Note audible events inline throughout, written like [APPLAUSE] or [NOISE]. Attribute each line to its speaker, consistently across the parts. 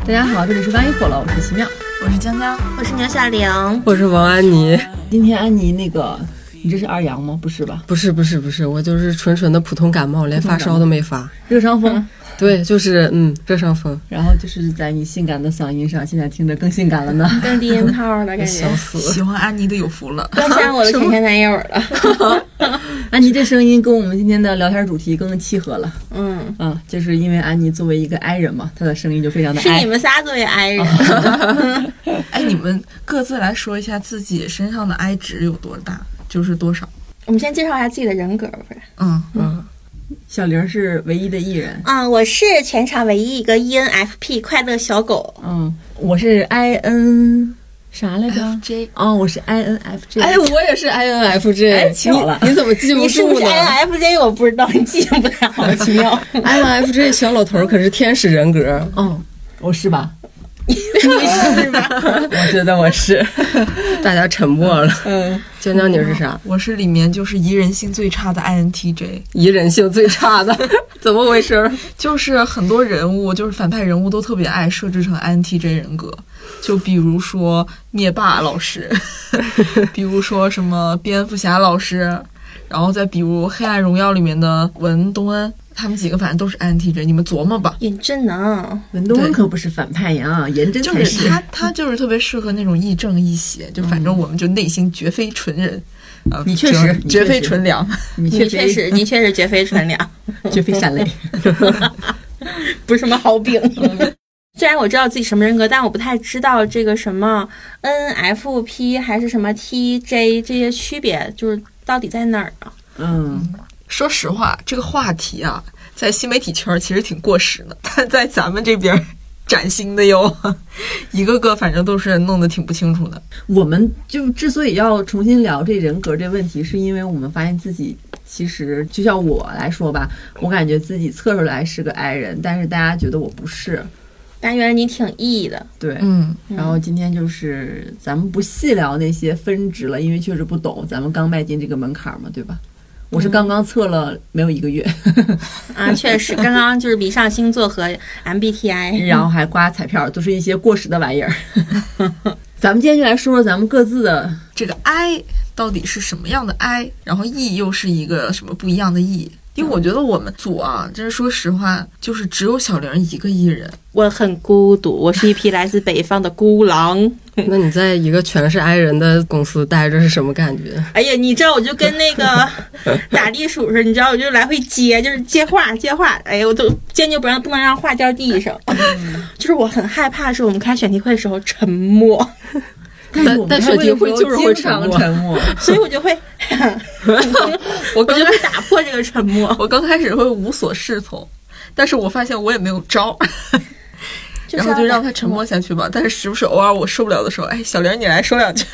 Speaker 1: 大家好，这里是万一火了，我是奇妙。
Speaker 2: 我是江江，
Speaker 3: 我是牛小玲，
Speaker 4: 我是王安妮，
Speaker 1: 今天安妮那个，你这是二阳吗？不是吧？
Speaker 4: 不是不是不是，我就是纯纯的普通感冒，连发烧都没发。
Speaker 2: 嗯
Speaker 1: 热伤风，
Speaker 4: 对，就是嗯，热伤风，
Speaker 1: 然后就是在你性感的嗓音上，现在听着更性感了呢。
Speaker 3: 跟低音炮了，感
Speaker 2: 哎
Speaker 3: 觉
Speaker 4: 笑死！
Speaker 1: 啊
Speaker 2: 喜欢安妮的有福了。
Speaker 3: 要删我的前前男友 [LAUGHS] 了。
Speaker 1: 安妮这声音跟我们今天的聊天主题更契合了
Speaker 3: 嗯，
Speaker 1: 啊，就是因为安妮作为一个 I 人嘛，她的声音就非常的
Speaker 3: 是
Speaker 1: I
Speaker 3: 你。们仨作为 I 人，
Speaker 2: 哎，你们各自来说一下自己身上的 I 值有多大，就是多少。
Speaker 3: 我们先介绍一下自己的人格吧。
Speaker 2: 嗯，
Speaker 4: 嗯，
Speaker 1: 小玲是唯一的艺人，
Speaker 3: 嗯，我是全场唯一一个 E ENFP 快乐小狗。
Speaker 1: 嗯，我是 I N 啥来着？
Speaker 2: J
Speaker 1: 哦，我是 I N F J。
Speaker 4: 哎，我也是 INFJ，
Speaker 1: 哎巧了
Speaker 4: 你你怎么记
Speaker 3: 你是不
Speaker 4: 住
Speaker 3: 是
Speaker 4: 呢
Speaker 3: INFJ？我不知道， [LAUGHS] 你记性不太好，奇 [LAUGHS] 妙。
Speaker 4: ？INFJ 小老头儿可是天使人格，
Speaker 1: 嗯，我是
Speaker 4: [LAUGHS]
Speaker 1: 吧？你是吧？我觉得我是。
Speaker 4: [LAUGHS] 大家沉默了。
Speaker 1: 嗯，
Speaker 4: 江江，你是啥？
Speaker 2: 我是里面就是宜人性最差的 INTJ，
Speaker 4: 宜人性最差的，怎么回事儿？
Speaker 2: 就是很多人物，就是反派人物都特别爱设置成 INTJ 人格，就比如说灭霸老师，比如说什么蝙蝠侠老师，然后再比如《黑暗荣耀》里面的文东恩，他们几个反正都是 INTJ，你们琢磨吧。
Speaker 3: 尹正能，
Speaker 1: 文东恩
Speaker 2: 对
Speaker 1: 可不是反派呀，颜真
Speaker 2: 就
Speaker 1: 才
Speaker 2: 是他，他就是特别适合那种亦正亦邪，就反正我们就内心绝非纯人，呃，
Speaker 1: 你确实
Speaker 2: 绝
Speaker 1: 你确
Speaker 2: 绝
Speaker 1: 实
Speaker 2: 非纯良。
Speaker 1: 你
Speaker 3: 你确实，你确实绝非纯良， [LAUGHS]
Speaker 1: 绝非
Speaker 4: [LAUGHS]
Speaker 1: 善类。
Speaker 3: 不是什么好饼。嗯虽然我知道自己什么人格，但我不太知道这个什么 NFP 还是什么 TJ 这些区别，就是到底在哪儿呢？
Speaker 1: 嗯，
Speaker 2: 说实话，这个话题啊，在新媒体圈儿其实挺过时的，但在咱们这边儿 [LAUGHS] 崭新的哟，一个个反正都是弄得挺不清楚的。
Speaker 1: 我们就之所以要重新聊这人格这问题，是因为我们发现自己其实就像我来说吧，我感觉自己测出来是个 I 人，但是大家觉得我不是。
Speaker 3: 但原来你挺 E 的，
Speaker 1: 对，
Speaker 2: 嗯，
Speaker 1: 然后今天就是咱们不细聊那些分值了，因为确实不懂，咱们刚迈进这个门槛嘛，对
Speaker 4: 嗯
Speaker 1: 吧？我是刚刚测了没有一
Speaker 4: [LAUGHS]
Speaker 1: 个月，
Speaker 3: [LAUGHS] 啊，确实，刚刚就是迷上星座和 MBTI，
Speaker 2: 嗯
Speaker 1: 然后还刮彩票，都是一些过时的玩意
Speaker 4: [LAUGHS]
Speaker 1: 儿。咱们今天就来说说咱们各自的
Speaker 2: 这个 I 到底是什么样的 I，然后 E 又是一个什么不一样的 E？因为我觉得我们组啊，真是说实话，就是只有小玲儿一个 E 人。
Speaker 3: 我很孤独，我是一匹来自北方的孤狼。
Speaker 4: [LAUGHS] 那你在一个全是 I 人的公司待着是什么感觉？ [LAUGHS]
Speaker 3: 哎呀，你知道我就跟那个
Speaker 2: [LAUGHS]
Speaker 3: 打地鼠似的，你知道我就来回接，就是接话接话。哎呀，我都坚决不让不能让话掉地上。
Speaker 2: 嗯
Speaker 3: [LAUGHS] 就是我很害怕，是我们开选题会的时候沉默，
Speaker 4: 但但选题会就是会沉默
Speaker 1: 沉
Speaker 4: [LAUGHS]
Speaker 1: 默。
Speaker 3: 所以
Speaker 2: [LAUGHS]
Speaker 3: 我就会，
Speaker 2: 我
Speaker 3: 我
Speaker 2: 刚
Speaker 3: 就
Speaker 2: 才
Speaker 3: 会打破这个沉默。
Speaker 2: 我刚开始会无所适从，但是我发现我也没有招儿，
Speaker 3: 就是
Speaker 2: 然
Speaker 3: 要
Speaker 2: 后就哎让他沉默下去吧。但是时不时偶尔我受不了的时候，哎，小玲儿你来说两句。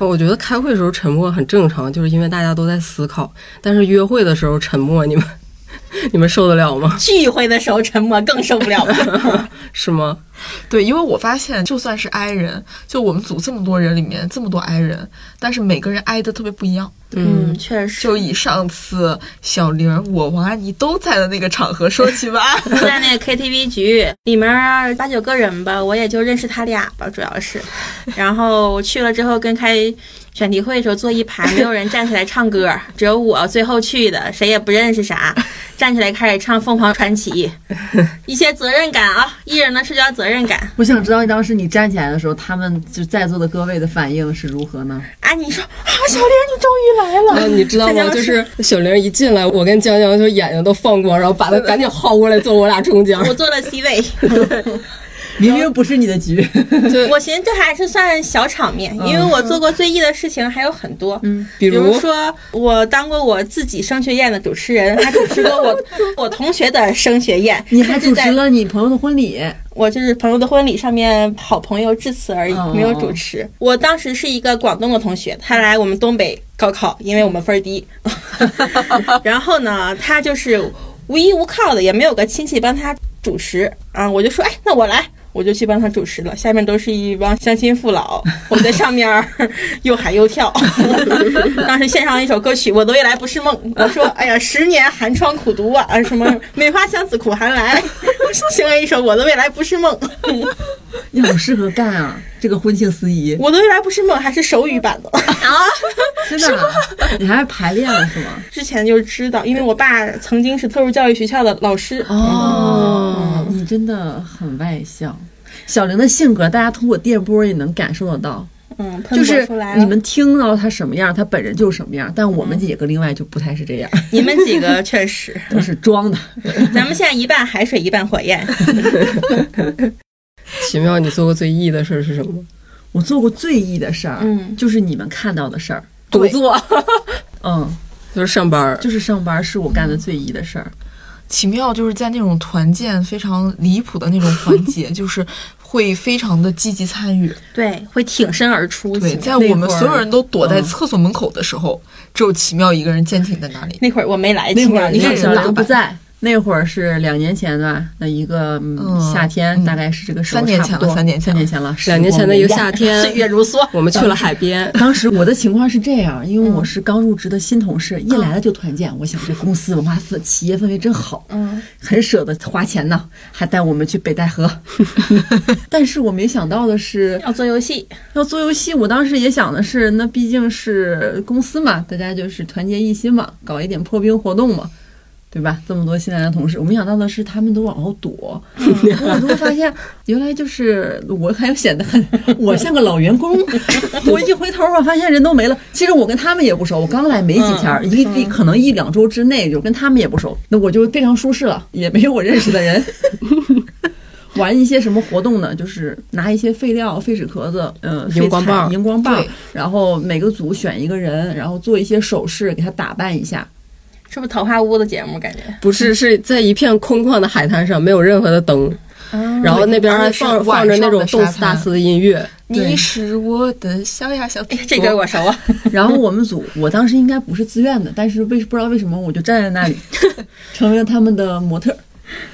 Speaker 4: 我觉得开会的时候沉默很正常，就是因为大家都在思考。但是约会的时候沉默，你们 [LAUGHS] 你们受得了吗？
Speaker 3: 聚会的时候沉默更受
Speaker 2: [LAUGHS]
Speaker 3: 不了了。
Speaker 2: 嗯
Speaker 4: 是吗？
Speaker 2: 对，因为我发现就算是 I 人，就我们组这么多人里面这么多 I 人，但是每个人 I 的特别不一样。
Speaker 4: 嗯，
Speaker 3: 确实。
Speaker 2: 就以上次小玲儿、我、王安妮都在的那个场合说起吧。 [LAUGHS]
Speaker 3: 就 [LAUGHS] 在那个 KTV 局里面儿八九个人吧，我也就认识他俩吧，主要是。然后我去了之后，跟开选题会的时候坐一排，没有人站起来唱歌，只有我最后去的，谁也不认识啥，站起来开始唱《凤凰传奇》，一些责任感啊，艺人的社交责任感
Speaker 1: 我想知道当时你站起来的时候，他们就在座的各位的反应是如何
Speaker 4: [LAUGHS]
Speaker 1: 呢？
Speaker 3: 啊！你说啊，小玲你终于来了，
Speaker 4: 然后你知道吗？就是小玲一进来，我跟江江就眼睛都放光，然后把她赶紧薅过来坐我俩中间。
Speaker 3: 啊我 [LAUGHS] 坐了 C 位，
Speaker 1: 明明不是你的
Speaker 4: [LAUGHS]
Speaker 1: 局，
Speaker 3: [LAUGHS] 我寻思这还是算小场面，
Speaker 1: 嗯
Speaker 3: 因为我做过最艺的事情还有很多，嗯，
Speaker 4: 比如
Speaker 3: 说我当过我自己升学宴的主持人，还主持过我 [LAUGHS] 我同学的升学宴，
Speaker 1: 你还
Speaker 3: 甚
Speaker 1: 主
Speaker 3: 至在
Speaker 1: 持了你朋友的婚礼，
Speaker 3: 我就是朋友的婚礼上面好朋友致辞而已，
Speaker 1: 哦
Speaker 3: 没有主持。我当时是一个广东的同学，他来我们东北高考，因为我们分儿低。 [LAUGHS] 然后呢，他就是无依无靠的，也没有个亲戚帮他主持啊。我就说，哎，那我来。我就去帮他主持了。下面都是一帮乡亲父老，我在上面儿 [LAUGHS] 又喊又跳。 [LAUGHS] 当时献上了一首歌曲《我的未来不是梦》，我说：“哎呀，十年寒窗苦读啊，啊什么梅花香自苦寒来。” [LAUGHS] 献啊了一首《我的未来不是梦》。
Speaker 1: 你好适合干啊，这个婚庆司仪，
Speaker 3: 我的未来不是梦，还是手语版的。
Speaker 1: 真的啊， [LAUGHS] 你还是排练了是吗？
Speaker 3: 之前就知道，因为我爸曾经是特殊教育学校的老师。
Speaker 1: 哦，你真的很外向。小玲的性格，大家通过电波也能感受得到，
Speaker 3: 嗯，喷
Speaker 1: 就
Speaker 3: 薄
Speaker 1: 是
Speaker 3: 出来了。
Speaker 1: 你们听到她什么样，她本人就什么样。但我们几个另外就不太是这样，
Speaker 3: [LAUGHS] 你们几个确
Speaker 1: [LAUGHS]
Speaker 3: 实，
Speaker 1: 都是装的。
Speaker 3: 咱们现在一半海水一半火焰。
Speaker 4: 奇妙，你做过最 E 的事儿是什么？
Speaker 1: 我做过最 E 的事儿，
Speaker 3: 嗯
Speaker 1: 就是你们看到的事儿，
Speaker 4: 工作
Speaker 1: 嗯，
Speaker 4: 就是上班儿，
Speaker 1: 就是上班是我干的最 E 的事儿。
Speaker 2: 奇妙就是在那种团建非常离谱的那种环节，就是会非常的积极参与。
Speaker 3: 对，会挺身而出。
Speaker 2: 对，
Speaker 3: 行
Speaker 2: 在我们
Speaker 1: 那会儿
Speaker 2: 所有人都躲在
Speaker 1: 嗯
Speaker 2: 厕所门口的时候，只有奇妙一个人坚挺在那里。
Speaker 3: 那会儿我没来，啊
Speaker 1: 那
Speaker 3: 亲
Speaker 1: 会
Speaker 3: 爱
Speaker 1: 儿
Speaker 3: 的
Speaker 1: 你
Speaker 2: 这
Speaker 1: 看
Speaker 2: 人
Speaker 1: 小
Speaker 2: 打
Speaker 1: 玲不
Speaker 2: 扮
Speaker 1: 在，那会儿是两年前吧，那一个、嗯
Speaker 2: 嗯
Speaker 1: 夏天，
Speaker 2: 嗯
Speaker 1: 大概是这个时候
Speaker 2: 三年前
Speaker 1: 差
Speaker 2: 了
Speaker 1: 不多
Speaker 2: 三年前
Speaker 1: 三
Speaker 2: 了
Speaker 1: 年前了，时
Speaker 4: 两年前的一个
Speaker 1: 光
Speaker 4: 夏
Speaker 1: 不一样。
Speaker 4: 天，
Speaker 3: 岁月如梭。
Speaker 4: 我们去了海边，
Speaker 1: [LAUGHS] 当时我的情况是这样，因为我是刚入职的新同事，一来了就团建，我想这公司文化氛企业氛围真好，
Speaker 3: 嗯，
Speaker 1: 很舍得花钱呢，还带我们去北戴河。但是我没想到的是，
Speaker 3: 要做游戏，
Speaker 1: 要做游戏，我当时也想的是，那毕竟是公司嘛，大家就是团结一心嘛，搞一点破冰活动嘛，对吧？这么多新来的同事，我没想到的是，他们都往后躲。
Speaker 4: 嗯
Speaker 1: [LAUGHS] 我突然发现，原来就是我，还有显得很 [LAUGHS] 我像个老员工。 [LAUGHS] 我一回头啊，发现人都没了。其实我跟他们也不熟，我刚来没几天，
Speaker 4: 嗯
Speaker 1: 一一可能一两周之内就跟他们也不熟，那我就非常舒适了，也没有我认识的人。 [LAUGHS] 玩一些什么活动呢？就是拿一些废料、废纸壳子，嗯，
Speaker 4: 荧光棒
Speaker 1: 废材荧光棒
Speaker 2: 对，
Speaker 1: 然后每个组选一个人，然后做一些手势给他打扮一下。
Speaker 3: 是不是桃花坞的节目？感觉
Speaker 4: 不是是在一片空旷的海滩上，没有任何的灯，
Speaker 1: 嗯
Speaker 3: 啊
Speaker 4: 然后那边
Speaker 2: 而
Speaker 4: 还
Speaker 2: 且是
Speaker 4: 放
Speaker 2: 晚
Speaker 4: 放着那
Speaker 2: 上
Speaker 4: 种
Speaker 2: 的
Speaker 4: 动
Speaker 2: 沙
Speaker 4: 次打
Speaker 2: 滩
Speaker 4: 次的音乐，
Speaker 1: 对
Speaker 2: 你是我的小呀小
Speaker 3: 哎
Speaker 2: 苹
Speaker 3: 呀
Speaker 2: 果，
Speaker 3: 这歌我熟啊，
Speaker 1: 然后我们组，我当时应该不是自愿的，但是为不知道为什么我就站在那里，成为了他们的模特儿。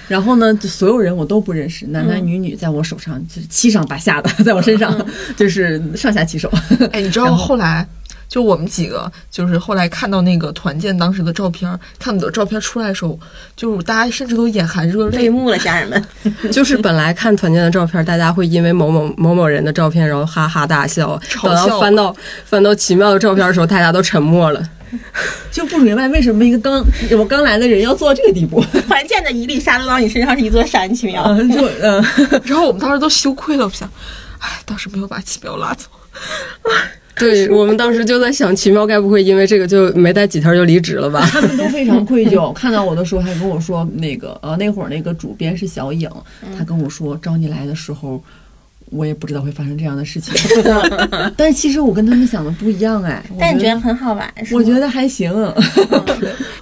Speaker 1: 然后呢，就所有人我都不认识，男男女女在我手上就是七上八下的， [LAUGHS] 在我身上就是上下其手。 [LAUGHS]
Speaker 2: 哎，你知道后来就我们几个，就是后来看到那个团建当时的照片，看到照片出来的时候，就是大家甚至都眼含热
Speaker 3: 泪
Speaker 2: 泪。 [LAUGHS]
Speaker 3: 目了，家
Speaker 1: [LAUGHS]
Speaker 3: 人们。
Speaker 4: [LAUGHS] 就是本来看团建的照片，大家会因为某某某某人的照片，然后哈哈大笑。
Speaker 2: 嘲
Speaker 4: 等
Speaker 2: 笑
Speaker 4: 到翻到翻到奇妙的照片的时候，大家都沉默了。
Speaker 1: 就不明白为什么一个刚我刚来的人要做到这个地步，
Speaker 3: 团建的一粒沙落到你身上是一座山，奇妙。
Speaker 1: 嗯，就嗯。
Speaker 2: 然后我们当时都羞愧了，我想，哎，当时没有把奇妙拉走。
Speaker 4: 对我们当时就在想，奇妙该不会因为这个就没待几天就离职了 [LAUGHS] 吧？
Speaker 1: 他们都非常愧疚。看到我的时候还跟我说，那个呃，那会儿那个主编是小颖，
Speaker 3: 嗯
Speaker 1: 他跟我说招你来的时候，我也不知道会发生这样的事
Speaker 3: [LAUGHS]
Speaker 1: 情。但是其实我跟他们想的不一样哎，我
Speaker 3: 但你觉
Speaker 1: 觉
Speaker 3: 得很好玩是吗？
Speaker 1: 我觉得还
Speaker 3: [LAUGHS]
Speaker 1: 行，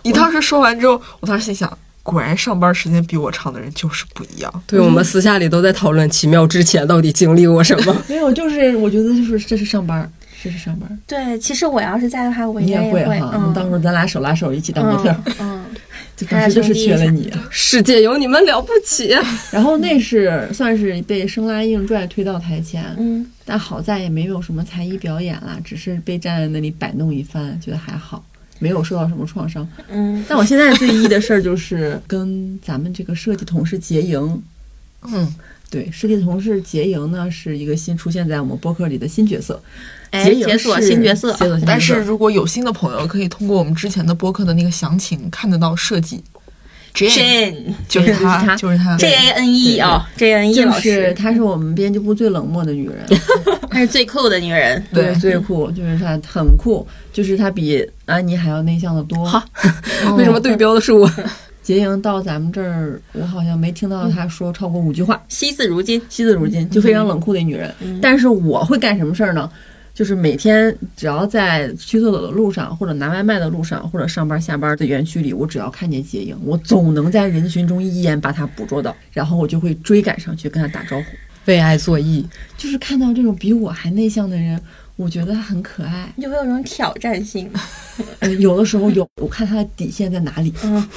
Speaker 2: 你当时说完之后，我当时心想，果然上班时间比我长的人就是不一样。
Speaker 4: 对，我们私下里都在讨论奇妙之前到底经历过什 [LAUGHS] 么。
Speaker 1: 没有，就是我觉得就是这是上班儿，这是上班儿。
Speaker 3: 对，其实我要是在的话，我应
Speaker 1: 你也
Speaker 3: 该
Speaker 1: 会
Speaker 3: 会。
Speaker 1: 哈，
Speaker 3: 嗯，
Speaker 1: 到时候咱俩手拉手一起当模特儿，
Speaker 3: 嗯嗯，
Speaker 1: 就当时就是缺了你。
Speaker 4: 世界有你们了不起，啊
Speaker 1: 然后那是算是被生拉硬拽推到台前，
Speaker 3: 嗯，
Speaker 1: 但好在也没有什么才艺表演啦，只是被站在那里摆弄一番，觉得还好，没有受到什么创伤。
Speaker 3: 嗯，
Speaker 1: 但我现在最一的事儿就是跟咱们这个设计同事结
Speaker 3: [LAUGHS]
Speaker 1: 营。
Speaker 2: 嗯，
Speaker 1: 对，设计同事结营呢是一个新出现在我们播客里的新角色，
Speaker 3: 哎，
Speaker 1: 营
Speaker 3: 解锁
Speaker 1: 是
Speaker 3: 新角色
Speaker 1: 解，锁新角色。
Speaker 2: 但是如果有新的朋友，可以通过我们之前的播客的那个详情看得到设计。Jane
Speaker 3: Jane
Speaker 2: 就是
Speaker 1: 就是
Speaker 2: 他，
Speaker 1: 他
Speaker 2: 就是他。
Speaker 3: J A N E 啊，J A N E
Speaker 1: 就
Speaker 3: 老
Speaker 1: 是
Speaker 3: 师，
Speaker 1: 她是我们编辑部最冷漠的女
Speaker 3: [LAUGHS]
Speaker 1: 人，
Speaker 3: 她是最酷的女人。
Speaker 1: 对，
Speaker 2: 对
Speaker 1: 最酷就是她很酷，就是她比安妮还要内向的多。
Speaker 4: 好为什么对标的是我？
Speaker 1: 结营到咱们这儿，我好像没听到她说超过五句话。
Speaker 3: 惜字如金，
Speaker 1: 惜字如金，就非常冷酷的一女人。
Speaker 3: 嗯
Speaker 1: 但是我会干什么事儿呢？就是每天只要在去厕所的路上，或者拿外卖的路上，或者上班下班的园区里，我只要看见结影，我总能在人群中一眼把她捕捉到，然后我就会追赶上去跟她打招呼。
Speaker 4: 为爱作义，
Speaker 1: 就是看到这种比我还内向的人，我觉得他很可爱。
Speaker 3: 你就会有种挑战性。
Speaker 1: 呃有的时候有，我看他的底线在哪里。 [LAUGHS]
Speaker 3: 嗯，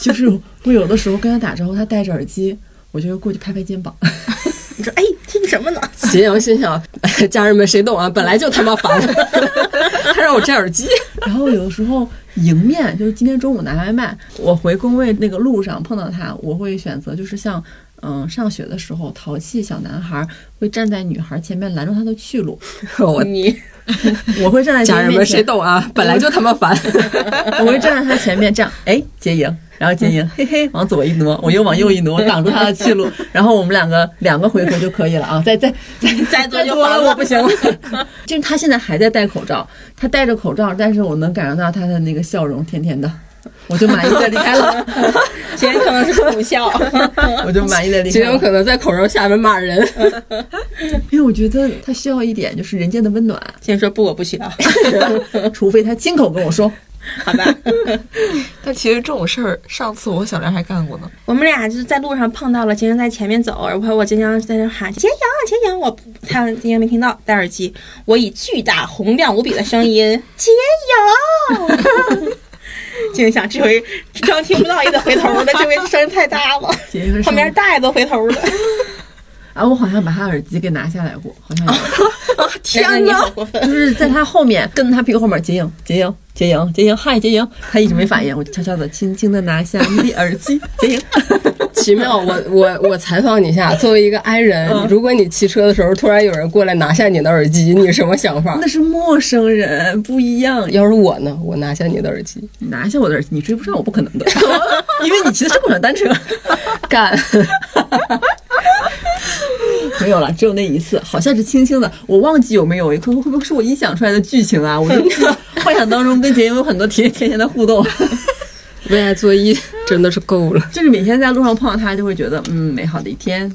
Speaker 1: 就是我有的时候跟他打招呼，他戴着耳机，我就过去拍拍肩膀。
Speaker 3: 你说哎，听什么呢？
Speaker 4: 斜阳心想，哎家人们谁懂啊？本来就他妈 [LAUGHS] 烦，还让我摘耳机。
Speaker 1: 然后有的时候迎面就是今天中午拿外卖，我回工位那个路上碰到他，我会选择就是像嗯上学的时候，淘气小男孩会站在女孩前面拦住她的去路，
Speaker 4: 我
Speaker 3: 你
Speaker 1: 我会站在
Speaker 4: 家
Speaker 1: 别人
Speaker 4: 人
Speaker 1: 面
Speaker 4: 们谁
Speaker 1: 前，
Speaker 4: 懂啊？本来就他妈烦。
Speaker 1: 我会站在他前面这样，哎，接应。然后接应，嘿嘿，往左一挪，我又往右一挪，挡住他的去路，然后我们两个两个回合就可以了啊！再再再
Speaker 3: 再多
Speaker 1: 再
Speaker 3: 就
Speaker 1: 多
Speaker 3: 烦
Speaker 1: 了，我
Speaker 3: 了
Speaker 1: 不。行了。就是他现在还在戴口罩，他戴着口罩，但是我能感受到他的那个笑容，甜甜的，我就满意的离开了，
Speaker 3: 其实可能是苦 [LAUGHS] 笑，
Speaker 1: 我就满意的离
Speaker 4: 极
Speaker 1: 开
Speaker 4: 有
Speaker 1: 了。
Speaker 4: 可能在口罩下面骂人。
Speaker 1: 因为我觉得他需要一点就是人间的温暖， [LAUGHS]
Speaker 3: 先说不，我不啊需要，
Speaker 1: 除非他亲口跟我说。
Speaker 3: 好吧？
Speaker 2: 但其实这种事儿，上次我和小梁还干过呢。
Speaker 3: 我们俩就是在路上碰到了，晶晶在前面走，然后我晶晶在那喊“秦阳，秦阳”，我不他晶晶没听到，戴耳机，我以巨大洪亮无比的声音“秦阳”， [LAUGHS] 晶晶想这回张听不到也得回头了，这回声音太大了，
Speaker 1: 姐姐会说
Speaker 3: 旁边大爷都回头了。
Speaker 1: 啊，我好像把他耳机给拿下来过，好像有
Speaker 3: 天你好过
Speaker 1: [LAUGHS]
Speaker 3: 分！
Speaker 1: 就是在他后面跟着他屁股后面，结影结影结影结影，嗨结影，他一直没反应，我就悄悄的轻轻的拿下你的耳机，结 [LAUGHS] 影。
Speaker 4: 奇妙，我我 [LAUGHS] 我采访你一下，作为一个 i 人，
Speaker 2: 嗯
Speaker 4: 如果你骑车的时候突然有人过来拿下你的
Speaker 2: [LAUGHS]
Speaker 4: 耳机，你什么想法？
Speaker 1: 那是陌生人，不一样。
Speaker 4: 要是我呢，我拿下你的耳机，
Speaker 1: 你拿下我的耳机，你追不上我，不可能的， [LAUGHS] 因为你骑的是共享单车。
Speaker 4: 干！
Speaker 1: [LAUGHS] 没有了，只有那一次，好像是轻轻的，我忘记有没有，可会不会是我臆想出来的剧情啊？我就 [LAUGHS] 幻想当中跟杰英有很多甜甜甜的互动， [LAUGHS]
Speaker 4: 为爱作揖真的是够 [LAUGHS] 了，
Speaker 1: 就是每天在路上碰到他，就会觉得嗯，美好的一天，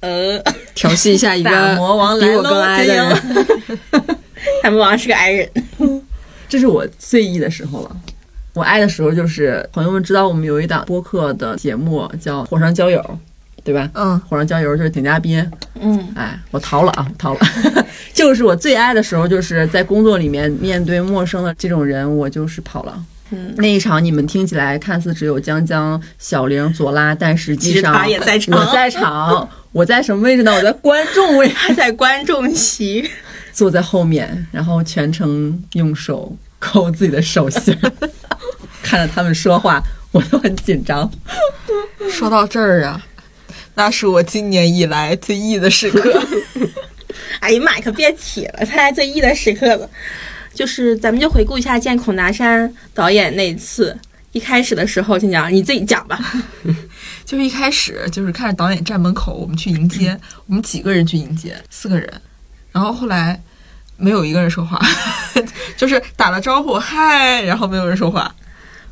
Speaker 3: 呃，
Speaker 4: 调戏一下一
Speaker 1: 大
Speaker 4: 个
Speaker 1: 魔王
Speaker 4: 比
Speaker 1: 来
Speaker 4: 我更
Speaker 1: 喽，
Speaker 4: i
Speaker 1: 杰
Speaker 4: 的人。
Speaker 1: 英。
Speaker 3: 他们王是个 i 人，
Speaker 1: [LAUGHS] 这是我最 E 的时候了。我爱的时候就是朋友们知道我们有一档播客的节目叫《火上浇友》，对吧？
Speaker 2: 嗯，
Speaker 1: 火上浇油就是请嘉宾，
Speaker 3: 嗯，
Speaker 1: 哎，我逃了啊，我逃了。 [LAUGHS] 就是我最爱的时候，就是在工作里面面对陌生的这种人，我就是跑了。
Speaker 3: 嗯，
Speaker 1: 那一场你们听起来看似只有江江、小玲、左拉，但实
Speaker 3: 其
Speaker 1: 际
Speaker 3: 实
Speaker 1: 上
Speaker 3: 他也在场，
Speaker 1: 我在场，我在什么位置呢？我在观众位，
Speaker 3: 他在观众席，
Speaker 1: 坐在后面，然后全程用手抠自己的手心儿， [LAUGHS] 看着他们说话，我都很紧张。
Speaker 2: 说到这儿啊，那是我今年以来最 E 的时刻。
Speaker 3: 哎呀妈，呀，可别提了，他还最 E 的时刻了。就是咱们就回顾一下见孔达山导演那一次，一开始的时候，金讲你自己讲吧。
Speaker 2: 就是一开始就是看着导演站门口，我们去迎接，我们几个人去迎接，四个人，然后后来没有一个人说话， [LAUGHS] 就是打了招呼嗨，然后没有人说话，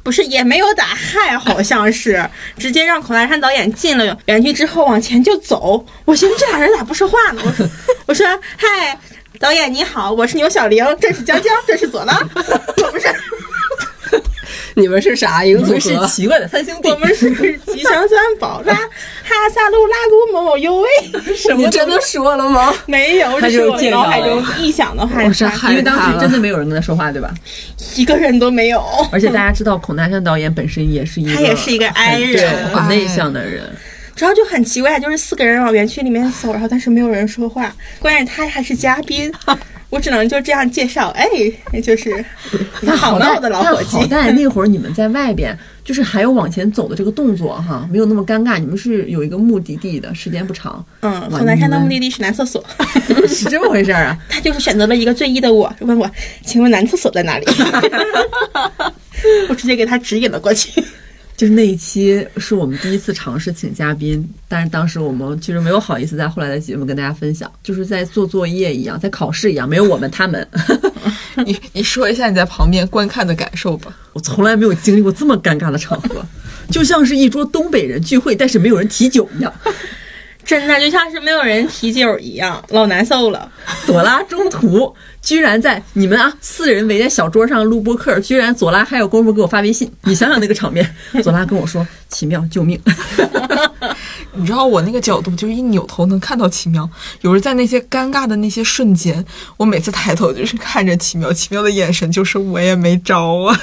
Speaker 3: 不是，也没有打嗨，好像 [LAUGHS] 是直接让孔达山导演进了园区之后往前就走。我寻思这俩人咋不说话呢？我说我说嗨，导演你好，我是牛小玲，这是江江，这是左拉， [LAUGHS] 我不是，
Speaker 4: 你们是啥一个
Speaker 1: [LAUGHS] 你
Speaker 4: 组
Speaker 1: 们是
Speaker 4: 合？
Speaker 1: 奇怪的三兄弟
Speaker 3: 我，们是吉祥三宝拉哈萨路拉古某某优喂，
Speaker 1: 什
Speaker 4: 你
Speaker 1: 么
Speaker 4: 真的说了吗？
Speaker 3: [LAUGHS] 没有，
Speaker 1: 他
Speaker 3: 这
Speaker 1: 就是
Speaker 3: 我
Speaker 1: 见
Speaker 3: 脑海
Speaker 1: 到
Speaker 3: 中
Speaker 1: 了
Speaker 3: 臆想的画
Speaker 4: 我是
Speaker 3: 面。
Speaker 4: 害
Speaker 1: 因为当
Speaker 4: 怕
Speaker 1: 时真
Speaker 4: 了。
Speaker 1: 的没有人跟他说话，对吧？
Speaker 3: 一个人都没有。
Speaker 1: 而且大家知道，孔大山导演本身也是一个，
Speaker 3: 他也是一个 I
Speaker 1: 对
Speaker 3: 人，
Speaker 1: 很
Speaker 4: 哎
Speaker 1: 内向的人。
Speaker 3: 主要就很奇怪，就是四个人往园区里面走，然后但是没有人说话，关键他还是嘉
Speaker 1: [LAUGHS]
Speaker 3: 宾，我只能就这样介绍，哎，就是
Speaker 1: 那
Speaker 3: 好
Speaker 1: 在
Speaker 3: 闹的老
Speaker 1: 但
Speaker 3: 伙计
Speaker 1: 好，在那会儿你们在外边，就是还有往前走的这个动作哈，没有那么尴尬。你们是有一个目的地的，时间不长， [LAUGHS]
Speaker 3: 嗯，
Speaker 1: 哇
Speaker 3: 孔南山的
Speaker 1: 你们
Speaker 3: 目的地是男厕所， [LAUGHS]
Speaker 1: 是这么回事儿啊？
Speaker 3: 他就是选择了一个最一的我，问我，请问男厕所在哪里？ [LAUGHS] 我直接给他指引了过去，
Speaker 1: 就是那一期是我们第一次尝试请嘉宾，但是当时我们其实没有好意思在后来的节目跟大家分享，就是在做作业一样，在考试一样，没有我们他们，
Speaker 2: 你你说一下你在旁边观看的感受吧。
Speaker 1: 我从来没有经历过这么尴尬的场合，就像是一桌东北人聚会，但是没有人提酒一样。
Speaker 3: 真的就像是没有人提酒一样，老难受了。
Speaker 1: 左拉中途居然在你们啊四人围在小桌上录播客，居然左拉还有功夫给我发微信，你想想那个场面，左拉跟我说奇妙救命， [LAUGHS]
Speaker 2: 你知道我那个角度，就是一扭头能看到奇妙。有时在那些尴尬的那些瞬间，我每次抬头就是看着奇妙，奇妙的眼神就是我也没招啊。 [LAUGHS]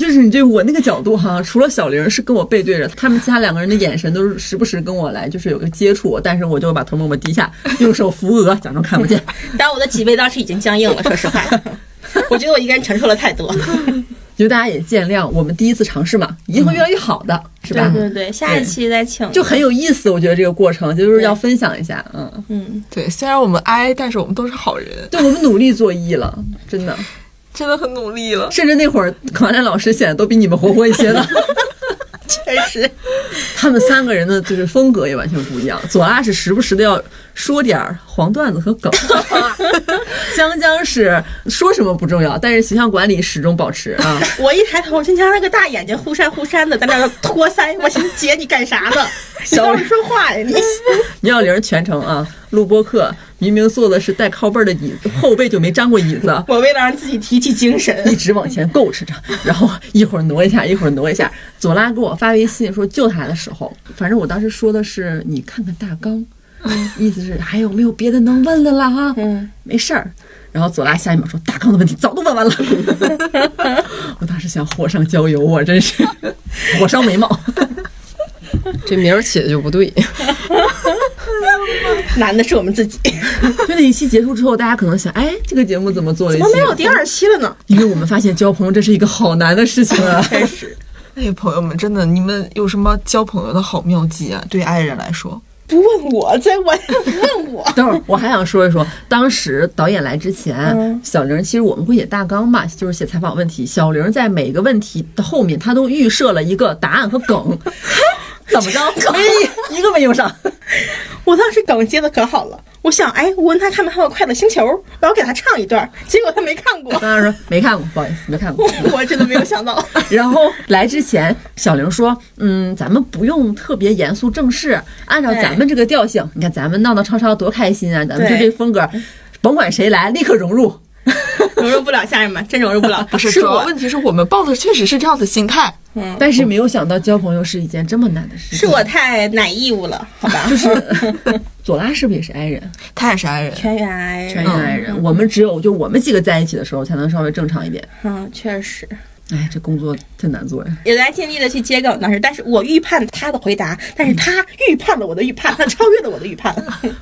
Speaker 1: 就是你对我那个角度哈，除了小玲是跟我背对着，他们其他两个人的眼神都是时不时跟我来，就是有个接触，但是我就把头默默低下，用手扶额，假装看不见。
Speaker 3: 但我的脊背当时已经僵硬了，说实 [LAUGHS] 话，我觉得我一个人承受了太多。
Speaker 1: 就大家也见谅，我们第一次尝试嘛，一定会越来越好的，是吧？
Speaker 3: 对对对，下一期再请。
Speaker 1: 就很有意思，我觉得这个过程就是要分享一下，嗯，
Speaker 3: [LAUGHS] 嗯，
Speaker 2: 对，虽然我们挨，但是我们都是好人，
Speaker 1: 对我们努力做艺了，真的，
Speaker 2: 真的很努力了。
Speaker 1: 甚至那会儿康奈老师显得都比你们活泼一些了。
Speaker 3: 确实，
Speaker 1: 他们三个人的就是风格也完全不一样。左拉是时不时的要说点儿黄段子和梗，江江是说什么不重要，但是形象管理始终保持啊。
Speaker 3: 我一抬头，金江那个大眼睛忽闪忽闪的在那儿托腮，我寻思姐你干啥呢？你倒是说话 [LAUGHS] 呀你！
Speaker 1: 倪小玲全程啊录播课，明明坐的是带靠背儿的椅子，后背就没沾过椅子。
Speaker 3: 我为了让自己提起精
Speaker 1: 一
Speaker 3: 神，
Speaker 1: 直往前够吃着，然后一会儿挪一下，一会儿挪一下。左拉给我发微信说救他的时候，反正我当时说的是你看看大纲，意思是还有没有别的能问的啦哈，
Speaker 3: 嗯，
Speaker 1: 没事儿。然后左拉下一秒说大纲的问题早都问完
Speaker 3: [LAUGHS]
Speaker 1: 了，我当时想火上浇油，我真是火烧眉毛。
Speaker 4: 这名儿起的就不 [LAUGHS] 对。
Speaker 3: 难的是我们自己，
Speaker 1: 就那一期结束之后，大家可能想，哎，这个节目怎么做了
Speaker 3: 怎
Speaker 1: 一期？
Speaker 3: 么没有第二期了呢？
Speaker 1: 因为我们发现交朋友这是一个好难的事情
Speaker 3: [LAUGHS]
Speaker 1: 啊。，
Speaker 3: 确实，
Speaker 2: 哎，朋友们，真的，你们有什么交朋友的好妙计啊？对爱人来说，
Speaker 3: 不问我，再 [LAUGHS] 问不问我
Speaker 1: [LAUGHS] 等会儿我还想说一说，当时导演来之前，
Speaker 3: 嗯
Speaker 1: 小玲其实我们会写大纲嘛，就是写采访问题。小玲在每个问题的后面，她都预设了一个答案和
Speaker 3: [LAUGHS]
Speaker 1: 梗，怎么着，没一个没用上。
Speaker 3: 我当时梗接的可好了，我想，哎，我问他看没看过《快乐星球》，我要给他唱一段，结果他没看过，
Speaker 1: 当时说没看过，不好意思，没看过。
Speaker 3: [LAUGHS] 我真的没有
Speaker 1: [LAUGHS]
Speaker 3: 想到，
Speaker 1: 然后来之前，小玲说：“嗯，咱们不用特别严肃正式，按照咱们这个调性，你看咱们闹闹吵吵多开心啊！咱们就这
Speaker 3: 对
Speaker 1: 风格，甭管谁来，立刻融入。
Speaker 3: 融入不了家人们，真融入不了，
Speaker 2: 不是，
Speaker 3: 是
Speaker 2: 主要
Speaker 3: 我，
Speaker 2: 问题是我们抱的确实是这样的心态，
Speaker 3: 嗯，
Speaker 1: 但是没有想到交朋友是一件这么难的事情。
Speaker 3: 是我太奶义务了，好吧？
Speaker 1: 就是左拉是不是也是 I 人？
Speaker 2: 他也是爱人。
Speaker 3: 全员癌，
Speaker 1: [LAUGHS] 全员 I 人，我们只有就我们几个在一起的时候才能稍微正常一点。
Speaker 3: 嗯，确实
Speaker 1: 哎，这工作真难做呀！
Speaker 3: 也在尽力的去接梗当时，但是我预判他的回答，但是
Speaker 1: 嗯
Speaker 3: 他预判了我的预判，他超越了我的
Speaker 1: [LAUGHS]
Speaker 3: 预判，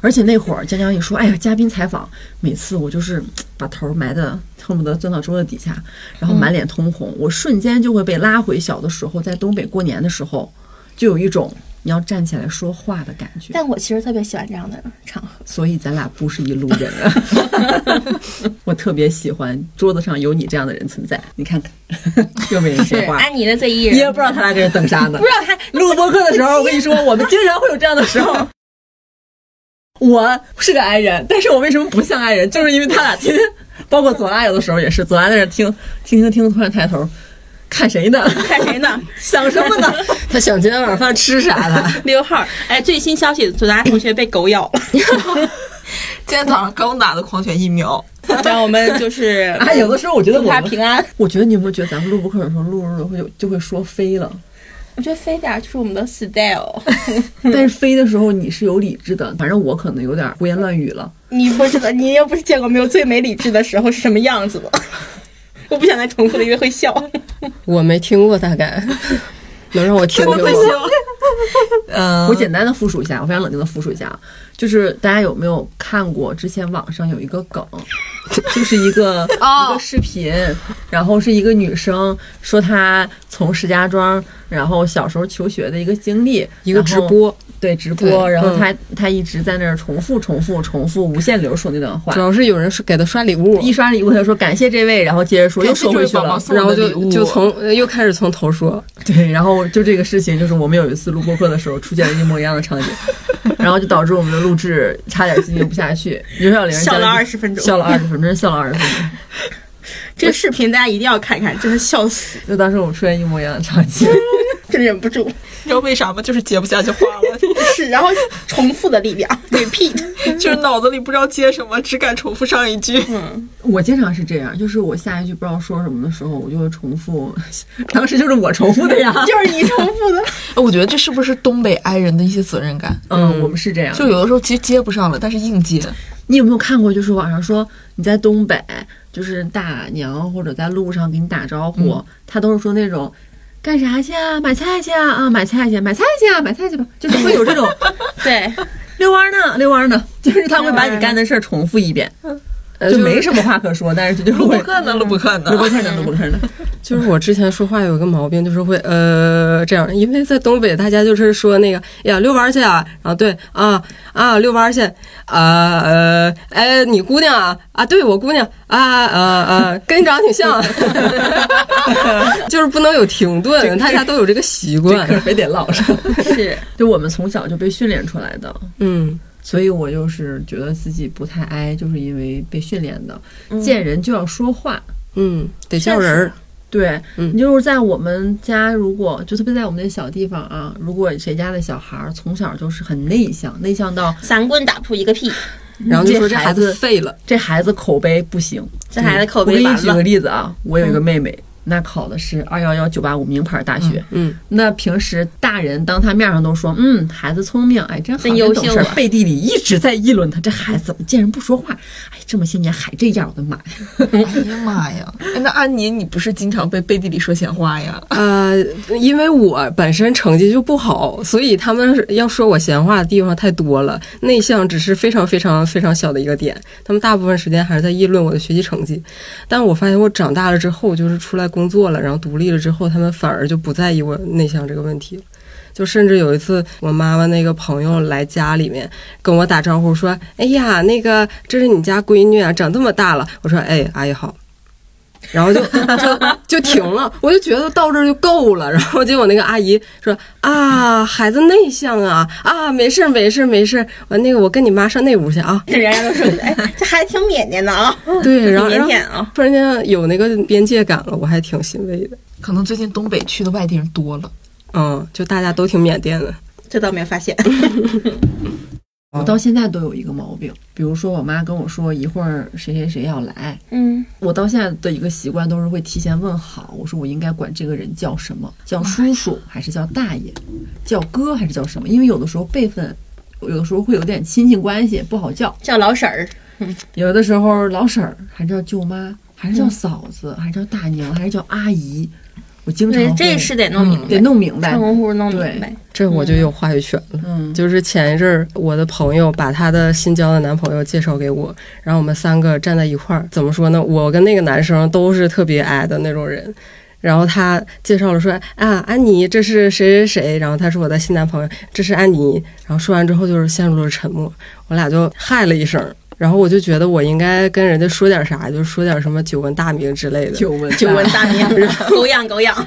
Speaker 1: 而且那会儿江江一说，哎呀，嘉宾采访，每次我就是嘖把头埋的恨不得钻到桌子底下，然后满脸通红，我瞬间就会被拉回小的时候，在东北过年的时候，就有一种你要站起来说话的感觉。
Speaker 3: 但我其实特别喜欢这样的场合，
Speaker 1: 所以咱俩不是一路人啊！ [LAUGHS] 我特别喜欢桌子上有你这样的人存在，你看 [LAUGHS] 看，又没人
Speaker 3: 是哎
Speaker 1: 说话。
Speaker 3: 安妮的最艺
Speaker 1: 你也不
Speaker 3: 人，
Speaker 1: 知道他俩搁这等啥呢
Speaker 3: 不。知道他
Speaker 1: 录播课的时候，我跟你说，我们经常会有这样的时候。 [LAUGHS] 我是个 i 人，但是我为什么不像 i 人？就是因为他俩天天，包括左拉有的时候也是，左拉在那听听听听，突然抬头，看谁呢？ [LAUGHS]
Speaker 3: 看谁呢？
Speaker 1: 想什么呢？
Speaker 4: [LAUGHS] 他想今天晚饭吃啥了？
Speaker 3: 六号，哎，最新消息，左达同学被狗
Speaker 1: [LAUGHS]
Speaker 3: 咬了。
Speaker 2: 今天早上刚打的狂犬疫苗，
Speaker 3: 让我们就是
Speaker 1: 哎，有的时候我觉得
Speaker 3: 祝
Speaker 1: 我
Speaker 3: 他
Speaker 1: 们
Speaker 3: 平安。
Speaker 1: 我觉得你有没有觉得咱们录播课的时候，录着录着会就就会说飞了？
Speaker 3: 我觉得飞点儿就是我们的 style，
Speaker 1: 但是飞的时候你是有理智的，反正我可能有点胡言乱语了。
Speaker 3: 你不知道，你又不是见过没有最没理智的 [LAUGHS] 时候是什么样子吗？我不想再重复的，因为会笑。
Speaker 4: 我没听过，大概能让我听听吗？
Speaker 2: 嗯，
Speaker 1: 我简单的复述一下，我非常冷静的复述一下，啊，就是大家有没有看过之前网上有一个
Speaker 2: [LAUGHS]
Speaker 1: 梗，就是一个、
Speaker 2: 哦
Speaker 1: 一个视频，然后是一个女生说她从石家庄，然后小时候求学的一个经历，
Speaker 4: 一个
Speaker 1: 然
Speaker 4: 直
Speaker 1: 后。
Speaker 4: 播，
Speaker 1: 对直播，
Speaker 4: 对
Speaker 1: 然后她
Speaker 2: 嗯
Speaker 1: 她一直在那儿重复、重复、重复，无限流说那段话
Speaker 4: 主。要是有人是给他刷礼物，
Speaker 1: 一刷礼物，她说感谢这位，然后接着说又
Speaker 2: 感谢
Speaker 1: 说
Speaker 2: 这
Speaker 1: 回
Speaker 2: 位
Speaker 1: 去了，
Speaker 2: 宝宝送
Speaker 4: 然后就
Speaker 2: 送的礼物
Speaker 4: 就从呃又开始从头说，
Speaker 1: [LAUGHS] 对，然后就这个事情，就是我们有一次录播课的时候出现了一模一样的场景，然后就导致我们的录制差点进行不下去。刘晓玲
Speaker 3: 笑了20分钟
Speaker 1: 笑了二十分钟，真笑了二十分钟。
Speaker 3: [LAUGHS] 这个视频大家一定要看看，真是笑死，
Speaker 1: 就当时我们出现一模一样的场景，
Speaker 3: [LAUGHS]
Speaker 1: [LAUGHS]
Speaker 3: 真忍不住。
Speaker 2: 你知道为啥吗？就是接不下去话了， [LAUGHS]
Speaker 3: 是，然后重复的力 [LAUGHS] 量，repeat。
Speaker 2: 就是脑子里不知道接什么，只敢重复上一句。
Speaker 1: 我经常是这样，就是我下一句不知道说什么的时候，我就会重复， [LAUGHS] 当时就是我重复的呀。
Speaker 3: 就是你重复的，
Speaker 2: 哎，我觉得这是不是东北爱人的一些责任感？
Speaker 1: 嗯，我们是这样，
Speaker 2: 就有的时候其实接不上了，但是硬接。
Speaker 1: 你有没有看过？就是网上说你在东北，就是大娘或者在路上给你打招呼，她都是说那种。干啥去啊？买菜去啊！啊，买菜去，买菜去啊，买菜去吧！就是会有这 [LAUGHS] 种
Speaker 3: [LAUGHS] 对，
Speaker 1: 遛弯儿呢，遛弯儿呢，就是他会把你干的事儿重复一遍，
Speaker 4: 呃
Speaker 1: 就
Speaker 4: 就
Speaker 1: 没
Speaker 4: 是
Speaker 1: 什么话可说，但是这 [LAUGHS] 就是
Speaker 2: 录
Speaker 1: 会
Speaker 2: 播客呢，录播客
Speaker 1: [LAUGHS]
Speaker 2: 呢
Speaker 1: 录，播客呢，录播客呢，
Speaker 4: 就是我之前说话有一个毛病，就是会呃这样，因为在东北大家就是说那个哎呀遛弯儿去啊，然后对啊啊遛弯儿去啊呃哎你姑娘啊啊对我姑娘啊呃呃跟你长得挺像， [LAUGHS] 就是不能有停顿，大家都有这个习
Speaker 1: 这
Speaker 4: 惯
Speaker 1: 可，非得唠 [LAUGHS] 上。
Speaker 3: 是
Speaker 1: 就我们从小就被训练出来的，
Speaker 4: 嗯
Speaker 1: 所以我就是觉得自己不太挨，就是因为被训练的，见人就要说话。
Speaker 4: 嗯得叫人儿，
Speaker 1: 对，
Speaker 4: 嗯
Speaker 1: 你就是在我们家，如果就特别在我们那小地方啊，如果谁家的小孩儿从小就是很内向，内向到
Speaker 3: 三棍打扑一个屁，
Speaker 4: 然后就说这
Speaker 1: 这
Speaker 4: 孩
Speaker 1: 孩子
Speaker 4: 子废了，
Speaker 1: 这孩子口碑不行。
Speaker 3: 这孩子口
Speaker 1: 我给
Speaker 3: 碑
Speaker 1: 你
Speaker 3: 完
Speaker 1: 举个
Speaker 3: 了。嗯
Speaker 1: 例子啊，我有一个妹妹，那考的是二幺幺九八五名牌大学，
Speaker 4: 嗯
Speaker 1: 那平时大人当他面上都说，嗯，孩子聪明，哎，真好，
Speaker 3: 真优秀
Speaker 1: 懂事儿
Speaker 3: 啊
Speaker 1: 背地里一直在议论他，这孩子怎么见人不说话？哎，这么些年还这样，我的妈呀！
Speaker 2: 哎呀妈呀！哎那安妮，你不是经常被背地里说闲话呀？
Speaker 4: 呃，因为我本身成绩就不好，所以他们要说我闲话的地方太多了。内向只是非常非常非常小的一个点，他们大部分时间还是在议论我的学习成绩。但我发现我长大了之后，就是出来工作了，然后独立了之后，他们反而就不在意我内向这个问题了。就甚至有一次，我妈妈那个朋友来家里面跟我打招呼说：“哎呀，那个这是你家闺女啊，长这么大了。”我说：“哎，阿姨好。”然后就 [LAUGHS] 就就
Speaker 3: [LAUGHS]
Speaker 4: 停了，我就觉得到这儿就够了。然后结果那个阿姨说：“啊，孩子内向啊，啊，没事儿没事儿没事儿，完那个我跟你妈上那屋去啊。
Speaker 3: [LAUGHS] 人家都说，哎，这孩子挺腼腆的啊，”
Speaker 4: 对，然
Speaker 3: 挺
Speaker 4: 后
Speaker 3: 腼
Speaker 4: 然
Speaker 3: 腆
Speaker 4: 后
Speaker 3: 啊。
Speaker 4: 突然间有那个边界感了，我还挺欣慰的。
Speaker 2: 可能最近东北去的外地人多了。
Speaker 4: 嗯，就大家都挺腼腆的。
Speaker 3: [LAUGHS] 这倒没发现，哦
Speaker 1: 我到现在都有一个毛病，比如说我妈跟我说一会儿谁谁谁要来，
Speaker 3: [LAUGHS] 嗯，
Speaker 1: 我到现在的一个习惯都是会提前问好，我说我应该管这个人叫什么，叫叔叔还是叫大爷，叫哥还是叫什么？因为有的时候辈分，有的时候会有点亲戚关系不好叫，
Speaker 3: 叫老婶儿，
Speaker 1: 有的时候老婶儿还是叫舅妈，还是叫嫂子，还是叫大娘，还是叫阿姨，我经常
Speaker 3: 对
Speaker 1: 会，
Speaker 3: 这是得弄明白，
Speaker 1: 得弄明
Speaker 3: [LAUGHS]
Speaker 1: 白
Speaker 3: 唱。功夫弄明白。
Speaker 4: 这我就有话语权了。
Speaker 1: 嗯，
Speaker 4: 就是前一阵儿，我的朋友把她的新交的男朋友介绍给我，然后我们三个站在一块儿，怎么说呢？我跟那个男生都是特别矮的那种人。然后他介绍了说啊，安妮，这是谁谁谁，然后他是我的新男朋友，这是安妮。然后说完之后就是陷入了沉默，我俩就嗨了一声，然后我就觉得我应该跟人家说点啥，就说点什么久闻大名之类的。
Speaker 1: 久闻
Speaker 3: 久闻大名， [LAUGHS] 狗养狗养，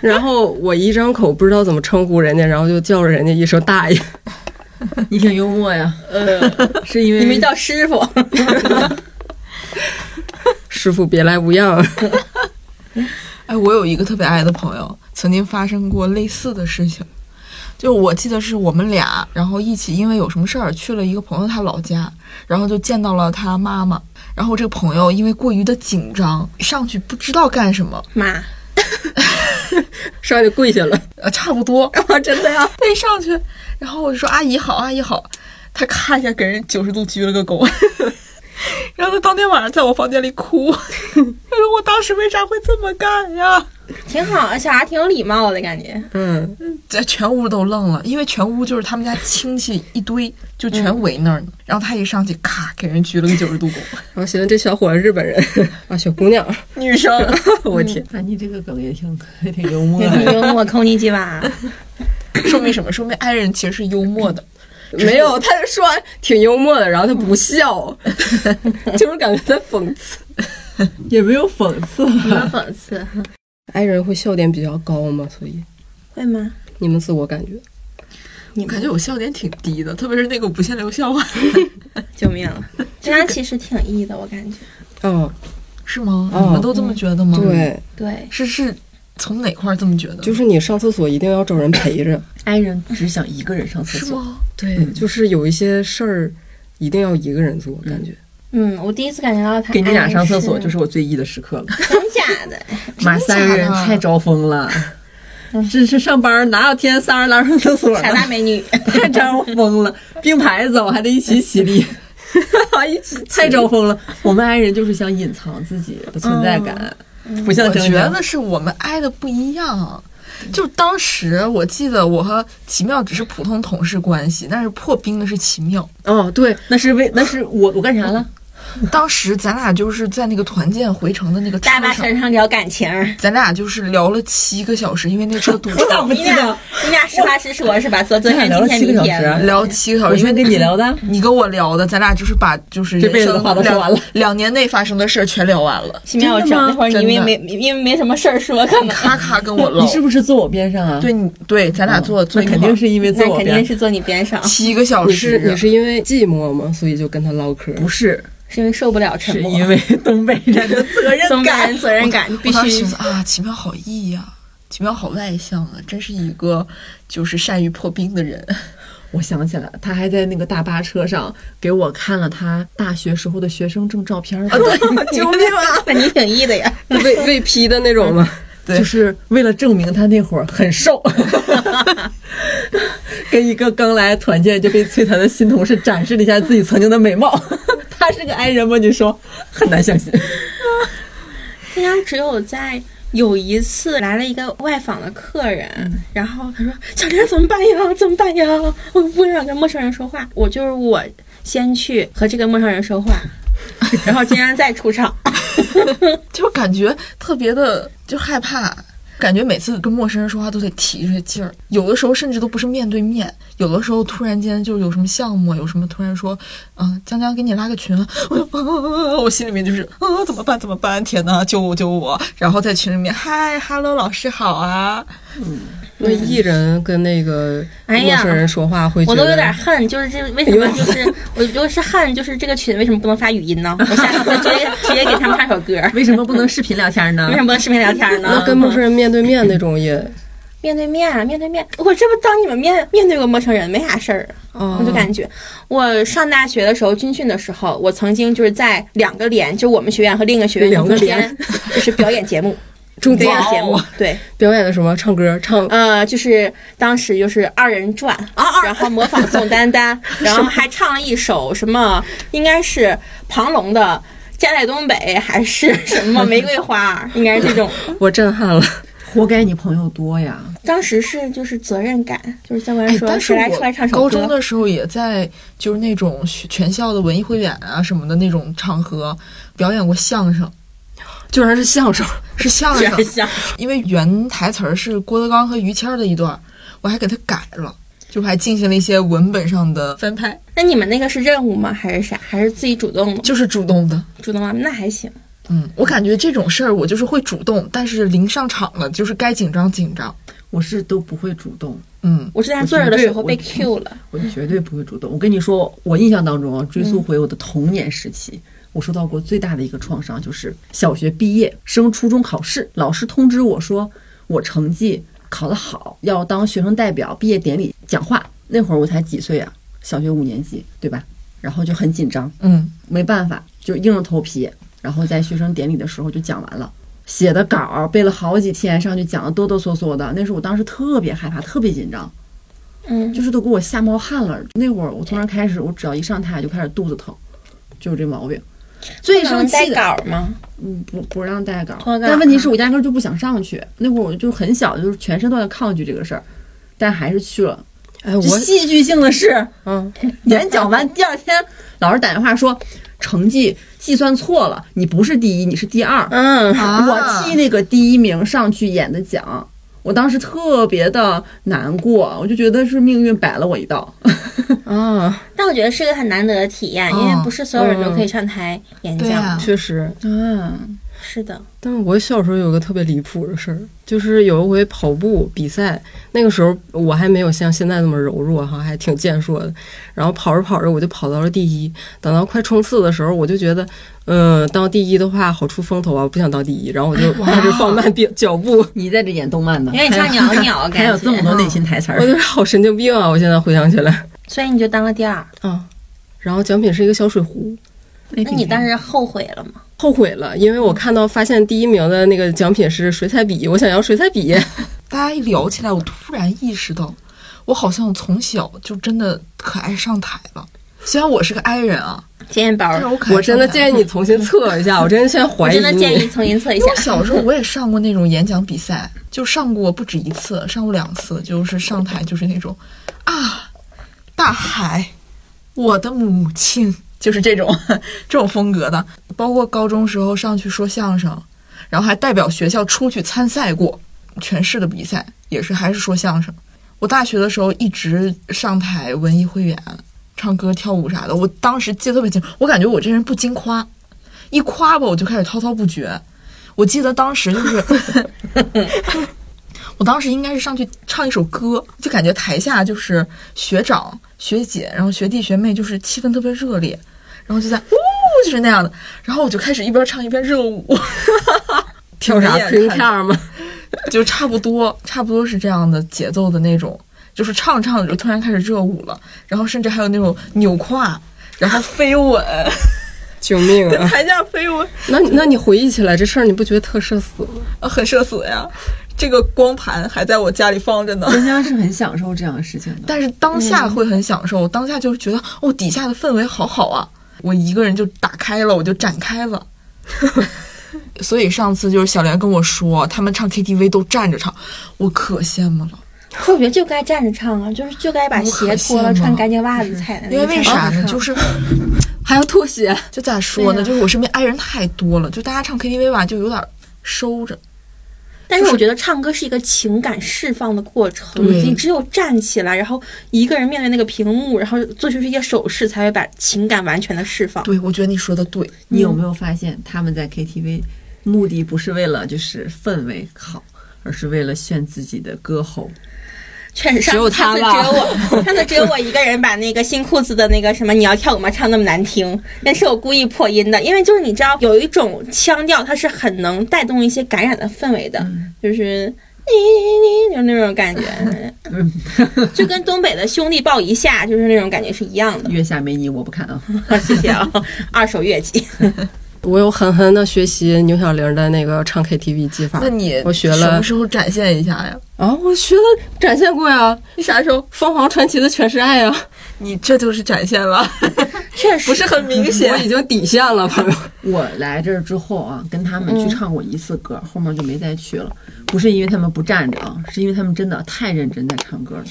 Speaker 4: 然后我一张口不知道怎么称呼人家，然后就叫了人家一声大爷。
Speaker 1: 你挺幽默呀，
Speaker 3: 呃，
Speaker 1: [LAUGHS] 是因为
Speaker 3: 你没叫师傅，
Speaker 4: 师傅别来无恙。啊
Speaker 2: 哎，我有一个特别爱的朋友，曾经发生过类似的事情。就我记得是我们俩，然后一起因为有什么事儿去了一个朋友他老家，然后就见到了他妈妈。然后这个朋友因为过于的紧张，上去不知道干什么，
Speaker 3: 妈， [LAUGHS]
Speaker 4: 上去跪下了，
Speaker 2: 呃，差不多，
Speaker 3: 啊，真的呀，
Speaker 2: 他一上去，然后我就说阿姨好，阿姨好，他咔一下给人九十度鞠了个躬， [LAUGHS] 然后他当天晚上在我房间里哭， [LAUGHS] 他说我当时为啥会这么干呀？
Speaker 3: 挺好啊，小孩挺有礼貌的感觉，
Speaker 4: 嗯，
Speaker 2: 在全屋都愣了，因为全屋就是他们家亲戚一堆，就全围那儿呢。然后他一上去，咔给人鞠了个九十度躬。
Speaker 4: 然后寻思这小伙儿日本人 [LAUGHS] 啊，小姑娘，
Speaker 3: 女生
Speaker 4: [LAUGHS] 我天，
Speaker 1: 安哎妮这个梗也挺 [LAUGHS] 也挺幽默 [LAUGHS]
Speaker 3: 也挺
Speaker 1: 的。
Speaker 3: 幽默，抠你
Speaker 1: [LAUGHS]
Speaker 3: 几把，
Speaker 2: 说明什么？说明爱人其实是幽默的。
Speaker 3: 嗯
Speaker 4: 没有，他是说挺幽默的，然后他不笑， [LAUGHS] 就是感觉在讽刺。
Speaker 1: [LAUGHS] 也没有讽刺，
Speaker 3: 很讽刺，
Speaker 4: 爱人会笑点比较高嘛，所以
Speaker 3: 会吗？
Speaker 4: 你们自我感觉，
Speaker 3: 你
Speaker 2: 我感觉我笑点挺低的，特别是那个不限流笑话，
Speaker 3: 救命了！他其实挺 E 的，我感觉。
Speaker 4: 哦，
Speaker 1: 嗯
Speaker 2: 是吗？
Speaker 4: 哦
Speaker 2: 你们都这么觉得吗？，
Speaker 4: 对，
Speaker 3: 对，
Speaker 2: 是是从哪块儿这么觉得？
Speaker 4: 就是你上厕所一定要找人陪着，
Speaker 1: 爱人只想一个人上厕
Speaker 2: 是
Speaker 1: 所。
Speaker 2: 吗？
Speaker 4: 对，
Speaker 1: 嗯
Speaker 4: 就是有一些事儿一定要一个人做，感觉。
Speaker 3: 嗯，我第一次感觉到他
Speaker 1: 给你俩上厕所
Speaker 3: 爱
Speaker 1: [LAUGHS] 就是我最意的时刻了，
Speaker 3: 真假的，
Speaker 1: 妈三人太招风了，这是上班哪有天仨人拉上厕所
Speaker 3: 傻
Speaker 1: 的？
Speaker 3: 大美女，
Speaker 1: 太招我疯了，并排走还得一起起 [LAUGHS] 立，
Speaker 4: 一起
Speaker 1: 太招疯了。我们 i 人就是想隐藏自己的存在感，不像
Speaker 2: 我
Speaker 1: 张
Speaker 2: 觉
Speaker 1: 张。
Speaker 2: 得是我们挨的不一样。就当时我记得我和奇妙只是普通同事关系，但是破冰的是奇妙。
Speaker 1: 哦，对，那是为那是我我干啥了？
Speaker 2: 当时咱俩就是在那个团建回程的那个车
Speaker 3: 大巴
Speaker 2: 上，
Speaker 3: 车上聊感情，
Speaker 1: [LAUGHS]
Speaker 2: 咱俩就是聊了七个小时，因为那车堵
Speaker 1: 咋
Speaker 2: 车，
Speaker 1: 不
Speaker 3: 你
Speaker 1: 记得
Speaker 3: 俩？你俩实话实说，是吧？昨昨
Speaker 1: 咱
Speaker 3: 天
Speaker 1: 俩聊了
Speaker 3: 今
Speaker 1: 七个
Speaker 3: 天
Speaker 1: 小
Speaker 3: 明
Speaker 1: 时啊
Speaker 3: 天，
Speaker 2: 聊七个小
Speaker 1: 我
Speaker 2: 时，因
Speaker 1: 是
Speaker 2: 为
Speaker 1: 跟你聊的。
Speaker 2: 你跟我聊的，咱俩就是把就是
Speaker 1: 这辈子
Speaker 2: 人生
Speaker 1: 的话都说
Speaker 2: 两
Speaker 1: 完了
Speaker 2: 两年内发生的事儿全聊完了，
Speaker 3: 奇妙
Speaker 1: 真的
Speaker 3: 整
Speaker 1: 吗
Speaker 3: 那会儿，你因为没因为没什么事儿说，可能
Speaker 2: 咔咔跟我
Speaker 1: 嗯
Speaker 2: 唠
Speaker 1: 你。是不是 [LAUGHS] 坐我边上啊？
Speaker 2: 对，你对，咱俩坐坐
Speaker 1: 那
Speaker 2: 一
Speaker 1: 肯
Speaker 2: 块儿
Speaker 1: 定是因为坐
Speaker 3: 那
Speaker 1: 我
Speaker 3: 肯
Speaker 1: 边
Speaker 3: 定。是坐你边上，
Speaker 2: 七个小
Speaker 4: 你是
Speaker 2: 时。
Speaker 3: 啊
Speaker 4: 你是因为寂寞吗？所以就跟他唠嗑？
Speaker 3: 嗯
Speaker 1: 不是，
Speaker 3: 是因为受不了沉
Speaker 1: 是
Speaker 3: 默，
Speaker 1: 因为东北人的责任
Speaker 3: 总
Speaker 1: 感
Speaker 3: 感。责任感必
Speaker 2: 我当时
Speaker 3: 须
Speaker 2: 寻思啊，奇妙好意呀、奇妙好外向啊，真是一个就是善于破冰
Speaker 1: [LAUGHS]
Speaker 2: 的人。
Speaker 1: [LAUGHS] 我想起来了，他还在那个大巴车上给我看了他大学时候的学生证照片儿，
Speaker 3: 救命
Speaker 2: [LAUGHS]
Speaker 3: 啊！ [LAUGHS] 那你挺义的呀，
Speaker 4: 未未批的那种吗？
Speaker 2: 对
Speaker 1: 就是为了证明他那会儿很 [LAUGHS] 瘦，跟一个刚来团建就被摧残的新同事展示了一下自己曾经的美 [LAUGHS] 貌。他是个 i 人吗？你说很难相信。
Speaker 3: 好像只有在有一次来了一个外访的客人，
Speaker 4: 嗯
Speaker 3: 然后他说：“小玲怎么办呀？怎么办呀？我不想跟陌生人说话，我就是我先去和这个陌生人说
Speaker 4: [LAUGHS]
Speaker 3: 话，然后今天再出场。
Speaker 2: 就感觉特别的就害怕，感觉每次跟陌生人说话都得提着劲儿，有的时候甚至都不是面对面，有的时候突然间就有什么项目，有什么突然说，嗯，江江给你拉个群啊，我就、啊我心里面就是啊怎么办怎么办，天呐，救我救我！然后在群里面嗨哈喽老师好啊，
Speaker 4: 那艺人跟那个
Speaker 3: 哎
Speaker 4: 陌
Speaker 3: 呀
Speaker 4: 生人说话会觉
Speaker 3: 我
Speaker 4: 得
Speaker 3: 都有点恨，就是这为什么就是我就是恨，就是这个群为什么不能发语音呢？我下次直接直接给他们唱首歌，
Speaker 1: 为什么不能视频聊天呢
Speaker 3: 为什么不能视频聊天呢？
Speaker 4: 那跟陌生人面对面那种 [LAUGHS] 也
Speaker 3: 面对面啊，面对面，我这不当你们面面对过陌生人没啥事儿啊。
Speaker 2: 哦
Speaker 4: 啊
Speaker 3: 我就感觉，我上大学的时候军训的时候，我曾经就是在两个连，就我们学院和另一个学院
Speaker 1: 两个
Speaker 3: 中间，就是表演节
Speaker 2: [LAUGHS]
Speaker 3: 目，
Speaker 4: 中间
Speaker 3: 表演节目，
Speaker 2: 哦
Speaker 3: 对，
Speaker 4: 表演的什么唱歌唱
Speaker 3: 呃，就是当时就是二人转，
Speaker 2: 哦
Speaker 3: 然后模仿宋丹
Speaker 2: [LAUGHS]
Speaker 3: 丹，然后还唱了一首什么，应该是庞龙的。家在东北还是什
Speaker 2: [LAUGHS]
Speaker 3: 么玫瑰花，应该是这种。
Speaker 4: 我震撼了，
Speaker 1: 活该你朋友多呀！
Speaker 3: 当时是就是责任感，就是教官
Speaker 2: 哎，
Speaker 3: 说
Speaker 2: 但是
Speaker 3: 谁来
Speaker 2: 我
Speaker 3: 出来唱首歌。
Speaker 2: 高中的时候也在就是那种学全校的文艺汇演啊什么的那种场合表演过相声，
Speaker 4: 居然是相声，
Speaker 2: 是相
Speaker 3: 居然
Speaker 2: 声，
Speaker 3: 像
Speaker 2: 因为原台词儿是郭德纲和于谦儿的一段儿，我还给他改了，就是还进行了一些文本上的翻拍，
Speaker 3: [LAUGHS] 那你们那个是任务吗？还是啥？还是自己主动的？
Speaker 2: 就是主动的。
Speaker 3: 主动吗？那还行。
Speaker 2: 嗯，我感觉这种事儿我就是会主动，但是临上场了就是该紧张紧张。
Speaker 1: 我是都不会主动，
Speaker 2: 嗯，
Speaker 3: 我是在那坐着的时候被
Speaker 1: 我觉得
Speaker 3: Q 了，
Speaker 1: 我绝对不会主动。我跟你说，我印象当中啊，追溯回我的童年时期，我受到过最大的一个创伤就是小学毕业升初中考试，老师通知我说我成绩考得好，要当学生代表毕业典礼讲话。那会儿我才几岁啊，小学五年级，对吧？然后就很紧张，
Speaker 2: 嗯，
Speaker 1: 没办法，就硬着头皮，然后在学生典礼的时候就讲完了。写的稿儿背了好几天，上去讲的哆哆嗦嗦的，那时候我当时特别害怕，特别紧张，
Speaker 3: 嗯，
Speaker 1: 就是都给我吓冒汗了。那会儿我从那儿开始，我只要一上台就开始肚子疼，就是这毛病。最生
Speaker 3: 能嗯带
Speaker 1: 气的，
Speaker 3: 稿吗？
Speaker 1: 嗯，不不让带稿
Speaker 3: 脱，稿
Speaker 1: 但问题是我压根儿就不想上去。那会儿我就很小，就是全身都在抗拒这个事儿，但还是去了。
Speaker 4: 哎我
Speaker 1: 这戏剧性的是，
Speaker 4: 嗯
Speaker 1: 演讲完第二天，老师打电话说成绩计算错了，你不是第一，你是第二。
Speaker 3: 嗯，
Speaker 2: 啊
Speaker 1: 我替那个第一名上去演的讲，我当时特别的难过，我就觉得是命运摆了我一道。
Speaker 4: [LAUGHS] 啊，
Speaker 3: 但我觉得是个很难得的体验，因为不是所有人都可以上台演
Speaker 2: 对
Speaker 3: 讲。
Speaker 2: 啊，
Speaker 4: 确实。
Speaker 1: 嗯，
Speaker 3: 是 [LAUGHS] 的，
Speaker 4: 但是我小时候有个特别离谱的事儿，就是有一回跑步比赛，那个时候我还没有像现在那么柔弱哈，还挺健硕的。然后跑着跑着我就跑到了第一，等到快冲刺的时候，我就觉得，嗯，当第一的话好出风头啊，不想当第一，然后我就 [LAUGHS] 开始放慢脚脚步。
Speaker 1: 你在这演动漫呢
Speaker 3: 有？点像鸟 [LAUGHS] 鸟
Speaker 1: 还有
Speaker 3: 感
Speaker 1: 这啊么
Speaker 3: 觉，
Speaker 1: 多内心台词
Speaker 4: 我
Speaker 1: 儿，
Speaker 4: 就是好神经病啊！我现在回想起来
Speaker 3: 所以你就当了第二。
Speaker 4: 啊，然后奖品是一个小水壶，
Speaker 1: 那
Speaker 3: 那你当时后悔了吗？
Speaker 4: 后悔了，因为我看到发现第一名的那个奖品是水彩笔，我想要水彩笔。
Speaker 2: 大家一聊起来，我突然意识到，我好像从小就真的可爱上台了。虽然我是个 I 人啊，
Speaker 3: 检验包
Speaker 2: 但是我可爱
Speaker 4: 我真的
Speaker 2: 上台了
Speaker 4: 建议你重新测一下，我真的现在
Speaker 3: 哎我
Speaker 4: 怀疑
Speaker 3: 真的建议
Speaker 4: 你。
Speaker 3: 重新测一
Speaker 2: 因
Speaker 3: 下
Speaker 2: 为我。小时候我也上过那种演讲比赛，就上过不止一次，上过两次，就是上台就是那种啊，大海，我的母亲，就是这种 [LAUGHS] 这种风格的。包括高中时候上去说相声，然后还代表学校出去参赛过全市的比赛，也是还是说相声。我大学的时候一直上台文艺汇演，唱歌跳舞啥的，我当时记得特别清，我感觉我这人不经夸，一夸吧我就开始滔滔不绝。我记得当时就是， [LAUGHS] 我当时应该是上去唱一首歌，就感觉台下就是学长、学姐，然后学弟学妹，就是气氛特别热烈，然后就在呜，就是那样的，然后我就开始一边唱一边热舞， [LAUGHS]
Speaker 4: 跳啥
Speaker 2: 你也看
Speaker 4: Queen 跳吗？
Speaker 2: 就差不多，差不多是这样的节奏的那种，就是唱着唱着就突然开始热舞了，然后甚至还有那种扭胯，然后飞吻， [LAUGHS]
Speaker 4: 救命啊！
Speaker 2: 台下飞吻，
Speaker 4: 那那你回忆起来这事儿，你不觉得特社死吗？
Speaker 2: 啊很社死呀。这个光盘还在我家里放着呢。
Speaker 1: 人家是很享受这样的事情的。
Speaker 2: 但是当下会很享受，当下就是觉得哦，底下的氛围好好啊，我一个人就打开了，我就展开 [LAUGHS] 了。所以上次就是小莲跟我说，他们唱 KTV 都站着唱，我可羡慕了。
Speaker 3: 我觉得就该站着唱啊，就是就该把鞋脱
Speaker 2: 我可羡
Speaker 3: 了，
Speaker 2: 慕
Speaker 3: 穿干净袜子踩在那
Speaker 2: 因为
Speaker 3: 个啊
Speaker 2: 为
Speaker 3: 场
Speaker 2: 啥
Speaker 3: 上 [LAUGHS]
Speaker 2: 呢？就是 [LAUGHS]
Speaker 4: 还要吐血，
Speaker 2: 就咋说呢？
Speaker 3: 对啊
Speaker 2: 就是我身边爱人太多了，就大家唱 KTV 吧，就有点收着。
Speaker 3: 但是我觉得唱歌是一个情感释放的过程，
Speaker 2: 对
Speaker 3: 你只有站起来，然后一个人面对那个屏幕，然后做出这些手势，才会把情感完全的释放。
Speaker 2: 对，我觉得你说的对，
Speaker 1: 你有没有发现他们在 KTV 目的不是为了就是氛围好，而是为了炫自己的歌喉？
Speaker 3: 确实上，
Speaker 4: 只有
Speaker 3: 上
Speaker 4: 他
Speaker 3: 次只
Speaker 4: 了
Speaker 3: 有我，上次只有我一个人把那个新裤子的那个什么你要跳舞吗唱那么难听，那是我故意破音的，因为就是你知道有一种腔调，它是很能带动一些感染的氛围的，
Speaker 4: 嗯
Speaker 3: 就是。你你你就那种感
Speaker 4: [LAUGHS]
Speaker 3: 觉，就跟东北的兄弟抱一下，就是那种感觉是一样的。
Speaker 1: 月下没你我不看啊！
Speaker 3: 谢谢 [LAUGHS] 啊，二手乐器。
Speaker 4: 我有狠狠的学习牛小玲的那个唱 KTV 技法
Speaker 2: 那你
Speaker 4: 我学
Speaker 2: 什
Speaker 4: 了
Speaker 2: 么时候展现一下呀？
Speaker 4: 啊，我学的展现过呀，
Speaker 2: 你啥时候？
Speaker 4: 凤凰传奇的全是爱啊，
Speaker 2: 你这就是展现了，
Speaker 3: 确实
Speaker 2: 不是很明
Speaker 4: 我
Speaker 2: 显。
Speaker 4: 已经底线
Speaker 2: [LAUGHS]
Speaker 4: 了，朋友。
Speaker 1: 我来这儿之后啊，跟他们去唱过一次歌，后面就没再去了。不是因为他们不站着啊，是因为他们真的太认真在唱
Speaker 2: [LAUGHS]
Speaker 1: 歌了。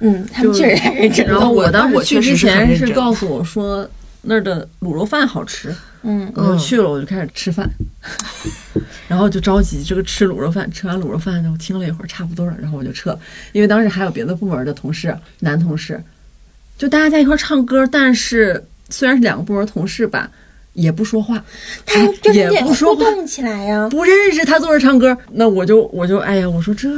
Speaker 3: 嗯，他们确实太认真
Speaker 1: 然
Speaker 3: 了。
Speaker 1: 后
Speaker 2: 我
Speaker 1: 当
Speaker 2: 我
Speaker 1: 时
Speaker 2: 确
Speaker 1: 去之
Speaker 2: 实是很
Speaker 1: 前
Speaker 2: 认
Speaker 1: 是
Speaker 2: 真
Speaker 1: 告诉我说那儿的卤肉饭好吃，
Speaker 3: 嗯，
Speaker 1: 我就去了，我就开始吃饭， [LAUGHS] 然后就着急这个吃卤肉饭，吃完卤肉饭呢，我听了一会儿差不多了，然后我就撤了，因为当时还有别的部门的同事，男同事，就大家在一块儿唱歌，但是虽然是两个部门同事吧，也不说话，
Speaker 3: 他们这
Speaker 1: 也
Speaker 3: 得
Speaker 1: 不说
Speaker 3: 互
Speaker 1: 话
Speaker 3: 动起来呀、
Speaker 1: 不认识他坐着唱歌，那我就我就哎呀，我说这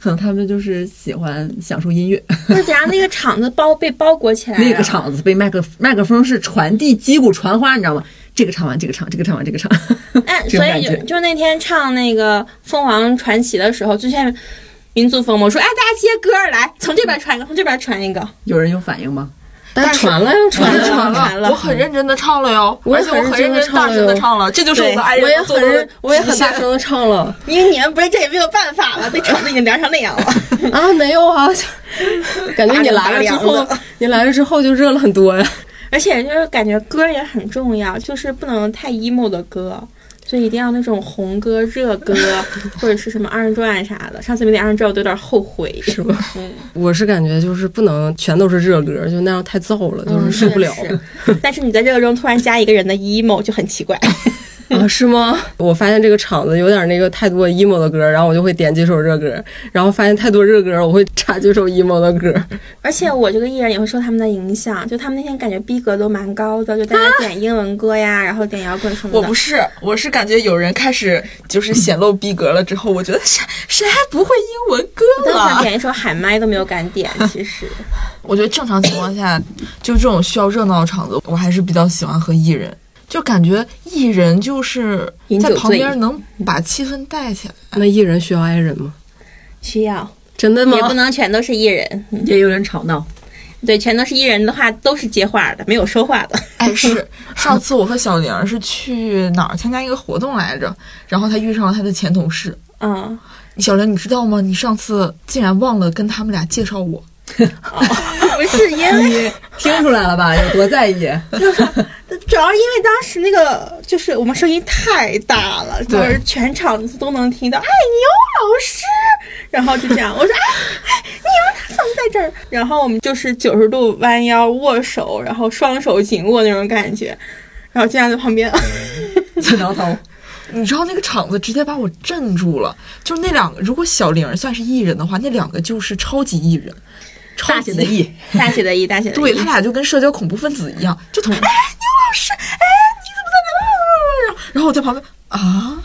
Speaker 1: 可能他们就是喜欢享受音乐，
Speaker 3: 那得让那个场子包被包裹起来、
Speaker 1: 那个，场子被麦克麦克风是传递击鼓传花，你知道吗？这个唱完，这个唱，这个唱完，这个唱。
Speaker 3: 哎，
Speaker 1: 这种
Speaker 3: 所
Speaker 1: 感
Speaker 3: 以
Speaker 1: 觉
Speaker 3: 就就那天唱那个《凤凰传奇》的时候，就下面民族风嘛，我说哎，大家接歌儿来，从这边传一个，从这边传一个。
Speaker 1: 有人有反应吗？
Speaker 4: 但是传了呀，
Speaker 3: 嗯传了
Speaker 4: 传了，
Speaker 3: 传了
Speaker 2: 我很认真的唱了哟，
Speaker 4: 我
Speaker 2: 而
Speaker 4: 也
Speaker 2: 且我
Speaker 4: 很
Speaker 2: 很
Speaker 4: 认
Speaker 2: 认
Speaker 4: 真地
Speaker 2: 真大声
Speaker 4: 唱了
Speaker 2: 的
Speaker 4: 哟
Speaker 2: 唱了，这就是我
Speaker 3: 对
Speaker 2: 们爱人
Speaker 4: 我也
Speaker 2: 做
Speaker 4: 很
Speaker 2: 到的
Speaker 4: 认，我也很
Speaker 2: 极限
Speaker 4: 大声的唱了
Speaker 3: 因为你们不是这也没有办法了，被场子已经凉成那样了。
Speaker 4: 啊，没有啊，感觉你来了
Speaker 3: 拔
Speaker 4: 之
Speaker 3: 凉
Speaker 4: 后
Speaker 3: 拔凉，
Speaker 4: 你来了之后就热了很多呀。
Speaker 3: 而且就是感觉歌也很重要，就是不能太 emo 的歌，所以一定要那种红歌、热歌， [LAUGHS] 或者是什么二人转啥的。上次没点二人转，我都有点后悔。是吗？嗯，
Speaker 4: 我是感觉就是不能全都是热歌，就那样太燥了，
Speaker 2: 嗯
Speaker 4: 就是受不了。
Speaker 3: 嗯是。但是你在这个中突然加一个人的 emo 就很奇怪。
Speaker 4: 啊，是吗？我发现这个场子有点那个太多 emo 的歌，然后我就会点几首热歌，然后发现太多热歌，我会插几首 emo 的歌。
Speaker 3: 而且我这个艺人也会受他们的影响，就他们那天感觉逼格都蛮高的，就大家点英文歌
Speaker 4: 啊
Speaker 3: 呀，然后点摇滚什么的。
Speaker 2: 我不是，我是感觉有人开始就是显露逼格了之后，我觉得谁谁还不会英文歌
Speaker 3: 我当时想
Speaker 2: 了？
Speaker 3: 点一首喊麦都没有敢点，其实
Speaker 2: 我觉得正常情况下，就这种需要热闹的场子，我还是比较喜欢和艺人，就感觉艺人就是
Speaker 3: 饮
Speaker 2: 在
Speaker 3: 酒
Speaker 2: 旁
Speaker 3: 醉
Speaker 2: 边能把气氛带起来。
Speaker 4: 那艺人需要爱人吗？
Speaker 3: 需要
Speaker 4: 真的吗
Speaker 3: 也？不能全都是艺人，
Speaker 1: 也有人吵闹，
Speaker 3: 对，全都是艺人的话都是接话的，没有说话的。
Speaker 2: 哎，
Speaker 3: [LAUGHS]
Speaker 2: 是上次我和小玲儿是去哪儿参加一个活动来着，然后她遇上了她的前同事。
Speaker 4: 啊
Speaker 3: 嗯，
Speaker 2: 小玲，你知道吗？你上次竟然忘了跟他们俩介绍我。
Speaker 3: 不是因为，
Speaker 1: 你听出来了
Speaker 3: [LAUGHS]
Speaker 1: 吧？有多在意？
Speaker 3: 主要是因为当时那个就是我们声音太大了，就
Speaker 2: 对
Speaker 3: 是全场都能听到。哎，牛老师，然后就这样，我说哎哎，牛他怎么在这儿？然后我们就是九十度弯腰握手，然后双手紧握那种感觉，然后这样在旁边。
Speaker 1: 就挠头。
Speaker 2: [LAUGHS] 你知道那个场子直接把我震住了，就是那两个，如果小玲儿算是艺人的话，那两个就是超级艺人，超
Speaker 1: 大
Speaker 2: 级
Speaker 1: 写的 E，
Speaker 3: 大写的 E，大写的 E。
Speaker 2: 对他俩就跟社交恐怖分子一样，就同哎，牛老师，哎，你怎么在那儿？ [LAUGHS] 然后我在旁边啊，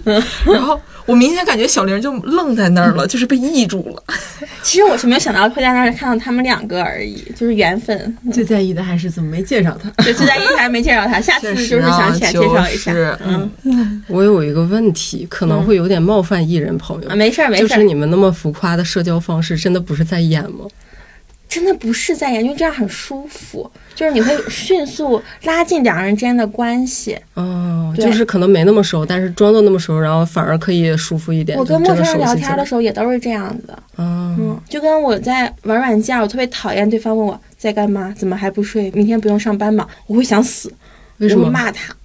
Speaker 2: [LAUGHS] 然后我明显感觉小玲就愣在那儿了，就是被翳住了。
Speaker 3: 其实我是没有想到会在那儿看到他们两个而已，就是缘分。
Speaker 1: 最在意的还是怎么没介绍他。
Speaker 3: 对，就在一还没介绍他，下次就是想起来介绍一下。
Speaker 2: 啊就是
Speaker 3: 嗯
Speaker 4: 我有一个问题，可能会有点冒犯艺人朋友
Speaker 3: 啊，，没事儿没
Speaker 4: 就
Speaker 3: 事儿
Speaker 4: 是，你们那么浮夸的社交方式，真的不是在演吗？
Speaker 3: 真的不是在演，因为这样很舒服，就是你会迅速拉近两人之间的关系。
Speaker 4: 哦，
Speaker 3: 对
Speaker 4: 就是可能没那么熟，但是装作那么熟，然后反而可以舒服一点。
Speaker 3: 我跟
Speaker 4: 就
Speaker 3: 陌
Speaker 4: 真
Speaker 3: 生
Speaker 4: 的
Speaker 3: 人
Speaker 4: 熟
Speaker 3: 聊
Speaker 4: 悉起
Speaker 3: 天
Speaker 4: 来
Speaker 3: 的时候也都是这样的，
Speaker 4: 哦，
Speaker 3: 嗯，就跟我在玩软件，我特别讨厌对方问我在干嘛，怎么还不睡，明天不用上班吗？我会想死，
Speaker 4: 为什
Speaker 3: 我会
Speaker 4: 么？
Speaker 3: 骂他。
Speaker 4: [LAUGHS]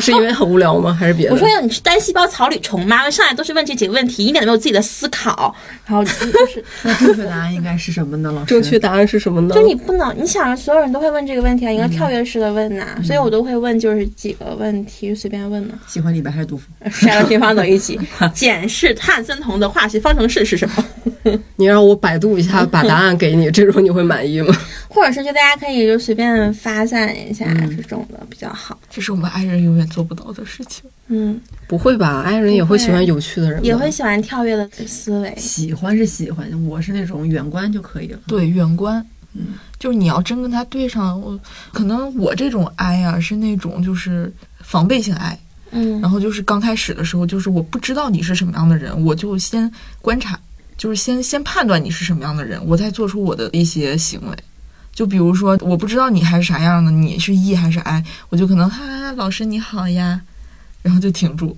Speaker 4: 是因为很无聊吗？还是别的？
Speaker 3: 我说你是单细胞草履虫吗？上来都是问这几个问题，一点都没有自己的思
Speaker 4: [LAUGHS]
Speaker 3: 考，然后就是。
Speaker 1: 那正确答案应该是什么呢？老师，
Speaker 4: 正确答案是什么呢？
Speaker 3: 就你不能，你想着所有人都会问这个问题啊，应该跳跃式的问呐、
Speaker 4: 嗯
Speaker 3: 所以我都会问就是几个问题，随便问嘛、
Speaker 1: 喜欢李白还是杜甫？
Speaker 3: 删了平方等于几？碱是碳酸铜的化学方程式是什么？
Speaker 4: 你让我百度一下，把答案给你，这种你会满意吗？
Speaker 3: 或者是就大家可以就随便发散一下这种的比较好。
Speaker 2: 这是我们爱人永远做不到的事情。
Speaker 3: 嗯，
Speaker 4: [LAUGHS] 不会吧？爱人也会喜欢有趣的人吧，
Speaker 3: 也会喜欢跳跃的思维。
Speaker 1: 喜欢是喜欢，我是那种远观就可以了。
Speaker 2: 对，远观，嗯就是你要真跟他对上，我可能我这种 I 啊是那种就是防备性 I，
Speaker 3: 嗯
Speaker 2: 然后就是刚开始的时候，就是我不知道你是什么样的人，我就先观察，就是先先判断你是什么样的人，我再做出我的一些行为。就比如说，我不知道你还是啥样的，你是 E 还是 I，我就可能哈、啊，老师你好呀，然后就停住。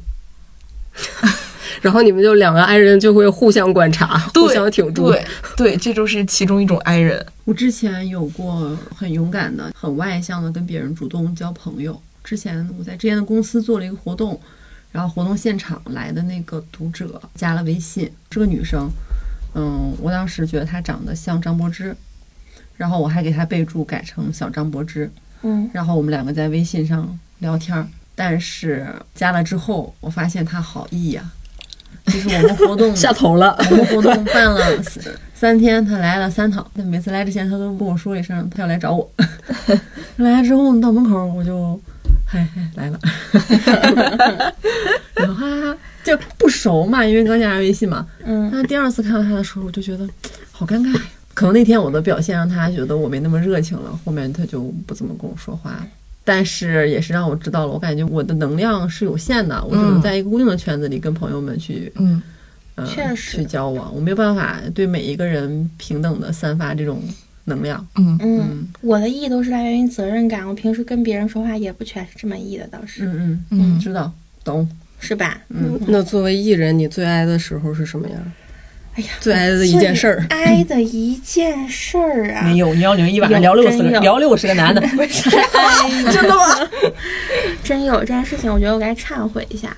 Speaker 4: 然后你们就两个爱人就会互相观察，
Speaker 2: 对
Speaker 4: 互相挺住。
Speaker 2: 对对，这就是其中一种 I 人。
Speaker 1: 我之前有过很勇敢的、很外向的跟别人主动交朋友。之前我在之前的公司做了一个活动，然后活动现场来的那个读者加了微信，是个女生。嗯，我当时觉得她长得像张柏芝，然后我还给她备注改成小张柏芝。
Speaker 3: 嗯，
Speaker 1: 然后我们两个在微信上聊天儿，但是加了之后，我发现她好意呀、就是我们活动
Speaker 4: 下头了，
Speaker 1: 我们活动办了三三天，他来了三趟。但每次来之前，他都跟我说一声，他要来找我。来了之后呢，到门口我就，嗨嗨，来了，然后哈哈，就不熟嘛，因为刚加上微信嘛。
Speaker 3: 嗯
Speaker 1: 但第二次看到他的时候，我就觉得好尴尬呀。可能那天我的表现让他觉得我没那么热情了，后面他就不怎么跟我说话了。但是也是让我知道了，我感觉我的能量是有限的，我只能
Speaker 2: 嗯
Speaker 1: 在一个固定的圈子里跟朋友们去
Speaker 2: 嗯，
Speaker 1: 呃
Speaker 3: 确实
Speaker 1: 去交往，我没有办法对每一个人平等的散发这种能量。
Speaker 3: 嗯，我的 E 都是来源于责任感，我平时跟别人说话也不全是这么 E 的，倒是、
Speaker 1: 嗯
Speaker 2: 嗯
Speaker 1: 知道懂。
Speaker 3: 是吧？
Speaker 4: 那作为艺人，你最哀的时候是什么样？
Speaker 3: 哎呀，
Speaker 4: 最哀的一件事儿，
Speaker 3: 最哀的一件事儿啊，
Speaker 1: 有幺零一
Speaker 3: 晚上聊60个聊
Speaker 1: 六十个男的，
Speaker 2: [LAUGHS] 真的吗？
Speaker 3: [LAUGHS] 真有这件事情，我觉得我该忏悔一下。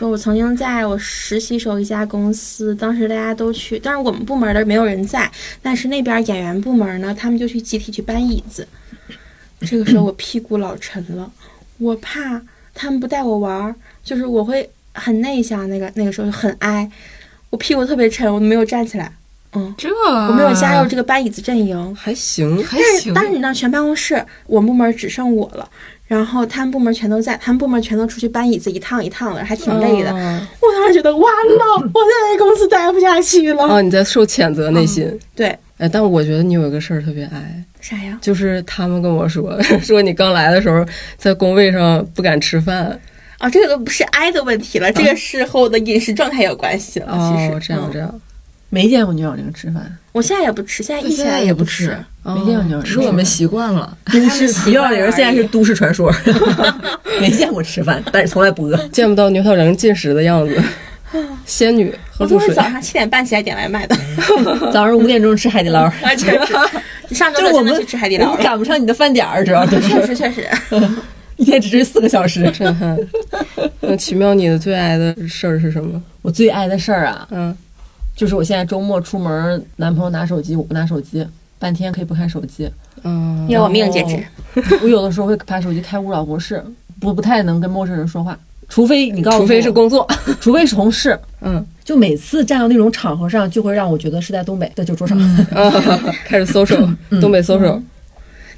Speaker 3: 就我曾经在我实习时候一家公司，当时大家都去，但是我们部门的没有人在，但是那边演员部门呢，他们就去集体去搬椅子。这个时候我屁股老沉了，我怕他们不带我玩儿，就是我会很内向，那个那个时候很哀，我屁股特别沉，我没有站起来，
Speaker 2: 这
Speaker 3: 我
Speaker 2: 我
Speaker 3: 没有加入这个搬椅子阵营。
Speaker 4: 还行。
Speaker 2: 还
Speaker 3: 但是
Speaker 2: 行。
Speaker 3: 但是你知道，全办公室我们部门只剩我了，然后他们部门全都在，他们部门全都出去搬椅子一趟一趟的，还挺累的。
Speaker 4: 哦
Speaker 3: [LAUGHS] 我当时觉得完了，我在这公司待不下去了。
Speaker 4: 哦，你在受谴责内心。
Speaker 3: 对，
Speaker 4: 哎，但我觉得你有一个事儿特别哀，
Speaker 3: 啥呀？
Speaker 4: 就是他们跟我说， [LAUGHS] 说你刚来的时候在工位上不敢吃饭。
Speaker 3: 啊，这个都不是哀的问题了，这个是和我的饮食状态有关系了。其
Speaker 4: 哦
Speaker 3: 实，
Speaker 4: 这样
Speaker 3: 嗯
Speaker 4: 这样，
Speaker 1: 没见过牛角铃吃饭，
Speaker 3: 我现在也不吃，现在疫情
Speaker 2: 现在也
Speaker 3: 也
Speaker 2: 不
Speaker 3: 吃，
Speaker 2: 吃，
Speaker 1: 没见过牛角铃吃饭。
Speaker 2: 只是我们习惯了。
Speaker 1: 都
Speaker 3: 们
Speaker 1: 市
Speaker 3: 习
Speaker 1: 牛角
Speaker 3: 惯
Speaker 1: 铃
Speaker 3: 了
Speaker 1: 现在
Speaker 3: 而
Speaker 1: 是
Speaker 3: 已
Speaker 1: 都市传
Speaker 4: [LAUGHS]
Speaker 1: 说，没见过吃饭，但是从来不饿。
Speaker 4: 见不到牛小玲进食的样子。仙女
Speaker 3: 我
Speaker 4: 喝露
Speaker 3: 都是
Speaker 4: 水，
Speaker 3: 早上七点半起来点外卖 [LAUGHS] 的，
Speaker 1: 早上五点钟吃海底 [LAUGHS] 捞，
Speaker 3: 啊，确实，上周
Speaker 1: 就是
Speaker 3: 就
Speaker 1: 我
Speaker 3: 真
Speaker 1: 们
Speaker 3: 的去吃海底
Speaker 1: 我
Speaker 3: 捞
Speaker 1: 们
Speaker 3: 了，
Speaker 1: 赶不上你的饭点儿，主要就是
Speaker 3: [LAUGHS] 确实确实，
Speaker 1: 一天只睡四个小时。
Speaker 4: 震 [LAUGHS] 撼。那嗯奇妙，你的最爱的事儿是什么？
Speaker 1: 我最爱的事儿啊，
Speaker 4: 嗯，
Speaker 1: 就是我现在周末出门，男朋友拿手机，我不拿手机，半天可以不看手机。
Speaker 4: 嗯，
Speaker 3: 要我命截止。
Speaker 1: 我有的时候会把手机开勿扰模式，不不太能跟陌生人说话，除非你告诉我，
Speaker 4: 除非是工作，
Speaker 1: [LAUGHS] 除非是同事。
Speaker 4: 嗯，
Speaker 1: 就每次站到那种场合上，就会让我觉得是在东北的酒桌上。
Speaker 4: 啊，开始搜手，
Speaker 1: 嗯
Speaker 4: 东北搜手，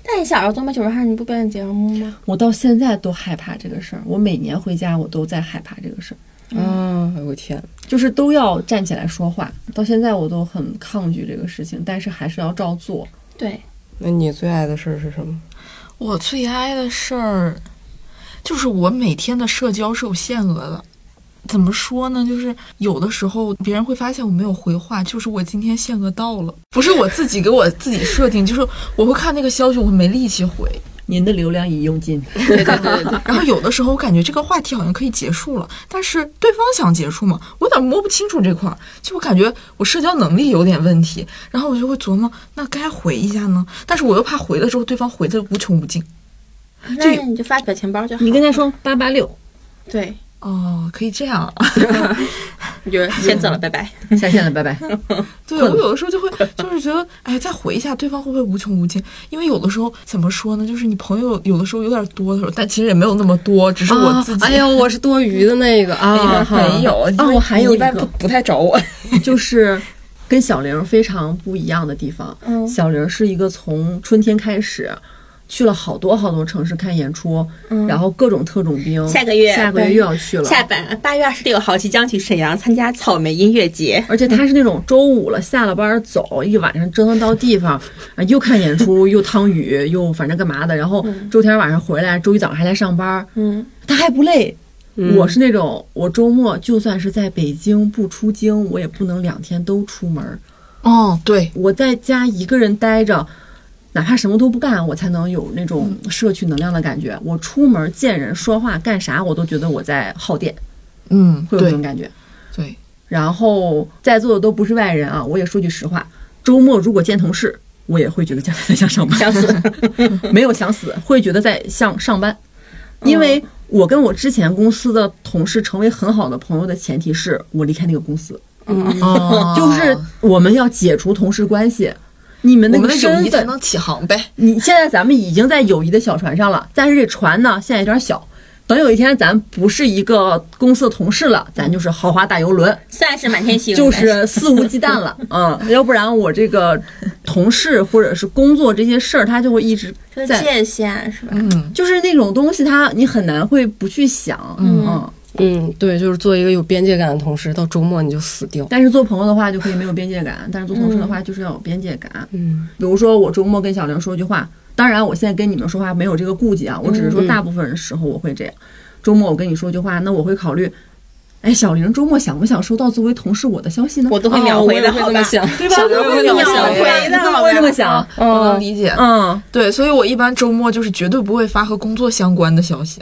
Speaker 3: 但你小时候东北九州话你不表演节目吗？
Speaker 1: [LAUGHS] 我到现在都害怕这个事儿，我每年回家我都在害怕这个事儿，
Speaker 4: 啊，哎我天，
Speaker 1: 就是都要站起来说话。到现在我都很抗拒这个事情，但是还是要照做。
Speaker 3: 对，
Speaker 4: 那你最爱的事儿是什么？
Speaker 2: 我最爱的事儿，就是我每天的社交是有限额的。怎么说呢？就是有的时候别人会发现我没有回话，就是我今天限额到了，不是我自己给我自己设定，就是我会看那个消息，我没力气回。
Speaker 1: 您的流量已用尽，
Speaker 2: 然后有的时候我感觉这个话题好像可以结束了，但是对方想结束嘛，我有点摸不清楚这块儿，就我感觉我社交能力有点问题，然后我就会琢磨，那该回一下呢，但是我又怕回了之后对方回的无穷无尽。
Speaker 3: 那你就发表情包就好。
Speaker 1: 你跟他说八八六，
Speaker 3: 对，
Speaker 2: 哦，可以这样啊。
Speaker 3: 你就先走了，拜拜。
Speaker 1: 下线了，拜拜。
Speaker 2: 对我有的时候就会就是觉得，哎，再回一下对方会不会无穷无尽？因为有的时候怎么说呢，就是你朋友有的时候有点多的时候，但其实也没有那么多，只是我自己。
Speaker 4: 哎呦，我是多余的
Speaker 2: [LAUGHS]
Speaker 4: 那个啊，
Speaker 2: 没有
Speaker 1: 啊我还有
Speaker 2: 你
Speaker 1: 一
Speaker 2: 一般
Speaker 1: 个
Speaker 2: 不不太找我。
Speaker 1: [LAUGHS] 就是跟小玲非常不一样的地方。
Speaker 3: 嗯
Speaker 1: 小玲是一个从春天开始去了好多好多城市看演出，
Speaker 3: 嗯
Speaker 1: 然后各种特种兵。
Speaker 3: 下个月
Speaker 1: 下个月
Speaker 3: 对
Speaker 1: 又要去了。
Speaker 3: 下本八月二十六号即将去沈阳参加草莓音乐节，
Speaker 1: 而且他是那种周五了下了班走，一晚上折腾到地方，啊又看演出，又汤雨，又反正干嘛的。然后周天晚上回来，周一早上还在上班，
Speaker 3: 嗯，
Speaker 1: 他还不累。我是那种，我周末就算是在北京不出京，我也不能两天都出门儿。
Speaker 2: 哦，对，
Speaker 1: 我在家一个人待着，哪怕什么都不干，我才能有那种
Speaker 2: 嗯
Speaker 1: 摄取能量的感觉。我出门见人说话干啥，我都觉得我在耗电，
Speaker 2: 嗯，
Speaker 1: 会有这
Speaker 2: 对
Speaker 1: 种感觉。
Speaker 2: 对，
Speaker 1: 然后在座的都不是外人啊，我也说句实话，周末如果见同事，我也会觉得将来在像上班，
Speaker 3: 想死。
Speaker 1: [LAUGHS] 没有想死，会觉得在像上班，
Speaker 2: 嗯
Speaker 1: 因为我跟我之前公司的同事成为很好的朋友的前提是我离开那个公司，
Speaker 2: 哦 [LAUGHS]
Speaker 1: 就是我们要解除同事关系。你们那
Speaker 2: 我们
Speaker 1: 个
Speaker 2: 的友
Speaker 1: 身
Speaker 2: 谊才
Speaker 1: 份
Speaker 2: 能起航呗。
Speaker 1: 你现在咱们已经在友谊的小船上了，但是这船呢现在有点小。等有一天咱不是一个公司的同事了，咱就是豪华大游轮，
Speaker 3: 算是满天星，
Speaker 1: 就是肆无忌惮了啊、要不然我这个同事或者是工作这些事儿，它就会一直
Speaker 3: 这个
Speaker 1: 在，
Speaker 3: 界限是吧？
Speaker 2: 嗯，
Speaker 1: 就是那种东西它，你很难会不去想，
Speaker 2: 嗯
Speaker 1: 嗯。
Speaker 4: 嗯，对，就是做一个有边界感的同时，到周末你就死掉。
Speaker 1: 但是做朋友的话就可以没有边界感，但是做同事的话就是要有边界感。
Speaker 4: 嗯，
Speaker 1: 比如说我周末跟小玲说句话，当然我现在跟你们说话没有这个顾忌啊，我只是说大部分时候我会这样。周末我跟你说句话，那我会考虑，哎，小玲周末想不想收到作为同事我的消息呢？
Speaker 3: 我都会秒回的，
Speaker 4: 哦我也
Speaker 3: 好
Speaker 4: 会这
Speaker 2: [LAUGHS]
Speaker 3: 吧？
Speaker 4: 么想，
Speaker 1: 对吧？
Speaker 4: 小
Speaker 1: 我
Speaker 4: 刘
Speaker 1: 会
Speaker 4: 会
Speaker 1: 这
Speaker 4: 这
Speaker 1: 么
Speaker 4: 么
Speaker 1: 想，
Speaker 4: 想
Speaker 1: 对
Speaker 3: 回的
Speaker 1: 你会这么想，
Speaker 2: 我能理解。
Speaker 1: 嗯。
Speaker 2: 啊对，所以我一般周末就是绝对不会发和工作相关的消息。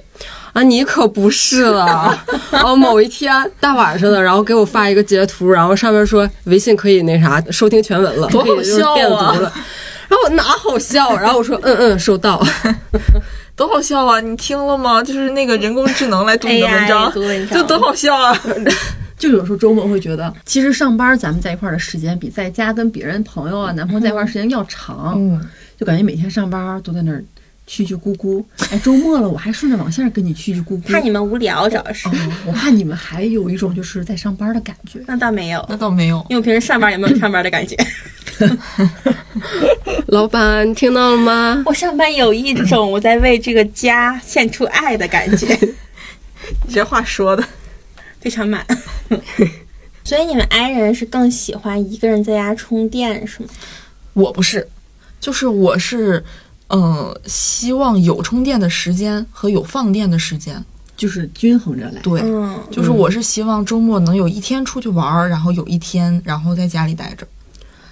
Speaker 4: 啊，你可不是
Speaker 2: [LAUGHS]
Speaker 4: 了。哦，某一天大晚上的，然后给我发一个截图，然后上面说微信可以那啥收听全文了，
Speaker 2: 多好
Speaker 4: 可以就是
Speaker 2: 笑啊
Speaker 4: 电读了。然后我哪好笑？然后我说嗯嗯，收到。
Speaker 2: [LAUGHS]
Speaker 4: [LAUGHS]
Speaker 2: 多好笑啊！你听了吗？就是那个人工智能来读
Speaker 3: [LAUGHS]
Speaker 2: 你的文
Speaker 3: AI
Speaker 2: 章，
Speaker 3: 读文章
Speaker 2: 就多好笑啊！
Speaker 1: 就有时候周末会觉得，其实上班咱们在一块儿的时间比在家跟别人朋友啊、男朋友在一块儿时间要长，
Speaker 2: 嗯，
Speaker 1: 就感觉每天上班都在那儿叽叽咕咕。哎，周末了，我还顺着网线儿跟你叽叽咕咕。
Speaker 3: 怕你们无聊，主要是
Speaker 1: 哦，我怕你们还有一种就是在上班的感觉。
Speaker 3: 那倒没有，
Speaker 2: [LAUGHS] 那倒没有。
Speaker 3: 因为我平时上班也没有上班的感觉。 [LAUGHS]
Speaker 4: 老板，你听到了吗？
Speaker 3: 我上班有一种我在为这个家献出爱的感觉， [LAUGHS]
Speaker 2: 你这话说的，
Speaker 3: 非常满。 [LAUGHS] 所以你们 I 人是更喜欢一个人在家充电是吗？
Speaker 2: 我不是，就是呃我是，嗯、希望有充电的时间和有放电的时间。
Speaker 1: 就是均衡着来。
Speaker 2: 对，
Speaker 3: 嗯，
Speaker 2: 就是我是希望周末能有一天出去玩儿，然后有一天然后在家里待着。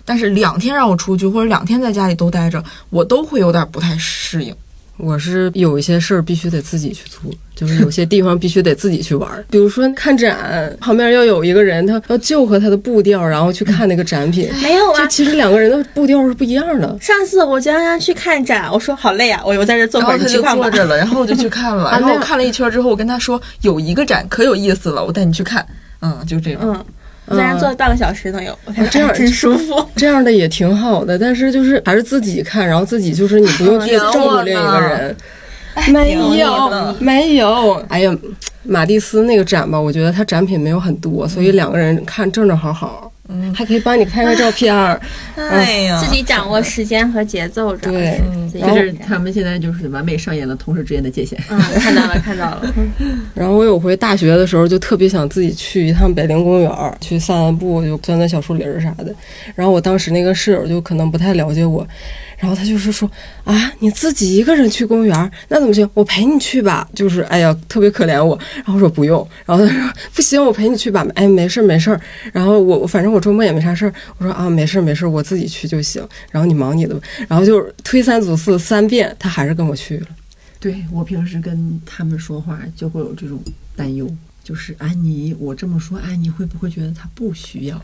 Speaker 2: 但是两天让我出去，或者两天在家里都待着，我都会有点不太适应。
Speaker 4: 我是有一些事儿必须得自己去做，就是有些地方必须得自己去玩儿。比 [LAUGHS] 如说看展，旁边要有一个人，他要就和他的步调，然后去看那个展品。
Speaker 3: 没有
Speaker 4: 就
Speaker 3: 啊。
Speaker 4: 其实两个人的步调是不一样的。
Speaker 3: 上次我叫他去看展，我说好累啊，我我在这坐
Speaker 2: 然
Speaker 3: 会
Speaker 2: 后他
Speaker 3: 儿，你去
Speaker 2: 就
Speaker 3: 看吧
Speaker 2: 坐。着了，然后我就去看
Speaker 3: [LAUGHS]
Speaker 2: 了，
Speaker 4: 啊
Speaker 2: 然后
Speaker 4: 那
Speaker 2: 我看了一圈之后，我跟他说有一个展可有意思了，我带你去看。嗯，就这种。
Speaker 3: 嗯，我在那
Speaker 4: 嗯
Speaker 3: 坐了半个小时能有，我才
Speaker 4: 这样
Speaker 3: 哎真舒服。
Speaker 4: 这样的也挺好的，但是就是还是自己看，然后自己就是你不用去照顾另一个人。没
Speaker 3: 你
Speaker 4: 有
Speaker 3: 了，
Speaker 4: 没有，哎呀，马蒂斯那个展吧，我觉得它展品没有很多，所以两个人看正正好好，
Speaker 2: 嗯
Speaker 4: 还可以帮你拍拍照片儿。
Speaker 2: 哎呀，
Speaker 3: 嗯自己掌握时间和节奏，主要
Speaker 4: 对
Speaker 3: 是
Speaker 2: 嗯
Speaker 3: 自己
Speaker 1: 这
Speaker 4: 然后
Speaker 1: 是他们现在就是完美上演了同事之间的界限。
Speaker 3: 嗯，看到了，看到了。
Speaker 4: 然后我有回大学的时候，就特别想自己去一趟北陵公园儿，去散散步，就钻钻小树林儿啥的。然后我当时那个室友就可能不太了解我，然后他就是说啊，你自己一个人去公园儿，那怎么行？我陪你去吧。就是哎呀，特别可怜我。然后我说不用，然后他说不行，我陪你去吧。哎，没事儿没事儿。然后我反正我周末也没啥事儿，我说啊，没事儿没事儿，我自己去就行。然后你忙你的吧。然后就是推三阻四三遍，他还是跟我去了。
Speaker 1: 对我平时跟他们说话就会有这种担忧，就是安妮，我这么说，安妮会不会觉得她不需要？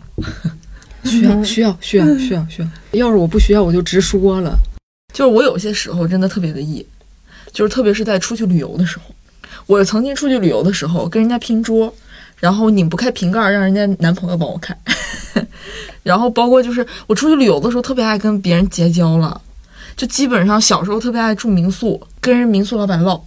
Speaker 4: 需要需要需要需要需要。要是我不需要，我就直说了。
Speaker 2: 就是我有些时候真的特别的 E，就是特别是在出去旅游的时候，我曾经出去旅游的时候跟人家拼桌，然后拧不开瓶盖儿，让人家男朋友帮我开， [LAUGHS] 然后包括就是我出去旅游的时候特别爱跟别人结交了，就基本上小时候特别爱住民宿，跟人民宿老板唠。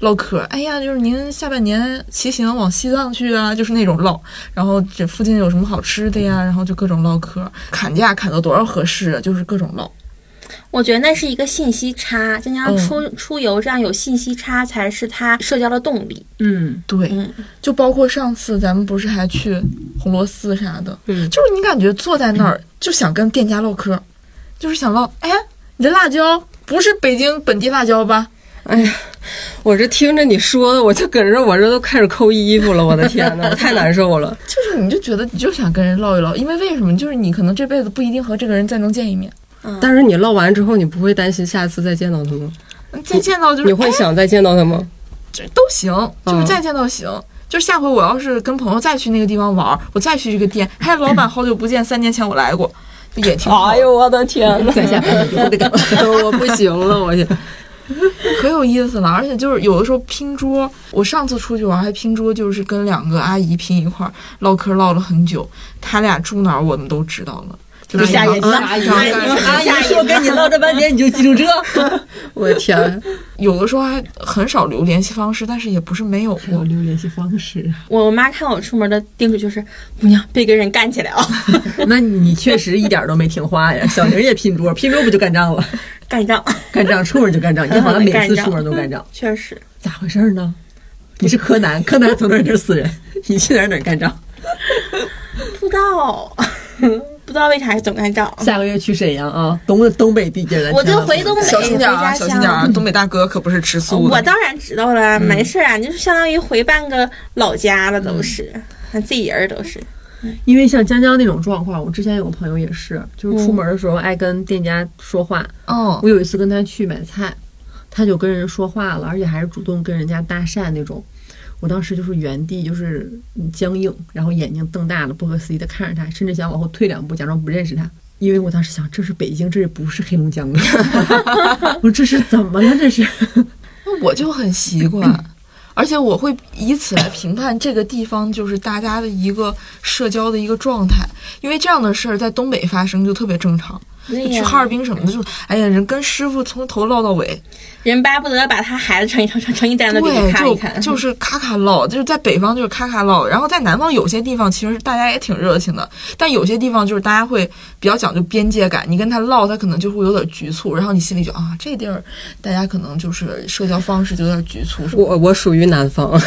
Speaker 2: 唠嗑儿，哎呀，就是您下半年骑行往西藏去啊，就是那种唠。然后这附近有什么好吃的呀？然后就各种唠嗑儿，砍价砍到多少合适，啊就是各种唠。
Speaker 3: [LAUGHS] 我觉得那是一个信息差，就像
Speaker 2: 嗯
Speaker 3: 出、出游这样有信息差才是他社交的动力。
Speaker 1: 嗯，
Speaker 2: 对，
Speaker 3: 嗯
Speaker 2: 就包括上次咱们不是还去红螺寺啥的，
Speaker 4: 嗯
Speaker 2: 就是你感觉坐在那儿就想跟店家唠嗑，就是想唠，哎，你这辣椒不是北京本地辣椒吧？
Speaker 4: 哎呀，我这听着你说的，我就搁这，我这都开始抠衣服了。我的天 [LAUGHS] 呐，我太难受了。
Speaker 2: 就是你就觉得你就想跟人唠一唠，因为为什么？就是你可能这辈子不一定和这个人再能见一面，
Speaker 4: 但是你唠完之后，你不会担心下次再见到他吗？
Speaker 2: 再见到就是
Speaker 4: 你会
Speaker 2: 哎
Speaker 4: 想再见到他吗？
Speaker 2: 这都行，就是
Speaker 4: 嗯
Speaker 2: 再见到行。就是下回我要是跟朋友再去那个地方玩儿，我再去这个店，嗨，老板，好久不见，三年前我来过，也挺好的。
Speaker 4: 哎我的天呐，
Speaker 1: 在下班以后的感觉。
Speaker 4: [LAUGHS] 我不行了，我去。
Speaker 2: 可有意思了，而且就是有的时候拼桌，我上次出去玩还拼桌，就是跟两个阿姨拼一块儿唠嗑，唠了很久。她俩住哪儿我们都知道了，就是
Speaker 3: 下
Speaker 2: 一
Speaker 3: 一
Speaker 2: 场
Speaker 3: 个
Speaker 1: 阿姨，
Speaker 2: 张
Speaker 4: 啊
Speaker 1: 阿姨说哎跟你唠这半天，你就记住这，
Speaker 4: [LAUGHS] 我的天，啊
Speaker 2: 有的时候还很少留联系方式，但是也不是没有
Speaker 1: 还有
Speaker 2: 过。
Speaker 1: 留联系方式。
Speaker 3: 我妈看我出门的叮嘱就是：姑娘别跟人干起来啊、
Speaker 1: 那你确实一点都没听话呀！小玲也拼桌，拼桌不就干仗了？
Speaker 3: 干仗。
Speaker 1: 干仗，出门就干仗，你好像每次出门都干仗，
Speaker 3: 确实，
Speaker 1: 咋回事呢？你是柯南，柯南从哪儿哪儿 [LAUGHS] 死人，你去哪儿哪儿干仗。
Speaker 3: 不知道， [LAUGHS] 不知道为啥总干仗。
Speaker 1: [LAUGHS] 下个月去沈阳啊，东东北地界儿咱
Speaker 3: 我
Speaker 1: 全
Speaker 3: 就
Speaker 1: 都
Speaker 3: 回东北，
Speaker 2: 小心点儿啊，
Speaker 3: 哎回家
Speaker 2: 小心点儿啊！
Speaker 3: 乡。
Speaker 2: 东北大哥可不是吃素
Speaker 3: 我
Speaker 2: 的。
Speaker 3: 当然知道了，没事儿啊，就是相当于回半个老家了，都是，那自己人儿都是。
Speaker 1: 因为像江江那种状况，我之前有个朋友也是，就是出门的时候爱跟店家说话。
Speaker 2: 嗯
Speaker 1: 我有一次跟他去买菜，他就跟人说话了，而且还是主动跟人家搭讪那种。我当时就是原地就是僵硬，然后眼睛瞪大了，不可思议的看着他，甚至想往后退两步，假装不认识他。因为我当时想，这是北京，这不是黑龙江
Speaker 2: [LAUGHS]
Speaker 1: 啊！我这是怎么了？这是 [LAUGHS]
Speaker 2: 那我就很习惯，而且我会以此来评判这个地方就是大家的一个社交的一个状态，因为这样的事儿在东北发生就特别正常。
Speaker 3: 对
Speaker 2: 去
Speaker 3: 呀
Speaker 2: 哈尔滨什么的，就哎呀，人跟师傅从头唠到尾，
Speaker 3: 人巴不得把他孩子成一成成成一单的给你
Speaker 2: 对，
Speaker 3: 看一看，
Speaker 2: 就就是咔咔唠，就是在北方就是咔咔唠，然后在南方有些地方其实大家也挺热情的，但有些地方就是大家会比较讲究边界感，你跟他唠，他可能就会有点局促，然后你心里就啊，这地儿大家可能就是社交方式就有点局促，是吧？
Speaker 4: 我我属于南方，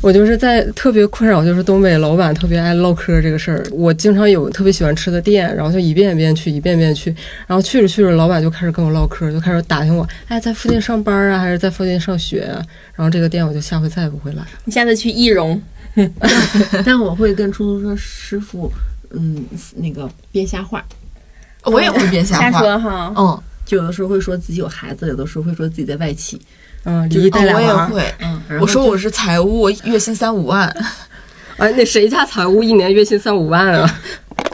Speaker 4: 我就是在特别困扰，就是东北老板特别爱唠嗑这个事儿。我经常有特别喜欢吃的店，然后就一遍一遍去去，一遍遍去，然后去着去着，老板就开始跟我唠嗑，就开始打听我，哎，在附近上班啊，还是在附近上学啊？然后这个店我就下回再也不会来了。
Speaker 3: 你下次去易容，
Speaker 1: 但我会跟出租车师傅，嗯，那个编瞎话，
Speaker 2: 我也会编瞎
Speaker 3: 瞎
Speaker 2: 话。
Speaker 3: 说哈。
Speaker 2: 嗯，
Speaker 1: 就有的时候会说自己有孩子，有的时候会说自己在外企，
Speaker 4: 嗯，
Speaker 1: 就是
Speaker 4: 离带
Speaker 2: 哦
Speaker 4: 俩
Speaker 2: 我
Speaker 4: 娃
Speaker 2: 也
Speaker 4: 儿，
Speaker 2: 会。
Speaker 1: 嗯，然后
Speaker 2: 我说我是财务，我月薪三五万，
Speaker 4: 哎，那谁家财务一年月薪三五万啊？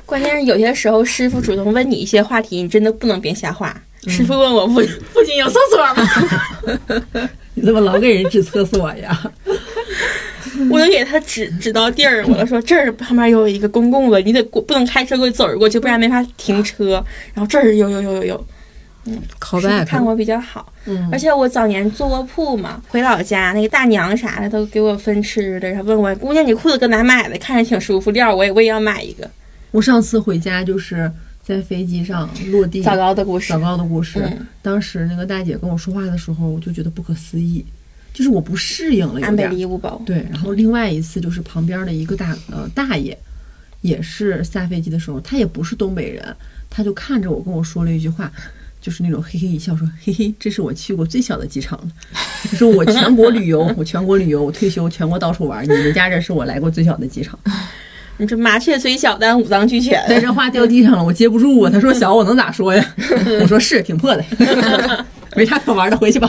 Speaker 3: 关键是有些时候师傅主动问你一些话题，你真的不能编瞎话。师傅问我附附近有厕所吗？ [LAUGHS]
Speaker 1: 你怎么老给人指厕所呀？
Speaker 3: 我都给他指指到地儿，我都说这儿旁边有一个公共的，你得过不能开车过去走着过去，不然没法停车。然后这儿有有有有有，
Speaker 4: 拷
Speaker 3: 师傅
Speaker 4: 贝
Speaker 3: 看我比较好。
Speaker 1: 嗯
Speaker 3: 而，且我早年做卧铺嘛，回老家那个大娘啥的都给我分吃的，然后问我姑娘你裤子搁哪买的，看着挺舒服，料儿我也我也要买一个。
Speaker 1: 我上次回家就是在飞机上落地，
Speaker 3: 糟糕的故事
Speaker 1: 糟，糕的故事。
Speaker 3: 嗯
Speaker 1: 当时那个大姐跟我说话的时候，我就觉得不可思议，就是我不适应了，有
Speaker 3: 安北
Speaker 1: 点儿。
Speaker 3: 利物宝，
Speaker 1: 对，然后另外一次就是旁边的一个大呃大爷，也是下飞机的时候，他也不是东北人，他就看着我跟我说了一句话，就是那种嘿嘿一笑说嘿嘿，这是我去过最小的机场了， [LAUGHS] 他说我全国旅游，我全国旅游，我退休全国到处玩，你们家这是我来过最小的机场。
Speaker 3: 你这麻雀虽小，但五脏俱全。
Speaker 1: [LAUGHS] 但这话掉地上了，我接不住啊。他说小，我能咋说 [LAUGHS] 呀？我说是挺破的， [LAUGHS] 没啥可玩的， [LAUGHS] 回去吧。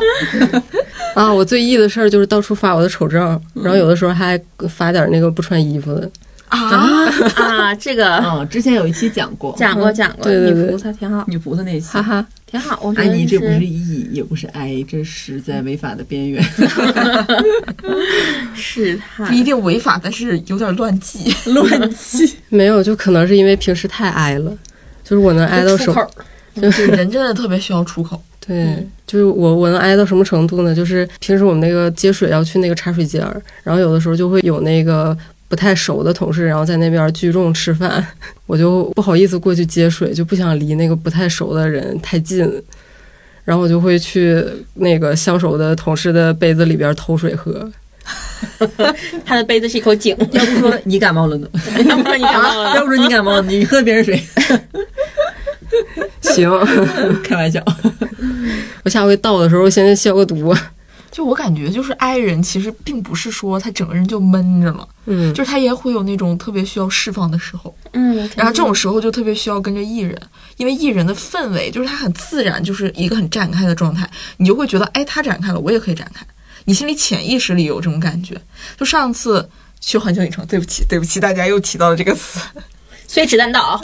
Speaker 4: 啊！我最易的事儿就是到处发我的丑照，然后有的时候还发点那个不穿衣服的。
Speaker 2: 啊，
Speaker 3: [LAUGHS] 啊，这个
Speaker 1: 啊，之前有一期讲过
Speaker 3: 讲过讲过，
Speaker 4: 对对
Speaker 3: 女
Speaker 4: 对
Speaker 3: 菩萨挺好，
Speaker 1: 女菩萨那期
Speaker 4: 哈。哈，
Speaker 3: 挺好。我觉
Speaker 1: 安妮，哎
Speaker 3: 得
Speaker 1: 这不是
Speaker 3: 是
Speaker 1: 意，也不是哀，这是在违法的边缘。
Speaker 3: 试
Speaker 2: 不
Speaker 3: 探
Speaker 2: 一定违法，但是有点乱纪。
Speaker 3: 乱气，
Speaker 4: 没有，就可能是因为平时太挨了，就是我能挨到
Speaker 3: 出
Speaker 4: 手
Speaker 3: 口，儿
Speaker 2: 对，人真的特别需要出口。
Speaker 4: 对，就是我我能挨到什么程度呢？就是平时我们那个接水要去那个茶水间儿，然后有的时候就会有那个不太熟的同事，然后在那边聚众吃饭， [LAUGHS] 我就不好意思过去接水，就不想离那个不太熟的人太近，然后我就会去那个相熟的同事的杯子里边偷水喝。
Speaker 3: 他的杯子是一口井，
Speaker 1: 要不说你感冒 [LAUGHS] 了呢？
Speaker 3: 要不然你看到
Speaker 1: [LAUGHS]
Speaker 3: 了
Speaker 1: 要不说你感冒了，你喝别 [LAUGHS] 人水，
Speaker 4: 行， [LAUGHS]
Speaker 1: 开玩笑。
Speaker 4: 我下回到的时候先消个毒。
Speaker 2: 就我感觉，就是 I 人其实并不是说他整个人就闷着了，
Speaker 4: 嗯，
Speaker 2: 就是他也会有那种特别需要释放的时候。
Speaker 3: 嗯，
Speaker 2: 然后这种时候就特别需要跟着艺人，因为艺人的氛围就是他很自然，就是一个很展开的状态，你就会觉得，哎，他展开了，我也可以展开。你心里潜意识里有这种感觉。就上次去环球影城，对不起，对不起，大家又提到了这个词，
Speaker 3: 所以指弹岛，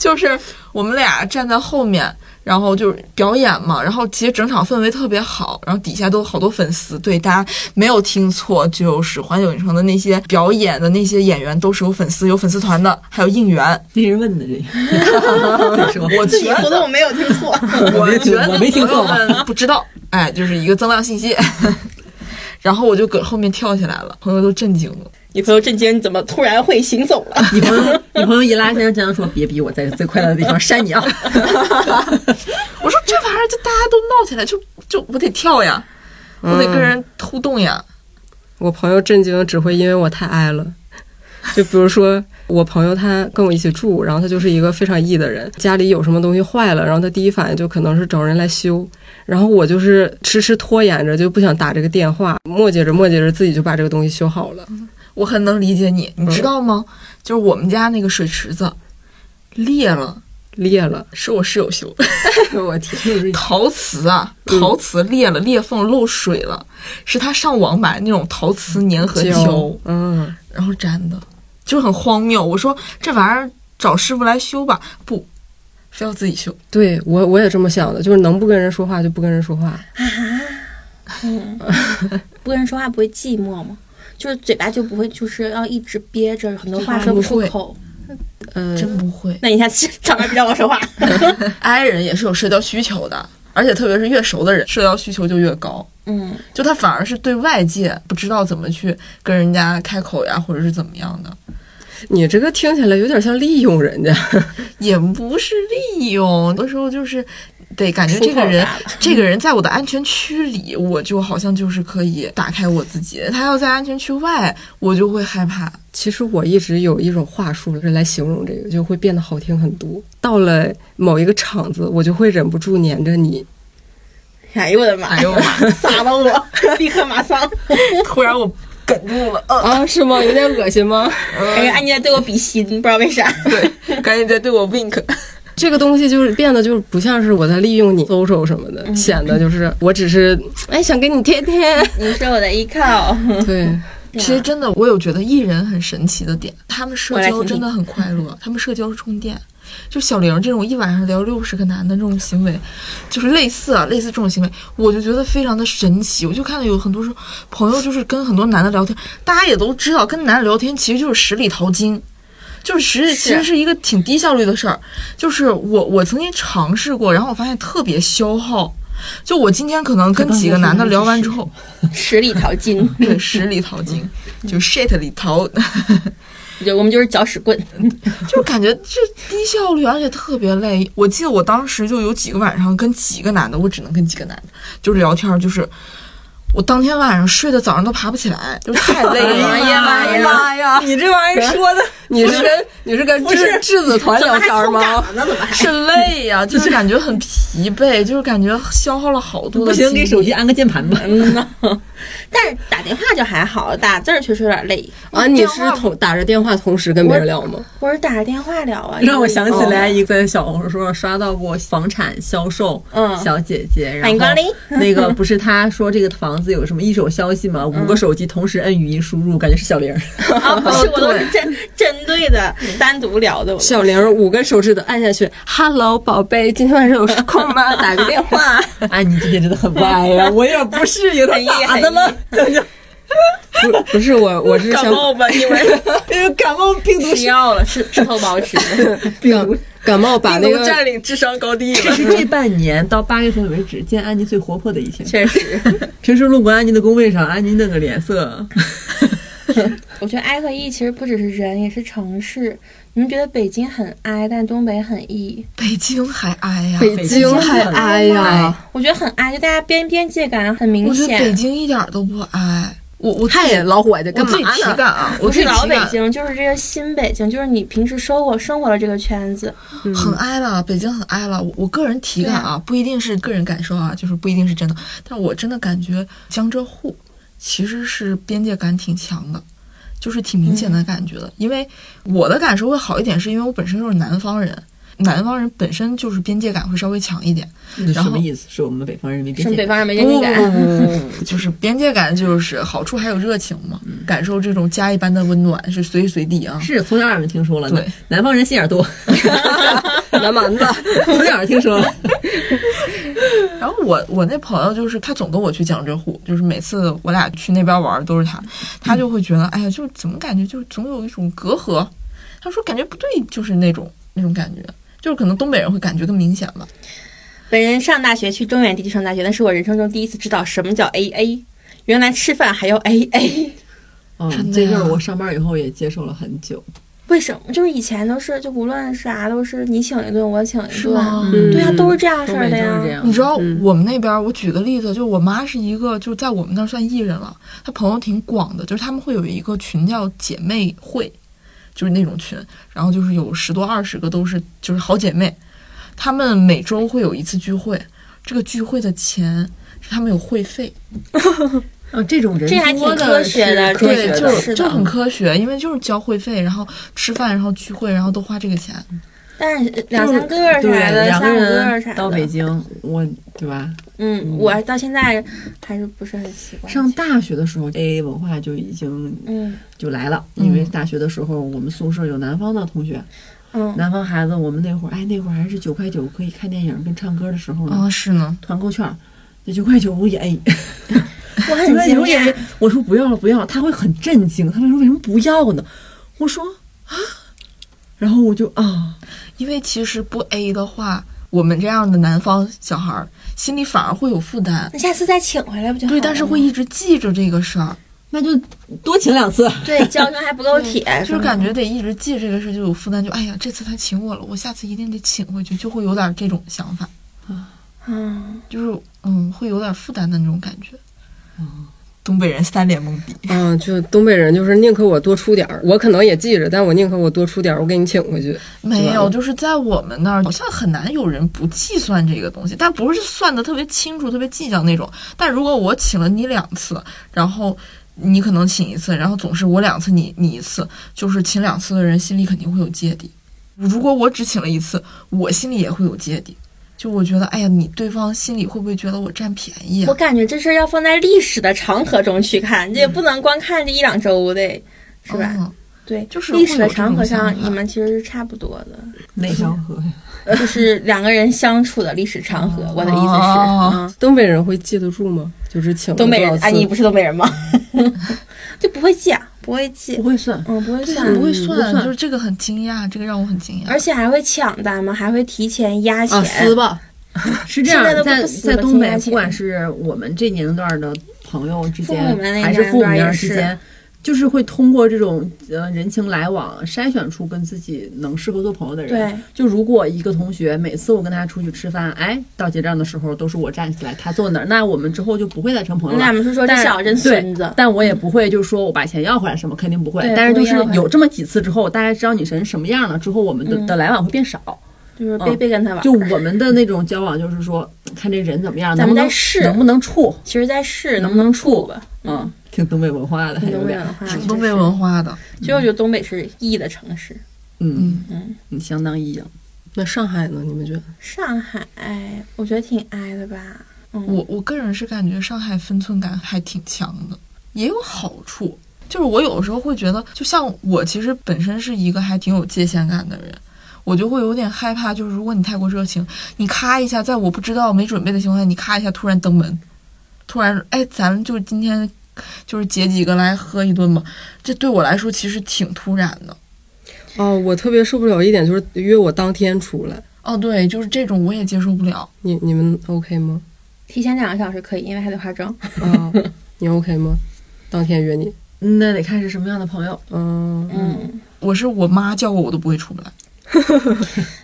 Speaker 2: 就是我们俩站在后面，然后就是表演嘛，然后其实整场氛围特别好，然后底下都有好多粉丝，对大家没有听错，就是环球影城的那些表演的那些演员都是有粉丝、有粉丝团的，还有应援。
Speaker 1: 没人问的这个， [LAUGHS] 再说
Speaker 2: 我觉得
Speaker 3: 动我没有听错，
Speaker 2: 我觉得
Speaker 1: 我没听错吧
Speaker 2: 朋友们不知道，哎，就是一个增量信息。 [LAUGHS] 然后我就搁后面跳起来了，朋友都震惊了。
Speaker 3: 女朋友震惊，你怎么突然会行走了？
Speaker 1: 你朋友，你朋友一拉先生这样说：“别逼我在最快乐的地方扇你啊
Speaker 2: 我说这玩意儿就大家都闹起来，就就我得跳呀，我
Speaker 1: 嗯
Speaker 2: 得跟人互动呀。
Speaker 4: 我朋友震惊只会因为我太挨了。 [LAUGHS] 就比如说，我朋友他跟我一起住，然后他就是一个非常 E 的人，家里有什么东西坏了，然后他第一反应就可能是找人来修，然后我就是迟迟拖延着，就不想打这个电话，磨叽着磨叽着，自己就把这个东西修好了。
Speaker 2: 我很能理解你，你知道吗？就是我们家那个水池子裂了，
Speaker 4: 裂了，
Speaker 2: 是我室友修 [LAUGHS] 的。
Speaker 4: [LAUGHS] 我天！！”
Speaker 1: 就是
Speaker 2: 陶瓷啊，陶瓷裂了，裂缝漏水了，是他上网买那种陶瓷粘合胶
Speaker 4: 胶，，嗯，
Speaker 2: 然后粘的，就很荒谬。我说这玩意儿找师傅来修吧，不，非要自己修。
Speaker 4: 对我我也这么想的，就是能不跟人说话就不跟人说话。
Speaker 3: 不跟人说话不会寂寞吗？就是嘴巴就不会，就是要一直憋着，很多话说出口。
Speaker 4: 嗯、
Speaker 2: 真不 [LAUGHS] 会
Speaker 3: 那你下次长官别让我说话。
Speaker 2: ，I 人也是有社交需求的，而且特别是越熟的人，社交需求就越高。
Speaker 3: 嗯，
Speaker 2: 就他反而是对外界不知道怎么去跟人家开口呀，或者是怎么样的，
Speaker 4: 你这个听起来有点像利用人家。
Speaker 2: 也不是利用，有的时候就是得感觉
Speaker 3: 出
Speaker 2: 这
Speaker 3: 口
Speaker 2: 个人
Speaker 3: 啥的
Speaker 2: [LAUGHS] 这个人在我的安全区里，
Speaker 3: [LAUGHS]
Speaker 2: 我就好像就是可以打开我自己；他要在安全区外，我就会害怕。
Speaker 4: 其实我一直有一种话术来形容这个，就会变得好听很多。到了某一个场子，我就会忍不住黏着你。
Speaker 3: 哎呦我的妈
Speaker 2: 哎
Speaker 3: 呀，
Speaker 2: 呦我妈！
Speaker 3: [LAUGHS] 撒到我，立刻马上。
Speaker 2: 突然我哽住了，呃，
Speaker 4: 啊，是吗？有点恶心吗？
Speaker 3: 感觉哎安妮在对我比心，不知道为啥。
Speaker 2: 对，赶紧再对我 wink。
Speaker 4: 这个东西就是变得就是不像是我在利用你 [LAUGHS] 嗯搜搜什么的，显得就是我只是哎想给你贴贴。
Speaker 3: 你是我的依 [LAUGHS] 靠。
Speaker 4: [LAUGHS] 对，
Speaker 2: 其实真的，我有觉得艺人很神奇的点，他们社
Speaker 3: 我来听
Speaker 2: 交
Speaker 3: 听
Speaker 2: 真的很快
Speaker 3: [LAUGHS]
Speaker 2: 乐，他们社交是充电。就小玲这种一晚上聊六十个男的这种行为，就是类似啊，类似这种行为，我就觉得非常的神奇。我就看到有很多说朋友就是跟很多男的聊天，大家也都知道，跟男的聊天其实就是十里淘金，就是实际其实是一个挺低效率的事儿。就是我我曾经尝试过，然后我发现特别消耗。就我今天可能跟几个男的聊完之后，
Speaker 3: 十里淘金，
Speaker 2: 对十里淘金，就 shit 里淘，
Speaker 3: 就我们就是搅屎棍。
Speaker 2: 就感觉这低效率，而且特别累。我记得我当时就有几个晚上跟几个男的，我只能跟几个男的，就是聊天，就是我当天晚上睡的，早上都爬不起来，就是太累了。
Speaker 3: 哎呀妈呀
Speaker 4: 妈呀！
Speaker 2: 哎
Speaker 4: 你这玩意儿说的，你是跟你是跟
Speaker 3: 是
Speaker 4: 质质子团聊天吗？
Speaker 3: 那怎么还？
Speaker 2: 是累呀、就是感觉很疲惫，就是感觉消耗了好多
Speaker 1: [LAUGHS] 不
Speaker 2: 的精
Speaker 1: 行，
Speaker 2: 力。
Speaker 1: 给手机安个键盘吧。
Speaker 3: 嗯呐， [LAUGHS] 但是打电话就还好，打字儿确实有点累。
Speaker 4: [LAUGHS] 啊，你是同打着电话同时跟别人聊吗？
Speaker 3: 我是打着电话聊啊，
Speaker 1: 让我想起来
Speaker 3: 哦
Speaker 1: 一个在小红书上刷到过房产销售
Speaker 3: 嗯
Speaker 1: 小姐姐，然
Speaker 3: 欢迎光临
Speaker 1: 后 [LAUGHS] 那个不是她说这个房子有什么一手消息吗？
Speaker 3: 嗯
Speaker 1: 五个手机同时摁语音输入，感觉是小玲儿。 [LAUGHS]
Speaker 3: 啊，不是，我都是针针对的，单独聊的。我
Speaker 4: 小玲儿五根手指头按下去，Hello，宝贝，今天晚上有空吗？打个电 [LAUGHS] 话。
Speaker 1: 哎，你这点真的很歪呀，我有点不适应，她咋的
Speaker 3: 哎
Speaker 1: 了？
Speaker 4: 不不是我，我是
Speaker 3: 感
Speaker 4: 想
Speaker 3: 冒吧，哦你们
Speaker 1: 感冒病毒
Speaker 3: 吃药了，是吃头孢吃的。
Speaker 1: 病毒。
Speaker 4: 感冒把那个
Speaker 2: 占领智商高低
Speaker 1: 这是这半年到八月份为止，见安妮最活泼的一天。
Speaker 3: 确实，
Speaker 1: [LAUGHS] 平时路过安妮的工位上，安妮那个脸
Speaker 3: [LAUGHS]
Speaker 1: 色，
Speaker 3: [LAUGHS] 我觉得 I 和 E 其实不只是人，也是城市。你们觉得北京很 I，但东北很 E？
Speaker 2: 北京还挨呀、
Speaker 4: 北京还
Speaker 2: 哎
Speaker 4: 挨呀，
Speaker 3: 我觉得很 I，就大家边边界感很明
Speaker 2: 我觉得北
Speaker 3: 显。
Speaker 2: 京一点儿都不挨。我我自己
Speaker 4: 嗨，老虎的
Speaker 2: 我
Speaker 4: 干
Speaker 2: 自己
Speaker 4: 嘛
Speaker 2: 体
Speaker 4: 呢？
Speaker 2: 感啊，我
Speaker 3: 不
Speaker 2: 自
Speaker 3: 是
Speaker 2: 己
Speaker 3: 老
Speaker 2: 体
Speaker 3: 北
Speaker 2: 感
Speaker 3: 京，就是这个新北京，就是你平时生活生活了这个圈子，嗯
Speaker 2: 很挨了，北京很挨了。我我个人体感啊，不一定是个人感受啊，就是不一定是真的，但我真的感觉江浙沪其实是边界感挺强的，就是挺明显
Speaker 3: 嗯
Speaker 2: 的感觉的。因为我的感受会好一点，是因为我本身就是南方人，南方人本身就是边界感会稍微强一点。
Speaker 1: 这
Speaker 2: 然
Speaker 1: 什
Speaker 2: 后
Speaker 1: 么意思？是我们北方人民边
Speaker 3: 是
Speaker 1: 界
Speaker 3: 北
Speaker 1: 感
Speaker 3: 方人没
Speaker 2: 不
Speaker 3: 边界
Speaker 2: 不
Speaker 3: 感。
Speaker 2: 不
Speaker 3: [LAUGHS]
Speaker 2: 不不，哦就是边界感就是好处还有热情嘛，
Speaker 3: 嗯
Speaker 2: 感受这种家一般的温暖是随时随地啊。
Speaker 1: 是从小耳闻听说了，
Speaker 2: 对
Speaker 1: 南方人心眼儿
Speaker 3: [LAUGHS]
Speaker 1: 多，
Speaker 4: 南蛮子，
Speaker 1: [LAUGHS] 从小听说了。
Speaker 2: 然后我我那朋友就是他总跟我去江浙沪，就是每次我俩去那边玩儿都是他，他就会觉得哎呀，就是怎么感觉就是总有一种隔阂，他说感觉不对，就是那种那种感觉，就是可能东北人会感觉更明显吧。
Speaker 3: 本人上大学去中原地区上大学，那是我人生中第一次知道什么叫 AA，原来吃饭还要 AA。
Speaker 2: 真
Speaker 1: 嗯，
Speaker 2: 的
Speaker 1: 这
Speaker 2: 呀
Speaker 1: 事儿我上班以后也接受了很久。
Speaker 3: 为什么？就是以前都是，就无论啥都是你请一顿，我请一
Speaker 2: 是
Speaker 3: 顿，
Speaker 2: 吗
Speaker 1: 嗯
Speaker 3: 对呀、啊都是这样式
Speaker 1: 东
Speaker 3: 儿
Speaker 1: 北
Speaker 3: 的
Speaker 1: 就
Speaker 3: 呀
Speaker 1: 是这。样，
Speaker 2: 你知道
Speaker 4: 嗯
Speaker 2: 我们那边，我举个例子，就我妈是一个，就在我们那儿算艺人了，她朋友挺广的，就是他们会有一个群叫姐妹会，就是那种群，然后就是有十多二十个都是就是好姐妹，她们每周会有一次聚会，这个聚会的钱是她们有会费，
Speaker 1: 啊，这种人
Speaker 3: 这还挺
Speaker 1: 多的
Speaker 3: 科学的
Speaker 1: 是
Speaker 3: 这
Speaker 1: 科
Speaker 2: 对
Speaker 1: 学，的
Speaker 2: 就是
Speaker 3: 的
Speaker 2: 就很科学，因为就是交会费，然后吃饭，然后聚会，然后都花这个钱。
Speaker 3: 但是两三个啥
Speaker 1: 对
Speaker 3: 的，
Speaker 1: 两
Speaker 3: 三
Speaker 1: 个
Speaker 3: 五个啥
Speaker 1: 人
Speaker 3: 的，
Speaker 1: 到北京，我对吧？
Speaker 3: 嗯，我到现在还是不是很习惯。
Speaker 1: 上大学的时候，A A 文化就已经
Speaker 3: 嗯
Speaker 1: 就来了，
Speaker 2: 嗯
Speaker 1: 因为大学的时候我们宿舍有南方的同学，
Speaker 3: 嗯，
Speaker 1: 南方孩子，我们那会儿哎那会儿还是九块九可以看电影跟唱歌的时候呢，
Speaker 2: 啊，是呢，
Speaker 1: 团购券儿。那九块九我也哎 A，
Speaker 3: 我很
Speaker 1: 九块
Speaker 3: 惊
Speaker 1: 九也 A
Speaker 3: 讶，
Speaker 1: 我说不要了不要了，他会很震惊，他会说为什么不要呢？我说啊，然后我就啊，
Speaker 2: 因为其实不 A 的话，我们这样的南方小孩儿心里反而会有负担。
Speaker 3: 那下次再请回来不就好
Speaker 2: 对，
Speaker 3: 了
Speaker 2: 但是
Speaker 3: 吗
Speaker 2: 会一直记着这个事儿，
Speaker 1: 那就多请两次，
Speaker 2: [LAUGHS]
Speaker 3: 对教训还不够铁，
Speaker 2: 就是感觉得一直记这个事儿就有负担，就哎呀，这次他请我了，我下次一定得请回去，就会有点这种想法，
Speaker 3: 嗯，
Speaker 2: 就是嗯，会有点负担的那种感觉。东北人三脸懵逼。
Speaker 4: 嗯，就东北人就是宁可我多出点儿，我可能也记着，但我宁可我多出点儿，我给你请回去。
Speaker 2: 没有，就是在我们那儿好像很难有人不计算这个东西，但不是算的特别清楚、特别计较那种。但如果我请了你两次，然后你可能请一次，然后总是我两次你你一次，就是请两次的人心里肯定会有芥蒂。如果我只请了一次，我心里也会有芥蒂。就我觉得，哎呀，你对方心里会不会觉得我占便宜
Speaker 3: 我
Speaker 2: 啊？
Speaker 3: 感觉这事儿要放在历史的长河中去看，这也不能光看这一两周的，是吧？
Speaker 2: 嗯
Speaker 3: 对，
Speaker 2: 就是
Speaker 3: 历史的长河
Speaker 2: 会有
Speaker 3: 上
Speaker 2: 这种想，法
Speaker 3: 你们其实是差不多
Speaker 2: [LAUGHS]
Speaker 3: 的，
Speaker 1: 内 [LAUGHS] 伤和呀？
Speaker 3: 就是两个人相处的历史长河。我的意思
Speaker 2: 哦
Speaker 3: 是，嗯，
Speaker 4: 东北人会记得住吗？就是请了
Speaker 3: 东北
Speaker 4: 多
Speaker 3: 人，
Speaker 4: 少
Speaker 3: 哎，
Speaker 4: 次
Speaker 3: 你不是东北
Speaker 2: [LAUGHS]
Speaker 3: 人吗？就不会记啊，不会记
Speaker 1: 不，会算，
Speaker 3: 嗯，不会
Speaker 2: 对呀啊
Speaker 3: 算，
Speaker 2: 不会
Speaker 1: 嗯不
Speaker 2: 算，
Speaker 1: 算
Speaker 2: 就是这个很惊讶，这个让我很惊讶。
Speaker 3: 而且还会抢单吗？还会提前压钱
Speaker 4: 啊，
Speaker 3: [LAUGHS]
Speaker 4: 撕吧，
Speaker 1: 是这样
Speaker 3: 现在都，不
Speaker 1: 在
Speaker 3: 可思议
Speaker 1: 在
Speaker 3: 了
Speaker 1: 东
Speaker 3: 现
Speaker 1: 北
Speaker 3: 在，
Speaker 1: 不管是我们这年龄段的朋友之间
Speaker 3: 父母们那，
Speaker 1: 还是父母
Speaker 3: 年龄段也
Speaker 1: 之
Speaker 3: 是
Speaker 1: 间，就是会通过这种呃人情来往筛选出跟自己能适合做朋友的人。
Speaker 3: 对
Speaker 1: 就如果一个同学每次我跟他出去吃饭，哎，到结账的时候都是我站起来，他坐那儿，那我们之后就不会再成朋
Speaker 3: 你
Speaker 1: 友
Speaker 3: 俩
Speaker 1: 了。
Speaker 3: 们是说这
Speaker 1: 但
Speaker 3: 小子真孙子
Speaker 1: 对，但我也不会就是说我把钱要回来什么，肯定不会
Speaker 3: 对。
Speaker 1: 但是就
Speaker 3: 不
Speaker 1: 是
Speaker 3: 会要回来嗯
Speaker 1: 有这么几次之后，大家知道你是什么样了，之后我们的、的来往会变少。
Speaker 3: 就是别
Speaker 1: 嗯
Speaker 3: 别跟他玩儿。
Speaker 1: 就我们的那种交往，就是说，看这人怎么样，
Speaker 3: 咱
Speaker 1: 能
Speaker 3: 们
Speaker 1: 不
Speaker 3: 再
Speaker 1: 能
Speaker 3: 试
Speaker 1: 能不能处，
Speaker 3: 其实在试
Speaker 1: 能
Speaker 3: 能
Speaker 1: 不
Speaker 3: 不能
Speaker 1: 能处
Speaker 3: 处吧，
Speaker 1: 嗯，挺东北文化的，还有
Speaker 3: 东北
Speaker 1: 点
Speaker 3: 文，化，
Speaker 2: 挺东北文化的，
Speaker 3: 其实我觉得东北是异的城市，
Speaker 1: 嗯
Speaker 3: 嗯，
Speaker 1: 嗯，相当一样。
Speaker 4: 那上海呢？你们觉得？
Speaker 3: 上海，哎我觉得挺挨的吧。嗯，
Speaker 2: 我我个人是感觉上海分寸感还挺强的，也有好处。就是我有时候会觉得，就像我其实本身是一个还挺有界限感的人，我就会有点害怕。就是如果你太过热情，你咔一下，在我不知道没准备的情况下，你咔一下突然登门，突然哎，咱们就今天就是姐几个来喝一顿吧。这对我来说其实挺突然的。
Speaker 4: 哦，我特别受不了一点就是约我当天出来，
Speaker 2: 哦，对，就是这种我也接受不了。
Speaker 4: 你你们 OK 吗？
Speaker 3: 提前两个小时可以，因为还得化妆。 [LAUGHS]
Speaker 4: 啊，你 OK 吗？当天约你，
Speaker 1: 那得看是什么样的朋友，
Speaker 4: 嗯，
Speaker 3: 嗯，
Speaker 2: 我是我妈叫我我都不会出不来，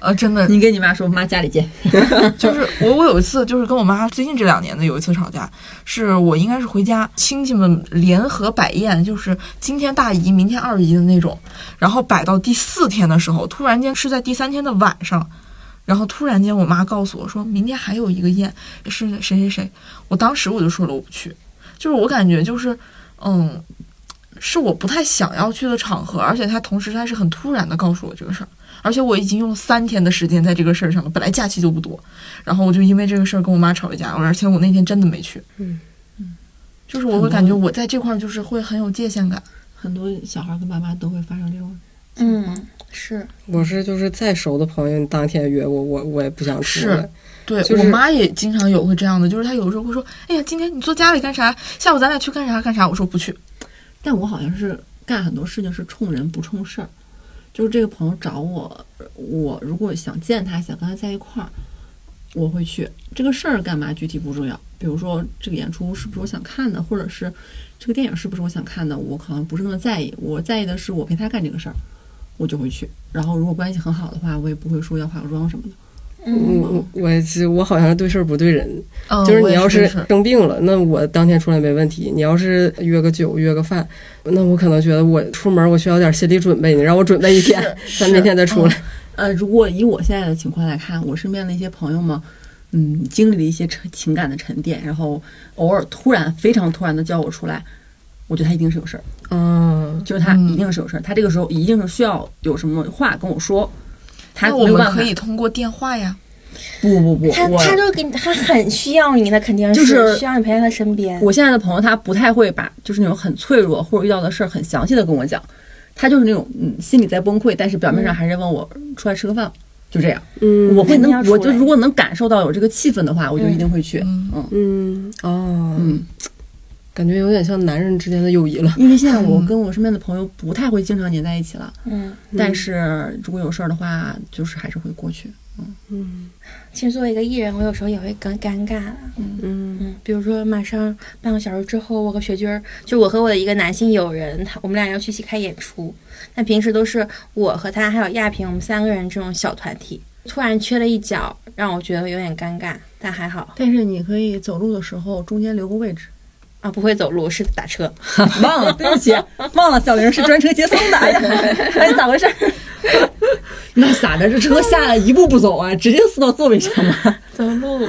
Speaker 2: 呃，真的
Speaker 1: 你跟你妈说，妈家里见。
Speaker 2: [LAUGHS] 就是我，我有一次就是跟我妈最近这两年的有一次吵架，是我应该是回家，亲戚们联合摆宴，就是今天大姨，明天二姨的那种，然后摆到第四天的时候，突然间是在第三天的晚上，然后突然间我妈告诉我说，明天还有一个宴是谁谁谁，我当时我就说了我不去，就是我感觉就是，嗯，是我不太想要去的场合，而且他同时他是很突然的告诉我这个事儿。而且我已经用了三天的时间在这个事儿上了，本来假期就不多，然后我就因为这个事儿跟我妈吵了架，而且我那天真的没去。
Speaker 4: 嗯
Speaker 2: 就是我会感觉我在这块儿就是会很有界限感。
Speaker 1: 很多小孩跟爸妈都会发生这种，
Speaker 3: 嗯，是
Speaker 4: 我是就是再熟的朋友，你当天约我，我我也不想出来
Speaker 2: 是。对、
Speaker 4: 就是
Speaker 2: 我妈也经常有会这样的，就是她有时候会说：“哎呀，今天你坐家里干啥？下午咱俩去干啥干啥？”我说不去。
Speaker 1: 但我好像是干很多事情是冲人不冲事儿，就是这个朋友找我，我如果想见他，想跟他在一块儿，我会去。这个事儿干嘛具体不重要，比如说这个演出是不是我想看的，或者是这个电影是不是我想看的，我好像不是那么在意。我在意的是我陪他干这个事儿，我就会去。然后如果关系很好的话，我也不会说要化个妆什么的。
Speaker 4: 嗯，我我其实我好像是对事儿不对人，
Speaker 2: 嗯，
Speaker 4: 就是
Speaker 2: 我
Speaker 4: 你
Speaker 2: 也
Speaker 4: 要
Speaker 2: 是
Speaker 4: 是生病了，那我当天出来没问题；你要是约个酒、约个饭，那我可能觉得我出门我需要点心理准备，你让我准备一天，
Speaker 2: 是
Speaker 4: [LAUGHS] 咱明天再出来。
Speaker 1: 呃，如果以我现在的情况来看，我身边的一些朋友嘛，嗯，经历了一些沉情感的沉淀，然后偶尔突然非常突然的叫我出来，我觉得他一定是有事儿，
Speaker 4: 嗯，
Speaker 1: 就是他
Speaker 2: 嗯
Speaker 1: 一定是有事儿，他这个时候一定是需要有什么话跟我说，他
Speaker 2: 那
Speaker 1: 没
Speaker 2: 我
Speaker 1: 有
Speaker 2: 们
Speaker 1: 办法
Speaker 2: 可。以通过电话呀。
Speaker 1: 不不不，
Speaker 3: 他
Speaker 1: 我
Speaker 3: 他就给你，他很需要你的，肯定
Speaker 1: 就是
Speaker 3: 需要你陪在他身边。
Speaker 1: 我现在的朋友他不太会把就是那种很脆弱或者遇到的事儿很详细的跟我讲，他就是那种嗯心里在崩溃，但是表面
Speaker 2: 嗯
Speaker 1: 上还是问我出来吃个饭，就这样。
Speaker 4: 嗯
Speaker 1: 我会
Speaker 3: 肯
Speaker 1: 能
Speaker 3: 定要，出
Speaker 1: 我就
Speaker 3: 来
Speaker 1: 如果能感受到有这个气氛的话，我就一定会去。
Speaker 2: 嗯
Speaker 1: 嗯
Speaker 4: 嗯哦，
Speaker 1: 嗯，
Speaker 4: 感觉有点像男人之间的友谊了。
Speaker 1: 因为现在我跟我身边的朋友不太会经常黏在一起了，
Speaker 3: 嗯，
Speaker 1: 但是如果有事儿的话，就是还是会过去。
Speaker 4: 嗯
Speaker 3: 其实作为一个艺人，我有时候也会更尴尬的。
Speaker 4: 嗯
Speaker 3: 嗯，比如说马上半个小时之后，我和学军儿，就我和我的一个男性友人，他我们俩要去一起看演出。但平时都是我和他还有亚萍，我们三个人这种小团体，突然缺了一角，让我觉得有点尴尬，但还好
Speaker 1: 但是你可以走路的时候中间留个位置，
Speaker 3: 啊、啊，不会走路是打车。
Speaker 1: [LAUGHS] 忘了，对不 [LAUGHS] 起，忘了小玲是专车接送的。哎 [LAUGHS] 呀，哎，咋回事？ [LAUGHS] 那咋着？这车下来一步不走啊，直接撕到座位上了。
Speaker 2: 走路，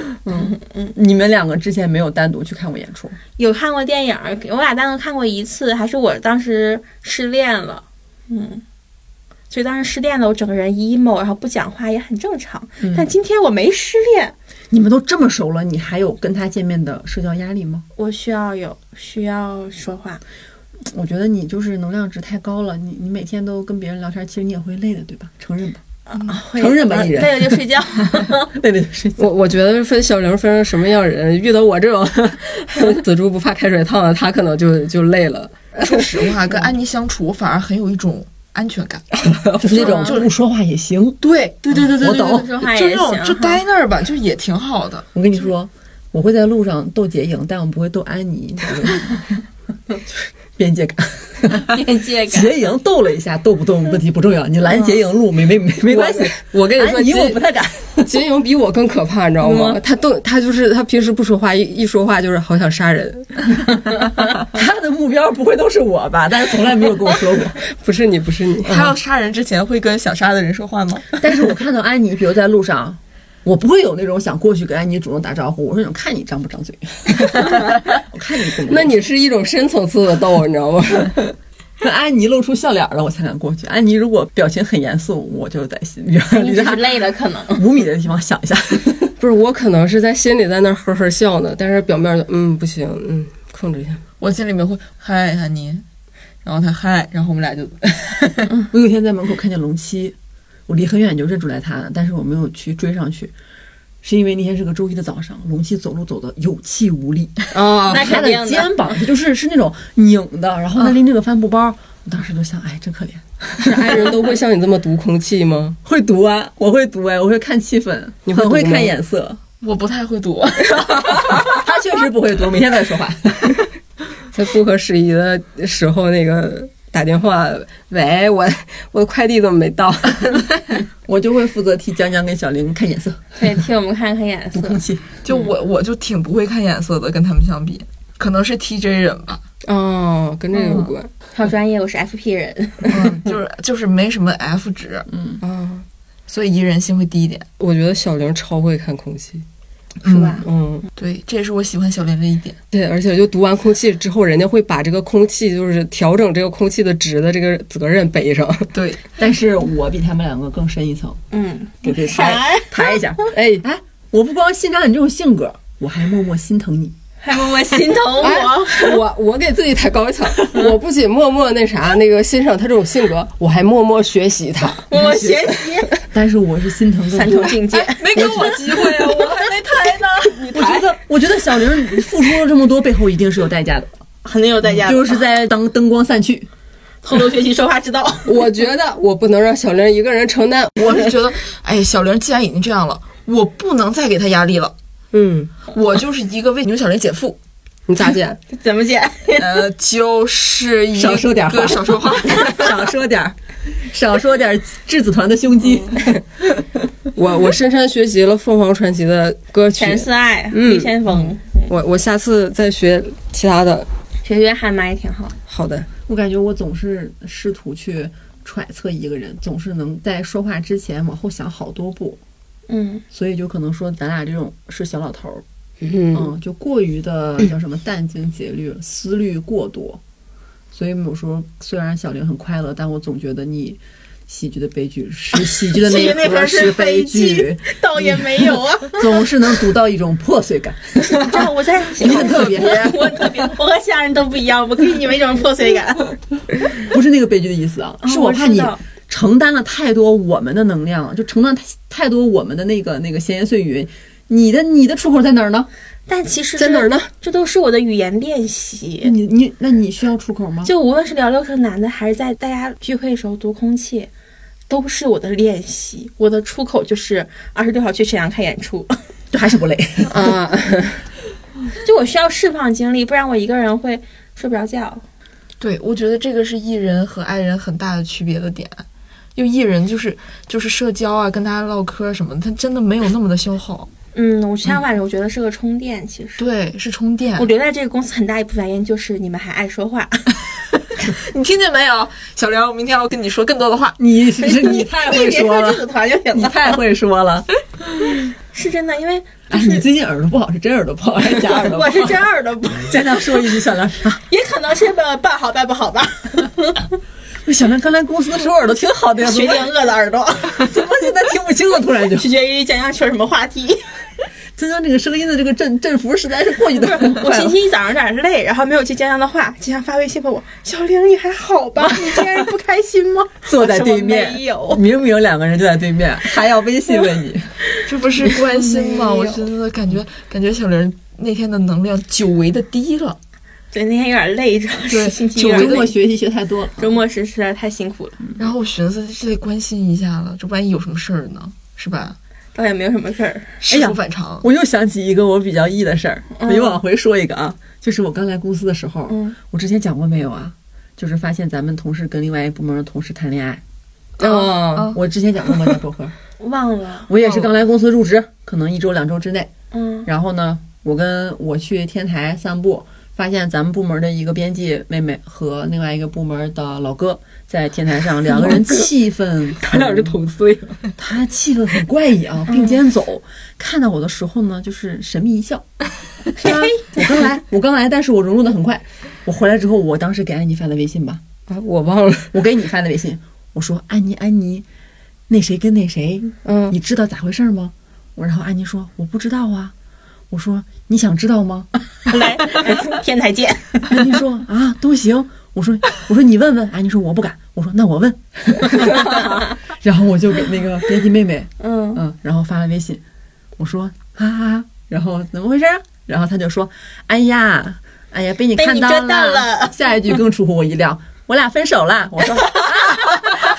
Speaker 1: 你们两个之前没有单独去看过演出？
Speaker 3: 有看过电影儿，我俩单独看过一次，还是我当时失恋了，嗯，所以当时失恋了，我整个人 emo，然后不讲话也很正常。但今天我没失恋，
Speaker 1: 你们都这么熟了，你还有跟他见面的社交压力吗？
Speaker 3: 我需要有需要说话，
Speaker 1: 我觉得你就是能量值太高了，你你每天都跟别人聊天，其实你也会累的，对吧？承认吧，
Speaker 3: 会
Speaker 1: 承认吧艺人
Speaker 3: 累了就睡 [LAUGHS] 觉。
Speaker 1: [LAUGHS] 累的就是
Speaker 4: 我我觉得分小玲分成什么样人，遇到我这 [LAUGHS] 种死猪不怕开水烫的，她可能就就累了。
Speaker 2: 说实话，跟安妮相处，我反而很有一种安全感。
Speaker 1: 就是那种就不说话也行。
Speaker 2: 对对对对对，
Speaker 1: 我懂
Speaker 2: 对对
Speaker 3: 说话也
Speaker 2: 就那
Speaker 3: 行
Speaker 2: 种就
Speaker 3: 哈
Speaker 2: 待那儿吧，就也挺好的。
Speaker 1: 我跟你说，我会在路上斗杰赢，但我不会斗安妮， [LAUGHS] 就是边界感。
Speaker 3: 边界感。
Speaker 1: 杰赢斗了一下，斗不斗问题不重要，你拦杰赢路没没没没关系。
Speaker 4: 哎我嗯跟你说，
Speaker 1: 安妮 [LAUGHS]
Speaker 4: 金
Speaker 1: 我不太敢。
Speaker 4: 金 [LAUGHS] 勇比我更可怕，你知道吗？他动他就是他平时不说话，一一说话就是好想杀人。
Speaker 1: 他的目标不会都是我吧？但是从来没有跟我说过。
Speaker 4: 不是你，不是你，嗯
Speaker 2: 他要杀人之前会跟想杀的人说话吗？
Speaker 1: [LAUGHS] 但是我看到安妮，比如在路上，我不会有那种想过去给安妮主动打招呼，我是想看你张不 [LAUGHS] 张嘴，我看你怎么。
Speaker 4: 那你是一种深层次的逗，你知道吗？
Speaker 1: [LAUGHS] 那安妮露出笑脸了，我才敢过去。安妮如果表情很严肃，我就在心里
Speaker 3: 你
Speaker 1: 离
Speaker 3: 只
Speaker 1: 她
Speaker 3: 是累了，可能
Speaker 1: 五米的地方想一下。
Speaker 4: [LAUGHS] 不是，我可能是在心里在那儿呵呵笑呢，但是表面就嗯不行，嗯控 [LAUGHS] 制一下。
Speaker 2: 我心里面会嗨安妮，然后他嗨，然后我们俩就
Speaker 1: 我有一天在门口看见龙七，我离很远就认出来他了，但是我没有去追上去，是因为那天是个周一的早上，龙七走路走的有气无力，
Speaker 4: 啊，
Speaker 3: 那
Speaker 1: 他
Speaker 3: 肯定
Speaker 1: 的
Speaker 3: 的。
Speaker 1: 肩膀就是是那种拧的，然后他拎着个帆布包，我当时就想，哎，真可怜。
Speaker 4: 是爱人都会像你这么读空气吗？
Speaker 1: 会读啊，我会读哎，我会看气氛，
Speaker 4: 你会
Speaker 1: 很
Speaker 4: 读
Speaker 1: 会
Speaker 4: 吗
Speaker 1: 看眼色。
Speaker 2: 我不太会躲。
Speaker 1: 他确实不会读，每天在说话。
Speaker 4: [LAUGHS]
Speaker 1: [LAUGHS]
Speaker 4: 在不合时宜的时候，那个打电话，喂，我 [LAUGHS] 我快递怎么没到？
Speaker 1: 我就会负责替江江跟小玲看眼色、
Speaker 3: 对，替我们看看眼
Speaker 1: 读
Speaker 3: 色。
Speaker 1: 空气。
Speaker 2: [LAUGHS] 就我我就挺不会看眼色的，跟他们相比，可能是 TJ 人吧，
Speaker 4: [LAUGHS] 哦，跟这个有关
Speaker 3: 好专业，我是 FP 人，
Speaker 2: 嗯， [LAUGHS] 就是就是没什么 F 值，
Speaker 4: 啊、
Speaker 2: 所以宜人性会低一点，
Speaker 4: 我觉得小玲超会看空气，
Speaker 3: 是吧？ [LAUGHS]
Speaker 4: 嗯，
Speaker 2: 对，这也是我喜欢小玲的一点。
Speaker 4: 对，而且就读完空气之后，人家会把这个空气就是调整这个空气的值的这个责任背上。
Speaker 2: 对，
Speaker 1: 但是我比他们两个更深一层，
Speaker 3: 嗯，
Speaker 1: 给这
Speaker 3: 啥
Speaker 1: 抬抬一下。
Speaker 4: 哎，
Speaker 1: 哎，我不光欣赏你这种性格，我还默默心疼你。
Speaker 3: 还默默心疼
Speaker 2: 哎
Speaker 3: 我。
Speaker 4: 我我给自己抬高一
Speaker 2: [LAUGHS]
Speaker 4: 层，我不仅默默那啥那个欣赏他这种性格，我还默默学习他。
Speaker 3: 我学习 [LAUGHS]
Speaker 1: 但是我是心疼更
Speaker 3: 三
Speaker 1: 多
Speaker 3: 重。境界，
Speaker 2: 没给我机会啊，我还没抬呢。
Speaker 1: 我觉得，我觉得小玲付出了这么多，背后一定是有代
Speaker 3: [LAUGHS]
Speaker 1: 价的，嗯
Speaker 3: 很有代价的，
Speaker 1: 就是在当灯光散去，
Speaker 3: 偷偷学习说话之道。
Speaker 4: 我觉得我不能让小玲一个人承担。
Speaker 2: 我是 [LAUGHS] 觉得，哎，小玲既然已经这样了，我不能再给她压力了，
Speaker 4: 嗯，
Speaker 2: 我就是一个为牛小玲减负，
Speaker 4: 你咋减？
Speaker 3: [LAUGHS] 怎么解？
Speaker 2: 呃，就是一
Speaker 1: 少说点话
Speaker 2: 个少说话。
Speaker 1: 少说点儿，少说点儿质子团的胸肌。
Speaker 3: 嗯
Speaker 4: 我我深深学习了凤凰传奇的歌曲
Speaker 3: 全，是爱，
Speaker 4: 嗯
Speaker 3: 急先锋，
Speaker 4: 我我下次再学其他的。
Speaker 3: 学学喊麦也挺好。
Speaker 4: 好的，
Speaker 1: 我感觉我总是试图去揣测一个人，总是能在说话之前往后想好多步，
Speaker 3: 嗯，
Speaker 1: 所以就可能说咱俩这种是小老头儿，
Speaker 2: 哦
Speaker 4: 嗯，
Speaker 1: 嗯，就过于的叫什么殚精竭虑、思虑过多。所以有时候虽然小玲很快乐，但我总觉得你喜剧的悲剧是喜剧的
Speaker 3: [LAUGHS] 喜剧那
Speaker 1: 那一
Speaker 3: 边
Speaker 1: 盒
Speaker 3: 是
Speaker 1: 是
Speaker 3: 悲
Speaker 1: 悲
Speaker 3: 剧
Speaker 1: 剧，
Speaker 3: [LAUGHS] 倒也没有啊。
Speaker 1: 总是能读到一种破碎
Speaker 3: [LAUGHS]
Speaker 1: 感。
Speaker 3: 你知道我在，
Speaker 1: 你很特别，
Speaker 3: [LAUGHS] 我特别，我和其他人都不一样，我跟你们一种破碎感。
Speaker 1: 不是那个悲剧的意思啊，是
Speaker 3: 哦我
Speaker 1: 我怕你
Speaker 3: 知道
Speaker 1: 承担了太多我们的能量，就承担太太多我们的那个那个闲言碎语。你的你的出口在哪儿呢？
Speaker 3: [LAUGHS] 但其实
Speaker 4: 在哪儿呢？
Speaker 3: 这都是我的嗯语言练习。
Speaker 1: 你你那你需要出口吗？
Speaker 3: 就无论是聊聊天男的，还是在大家聚会的时候读空气，都是我的练习。我的出口就是二十六号去沈阳看演出， [LAUGHS]
Speaker 1: 就还是不累。
Speaker 4: 啊，
Speaker 3: 就我需要释放精力，不然我一个人会睡不着觉。
Speaker 2: 对，我觉得这个是艺人和爱人很大的区别的点。就艺人就是就是社交啊，跟大家唠嗑什么的，他真的没有那么的消耗。
Speaker 3: 嗯，我前两晚上我觉得是个充电，其实。
Speaker 2: 对，是充电
Speaker 3: 我。留在这个公司很大一部分原因就是你们还爱说话，
Speaker 2: 你听见没有，小梁？我明天要跟你说更多的话。
Speaker 1: 你是
Speaker 3: [LAUGHS]
Speaker 1: 你太会
Speaker 3: 别
Speaker 1: 说
Speaker 3: 说
Speaker 1: 了
Speaker 3: [LAUGHS] 这，组团就行
Speaker 1: 你
Speaker 3: 了。
Speaker 1: 太会说了。
Speaker 3: 是真的，因为
Speaker 1: 哎，你最近耳朵不好是真耳朵不好还是假嗯耳朵不好？
Speaker 3: 我是真耳朵不，
Speaker 1: 咱俩说一句小梁 [LAUGHS] 啥？
Speaker 3: 也可能是办办好办不好吧，
Speaker 1: 我小梁刚来公司的时候耳朵挺好的呀，怎
Speaker 3: 学
Speaker 1: 么
Speaker 3: 定饿的耳
Speaker 1: [LAUGHS]
Speaker 3: 朵，
Speaker 1: 怎么现在听不清了？突
Speaker 3: [LAUGHS]
Speaker 1: 然就，
Speaker 3: 取决于江江说什么话题。
Speaker 1: 增江这个声音的这个振振幅实在是过于
Speaker 3: 不
Speaker 1: 的
Speaker 3: 是， [LAUGHS] 我
Speaker 1: 快
Speaker 3: 星
Speaker 1: 了。
Speaker 3: 期一早上有点累，然后没有接江江的话，江江发微信问我：“小玲，你还好 [LAUGHS] 吧？你今天不开心吗？”
Speaker 1: 坐在
Speaker 3: 我说
Speaker 1: 对面
Speaker 3: 我没有，
Speaker 1: 明明两个人就在对面，还要微信问
Speaker 3: [LAUGHS]
Speaker 1: 你，
Speaker 2: 这不是关 [LAUGHS] 心吗？
Speaker 3: 没有
Speaker 2: 我真的感觉感觉小玲那天的能量久违的低了。
Speaker 3: 对，那天有点累，主要是
Speaker 2: 对
Speaker 3: 星期一
Speaker 2: 久
Speaker 3: 有
Speaker 2: 违
Speaker 1: 周
Speaker 3: 点
Speaker 2: 的
Speaker 3: 累
Speaker 1: 末学习学太多了。
Speaker 3: 周末是实在太辛苦了，
Speaker 2: 然后我寻思这得关心一下了，这万一有什么事儿呢？是吧？
Speaker 3: 倒也没有什么事儿。
Speaker 2: 事出反常。
Speaker 1: 我又想起一个我比较异的事儿，我
Speaker 3: 嗯
Speaker 1: 又往回说一个啊，就是我刚来公司的时候，
Speaker 3: 嗯
Speaker 1: 我之前讲过没有啊？就是发现咱们同事跟另外一部门的同事谈恋爱。
Speaker 4: 啊
Speaker 2: 哦
Speaker 1: 我之前讲过吗？在博
Speaker 3: [LAUGHS]
Speaker 1: 客，
Speaker 3: 忘了，
Speaker 1: 我也是刚来公司入职，可能一周两周之内。
Speaker 3: 嗯
Speaker 1: 然后呢，我跟我去天台散步，发现咱们部门的一个编辑妹妹和另外一个部门的老哥在天台上，两个人气
Speaker 4: [LAUGHS]
Speaker 1: 氛，
Speaker 4: 他俩是同岁，嗯
Speaker 1: 他气氛很怪异啊，并肩走。看到我的时候呢，就是神秘一
Speaker 4: [LAUGHS]
Speaker 1: 笑。虽然我刚来，我刚来，但是我融入的很快。我回来之后，我当时给安妮发的微信吧，
Speaker 4: 啊我忘了，
Speaker 1: 我给你发的微信，我说安妮安妮，那谁跟那谁，
Speaker 4: 嗯，
Speaker 1: 你知道咋回事吗？我然后安妮说我不知道啊。我说你想知道吗？
Speaker 3: [LAUGHS]
Speaker 1: [LAUGHS]
Speaker 3: 来，天台见。
Speaker 1: 安妮说啊都行。我说我说你问问。安妮说我不敢。我说那我问。 [LAUGHS] 然后我就给那个编辑妹妹
Speaker 3: 嗯，
Speaker 1: 嗯，然后发了微信，我说哈哈哈，然后怎么回事儿？啊然后他就说，哎呀，哎呀，被你
Speaker 3: 被
Speaker 1: 看
Speaker 3: 你
Speaker 1: 到
Speaker 3: 抓到了
Speaker 1: 下一句更出乎我意料，我俩分手了。我说。 [LAUGHS] 啊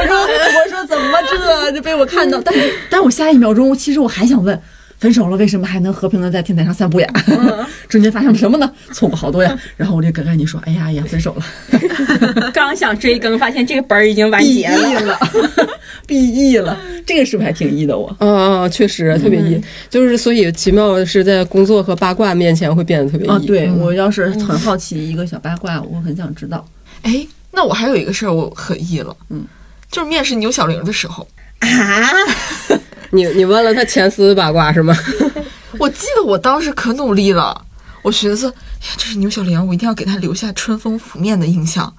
Speaker 1: 我说，我说怎么这就被我看到？但是，但我下一秒钟，其实我还想问，分手了为什么还能和平的在天台上散步呀？ [LAUGHS] 中间发生了什么呢？错过好多
Speaker 3: [LAUGHS]
Speaker 1: 呀。然后我就跟安妮说，哎呀哎呀，分手了。
Speaker 3: 刚想追更，发现这个本儿已经完
Speaker 1: 毕
Speaker 3: 结了。
Speaker 1: 业了，毕业了，这个是不是还挺意 E 的
Speaker 2: 哦
Speaker 1: 我？
Speaker 4: 啊啊，确实特
Speaker 2: 嗯
Speaker 4: 别异，就是所以奇妙的是在工作和八卦面前会变得特别异。
Speaker 2: 哦
Speaker 1: 啊，对我要是很好奇一个小八卦，我很想知 [LAUGHS] 道。
Speaker 2: 哎，那我还有一个事儿我可意了，
Speaker 1: 嗯，
Speaker 2: 就是面试牛小玲的时候，
Speaker 3: [LAUGHS] 啊，
Speaker 4: 你你问了他前司八卦是吗？
Speaker 2: 我记得我当时可努力了，我寻思，哎呀，这是牛小玲，我一定要给她留下春风拂面的印象，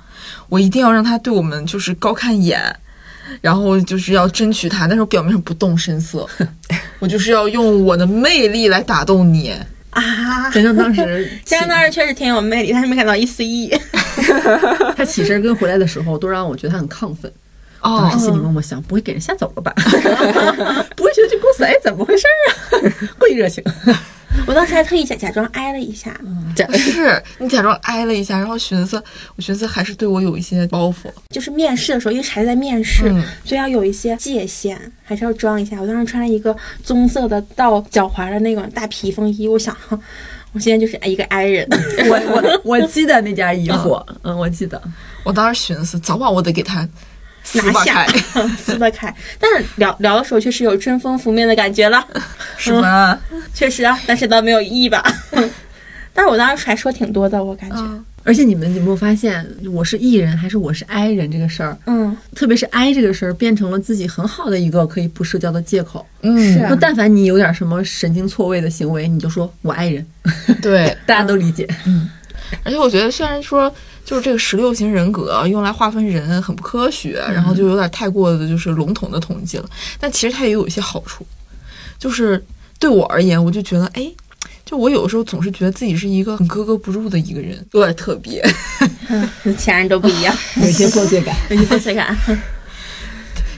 Speaker 2: 我一定要让她对我们就是高看一眼，然后就是要争取她，但是我表面上不动声色，我就是要用我的魅力来打动你。
Speaker 3: 啊！
Speaker 1: 真正当时起
Speaker 3: 江江当时确实挺有魅力，但是没感到一丝一意。
Speaker 1: 他起身跟回来的时候，都让我觉得他很亢奋。当时
Speaker 2: 哦，
Speaker 1: 心里默默想，不会给人吓走了吧？ [LAUGHS] 不会觉得这公司哎怎么回事儿啊？ [LAUGHS] 过于热情。
Speaker 3: 我当时还特意假假装挨了一下，
Speaker 2: 不是，你假装挨了一下，然后寻思，我寻思还是对我有一些包袱。
Speaker 3: 就是面试的时候，因为还在面试，
Speaker 2: 嗯
Speaker 3: 所以要有一些界限，还是要装一下。我当时穿了一个棕色的到脚踝的那种大披风衣，我想， [LAUGHS] 哼我现在就是一个 i 人。 [LAUGHS]
Speaker 1: 我我我记得那家衣服，嗯，我记得。
Speaker 2: 我当时寻思，早晚我得给他撕
Speaker 3: 拿
Speaker 2: 吧
Speaker 3: 下
Speaker 2: 开，
Speaker 3: 撕得开，但是聊聊的时候确实有春风拂面的感觉了， [LAUGHS]
Speaker 2: 是吧？
Speaker 3: 确实啊，但是倒没有意义吧。 [LAUGHS] 但是我当时还说挺多的，我感觉，
Speaker 2: 嗯，
Speaker 1: 而且你们有没有发现，我是 E 人还是我是 I 人这个事儿，
Speaker 3: 嗯，
Speaker 1: 特别是 I 这个事儿，变成了自己很好的一个可以不社交的借口。
Speaker 2: 嗯，
Speaker 1: 就但凡你有点什么神经错位的行为，你就说我 I 人，
Speaker 2: 嗯对。
Speaker 1: 大家都理解。
Speaker 2: 而且我觉得，虽然说就是这个十六型人格啊用来划分人很不科学，然后就有点太过的就是笼统的统计了，但其实它也有一些好处。就是对我而言，我就觉得，哎，就我有时候总是觉得自己是一个很格格不入的一个人，有点特别。
Speaker 3: 跟嗯其他人都不一样，
Speaker 1: [LAUGHS] 有一些破碎感。
Speaker 3: [LAUGHS] 有些破碎感。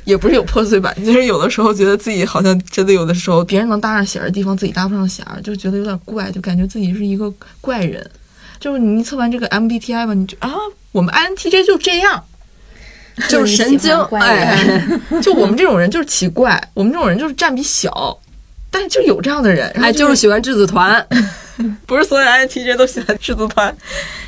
Speaker 2: 也不是有破碎吧，就是有的时候觉得自己好像真的有的时候别人能搭上弦儿的地方自己搭不上弦儿，就觉得有点怪，就感觉自己是一个怪人。就是你测完这个 MBTI 吧，你就啊，我们 INTJ 就这样， [LAUGHS] 就是神
Speaker 3: [LAUGHS]
Speaker 2: 经，哎， [LAUGHS] 就我们这种人就是奇怪，我们这种人就是占比小，但是就有这样的人， [LAUGHS] 然后
Speaker 4: 哎，就是喜欢质子团，
Speaker 2: 不是所有 INTJ 都喜欢赤子团，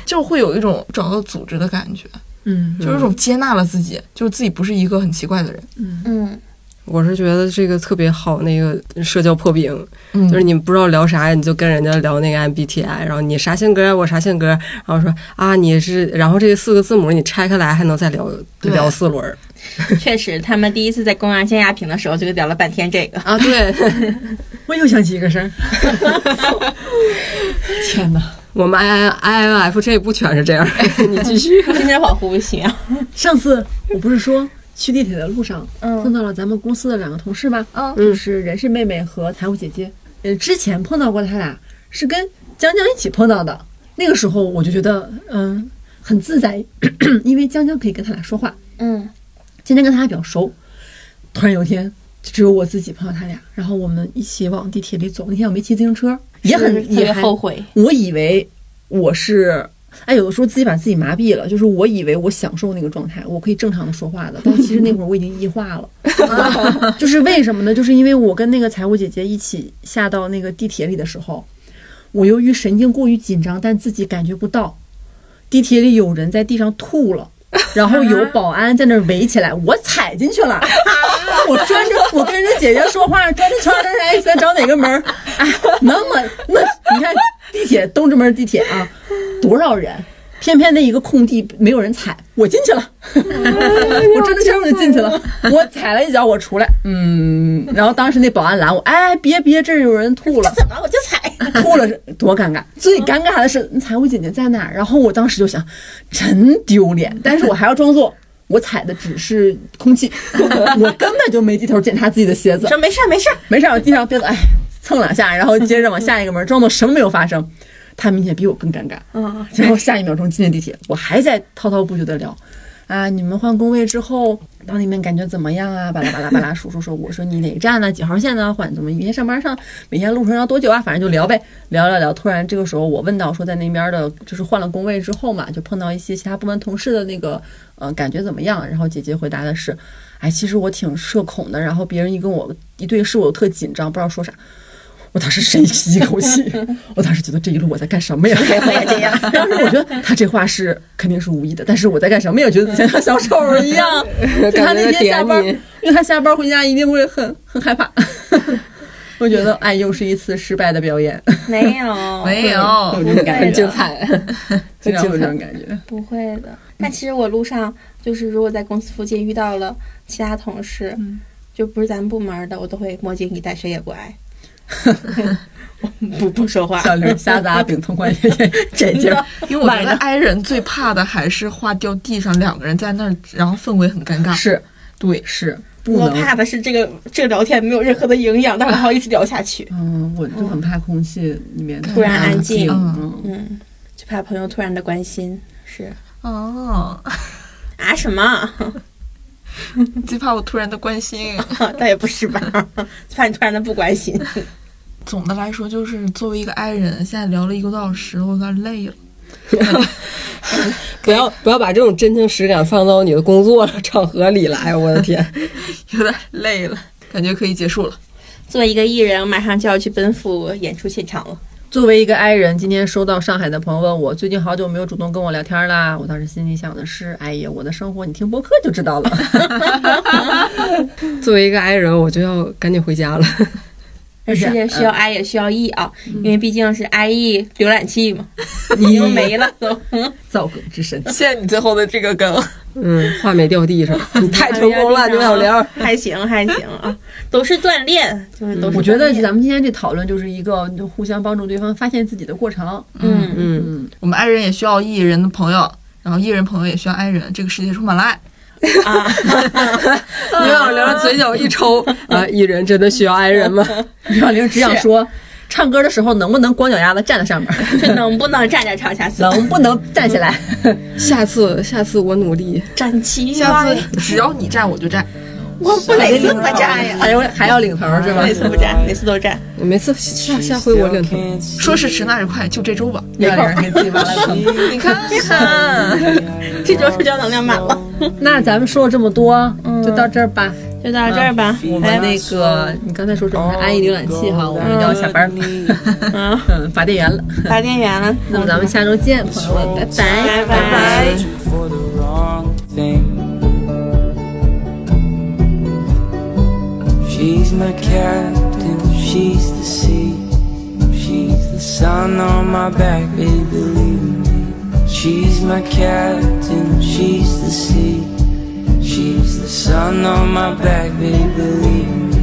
Speaker 2: 就会有一种找到组织的感觉，
Speaker 1: 嗯，
Speaker 2: 就是一种接纳了自己，就是自己不是一个很奇怪的人。
Speaker 3: 嗯，
Speaker 4: [LAUGHS] 我是觉得这个特别好，那个社交破冰，
Speaker 1: 嗯
Speaker 4: 就是你们不知道聊啥，你就跟人家聊那个 MBTI，然后你啥性格，我啥性格，然后说啊你是，然后这四个字母你拆开来还能再聊
Speaker 1: 对
Speaker 4: 聊四轮儿
Speaker 3: 确实，他们第一次在公安见亚平的时候就聊了半天这个。
Speaker 4: 啊，对
Speaker 1: 我又想起一个事儿，天哪！
Speaker 4: [LAUGHS] 我们 I I N F J 不全是这样，你继
Speaker 3: [LAUGHS]
Speaker 4: 续。
Speaker 3: 真的恍惚不行。啊
Speaker 1: 上次我不是说去地铁的路上碰
Speaker 3: 嗯
Speaker 1: 到了咱们公司的两个同事吗？
Speaker 3: 嗯
Speaker 1: 就是人事妹妹和财务姐姐。呃，之前碰到过他俩，是跟江江一起碰到的。那个时候我就觉得，嗯，很自在， [CLEARS THROAT] 因为江江可以跟他俩说话，
Speaker 3: 嗯
Speaker 1: 今天跟他俩比较熟，突然有一天只有我自己碰到他俩，然后我们一起往地铁里走。那天我没骑自行车，也
Speaker 3: 是
Speaker 1: 很
Speaker 3: 特
Speaker 1: 也
Speaker 3: 别
Speaker 1: 还
Speaker 3: 后悔。
Speaker 1: 我以为我是，哎，有的时候自己把自己麻痹了，就是我以为我享受那个状态，我可以正常的说话的，但其实那会儿我已经异化了。就是为什么呢？就是因为我跟那个财务姐姐一起下到那个地铁里的时候，我由于神经过于紧张，但自己感觉不到，地铁里有人在地上吐了。然后有保安在那儿围起来，我踩进去了。我专着，我跟人家姐姐说话，转着圈儿，但是哎，咱找哪个门儿？哎，那么那你看地铁东直门地铁啊，多少人？偏偏那一个空地没有人踩，我进去了， [LAUGHS] 我真的真的进去了，我踩了一脚，我出来，嗯，然后当时那保安拦我，哎，别别，这儿有人吐了，
Speaker 3: 怎么我就踩？
Speaker 1: 吐了是多尴尬！最尴尬的是财务姐姐在那儿，然后我当时就想，真丢脸，但是我还要装作我踩的只是空气， [LAUGHS] 我根本就没低头检查自己的鞋
Speaker 3: [LAUGHS]
Speaker 1: 子
Speaker 3: 我，说没事儿没事儿，
Speaker 1: 没事儿，我地上别走，哎，蹭两下，然后接着往下一个门，装作什么没有发生。他明显比我更尴尬，
Speaker 3: 嗯，
Speaker 1: [LAUGHS] 然后下一秒钟进了地铁，我还在滔滔不绝的聊，啊，你们换工位之后到那边感觉怎么样啊？巴拉巴拉巴拉，数数数，我说你哪个站呢、几号线呢、换怎么每天上班上每天路程要多久啊？反正就聊呗，聊聊聊。突然这个时候我问到说在那边的，就是换了工位之后嘛，就碰到一些其他部门同事的那个呃感觉怎么样？然后姐姐回答的是，哎，其实我挺社恐的，然后别人一跟我一对视，我特紧张，不知道说啥。我当时深吸一口气， [LAUGHS] 我当时觉得这一路我在干什么呀？
Speaker 3: 我也这样。
Speaker 1: 当时我觉得他这话是肯定是无意的，但是我在干什么也觉得自己像小丑儿一样。就他那天下班，
Speaker 4: 感觉在点你
Speaker 1: 因为他下班回家一定会很很害怕。我觉得，哎，又是一次失败的表演，
Speaker 3: [LAUGHS] 没有，
Speaker 2: 没
Speaker 3: 哦
Speaker 2: 有，
Speaker 1: 有这种感觉，
Speaker 4: 很精彩，
Speaker 1: 经常有这种感觉。
Speaker 3: 不会的。但其实我路上就是，如果在公司附近遇到了其他同事，就不是咱们部门的，我都会墨镜一戴，谁也
Speaker 1: [LAUGHS]
Speaker 3: 不爱，不不说话。
Speaker 1: 小刘瞎砸饼痛快也也这劲儿，
Speaker 2: 因为我觉
Speaker 1: 晚
Speaker 2: 得
Speaker 1: 上
Speaker 2: i 人最怕的还是话掉地上，两个人在那儿，然后氛围很尴尬。
Speaker 1: 是
Speaker 2: 对，
Speaker 1: 是不
Speaker 3: 我
Speaker 1: 能。
Speaker 3: 怕的是这个这个聊天没有任何的营养，但我还要一直聊下去。
Speaker 1: 嗯，我就很怕空气里面
Speaker 2: 突
Speaker 3: 然安
Speaker 1: 静。
Speaker 3: 静
Speaker 1: 嗯，
Speaker 3: 嗯，就怕朋友突然的关心。是
Speaker 2: 哦， [LAUGHS]
Speaker 3: 啊，什么？ [LAUGHS]
Speaker 2: 最怕我突然的关心。
Speaker 3: 倒也不是吧， [LAUGHS] 就怕你突然的不关心。
Speaker 2: 总的来说，就是作为一个 i 人，现在聊了一个多小时，我有点累了。
Speaker 4: 不要不要把这种真情实感放到你的工作 [LAUGHS] 场合里来，我的天，
Speaker 2: 有点累了，感觉可以结束了。
Speaker 3: 作为一个艺人，我马上就要去奔赴演出现场了。
Speaker 1: 作为一个 i 人，今天收到上海的朋友问我，最近好久没有主动跟我聊天啦。我当时心里想的是，哎呀，我的生活你听播客就知道了。
Speaker 4: [LAUGHS] 作为一个 i 人，我就要赶紧回家了。
Speaker 3: 这世界需要 I 也需要 E 啊，因为毕竟是 IE 浏览器嘛，已
Speaker 1: 你
Speaker 3: 经没了都。
Speaker 1: 造梗之神，
Speaker 2: 谢谢你最后的这个梗，
Speaker 4: 嗯，话没掉地上， [LAUGHS] 哎你太成功
Speaker 3: 哎
Speaker 4: 了，牛小玲。
Speaker 3: 啊还行还行啊，都是锻炼，就是都是。
Speaker 1: 我觉得咱们今天这讨论就是一个就互相帮助对方发现自己的过
Speaker 3: [LAUGHS]
Speaker 1: 程。
Speaker 3: 嗯，
Speaker 4: 嗯，
Speaker 1: 嗯，
Speaker 2: 我们 i 人也需要 e 人的朋友，然后 e 人朋友也需要 i 人，这个世界充满了爱。
Speaker 4: [LAUGHS] 牛小玲嘴角一 [LAUGHS] 抽，啊，艺人真的需要 i 人吗？
Speaker 1: 于小玲只想说，唱歌的时候能不能光脚丫子站在上面，
Speaker 3: 这能不能站着唱下次？
Speaker 1: 能不能站起
Speaker 3: [LAUGHS]
Speaker 1: 来？
Speaker 4: [LAUGHS] 下次下次我努力。
Speaker 3: 站起来，
Speaker 2: 下次只要你站，我就站。
Speaker 3: 我不哪次不站呀？
Speaker 1: 还要还要领头是吧
Speaker 3: 每？次不站，每次都站。
Speaker 4: 每次下下回我领头。
Speaker 2: 说时迟，那时快，就这周吧。
Speaker 1: 于小玲给自己挖了
Speaker 3: [LAUGHS]
Speaker 1: 坑。
Speaker 2: 你看，
Speaker 3: 这周社交能量满了，
Speaker 1: 那咱们说了这么多，
Speaker 3: 嗯
Speaker 1: 就到这儿吧。
Speaker 3: 就到这儿吧。
Speaker 1: 我们
Speaker 3: 拜
Speaker 1: 那
Speaker 3: 拜。哎
Speaker 1: 个，你刚才说什
Speaker 3: 哦
Speaker 1: 么？安逸浏览器哈，我们一定要下班了， [LAUGHS]
Speaker 3: 嗯，
Speaker 1: 嗯，拔电源了。
Speaker 3: 拔电源了，
Speaker 1: 那么咱们下周见，朋友们，拜拜。
Speaker 3: 拜拜。
Speaker 5: searching for the wrong thing. my captain, she's the sea. She's the sun on my back, baby, believe me. She's my captain, she's the sea. She's the sun on my back, baby, believe me.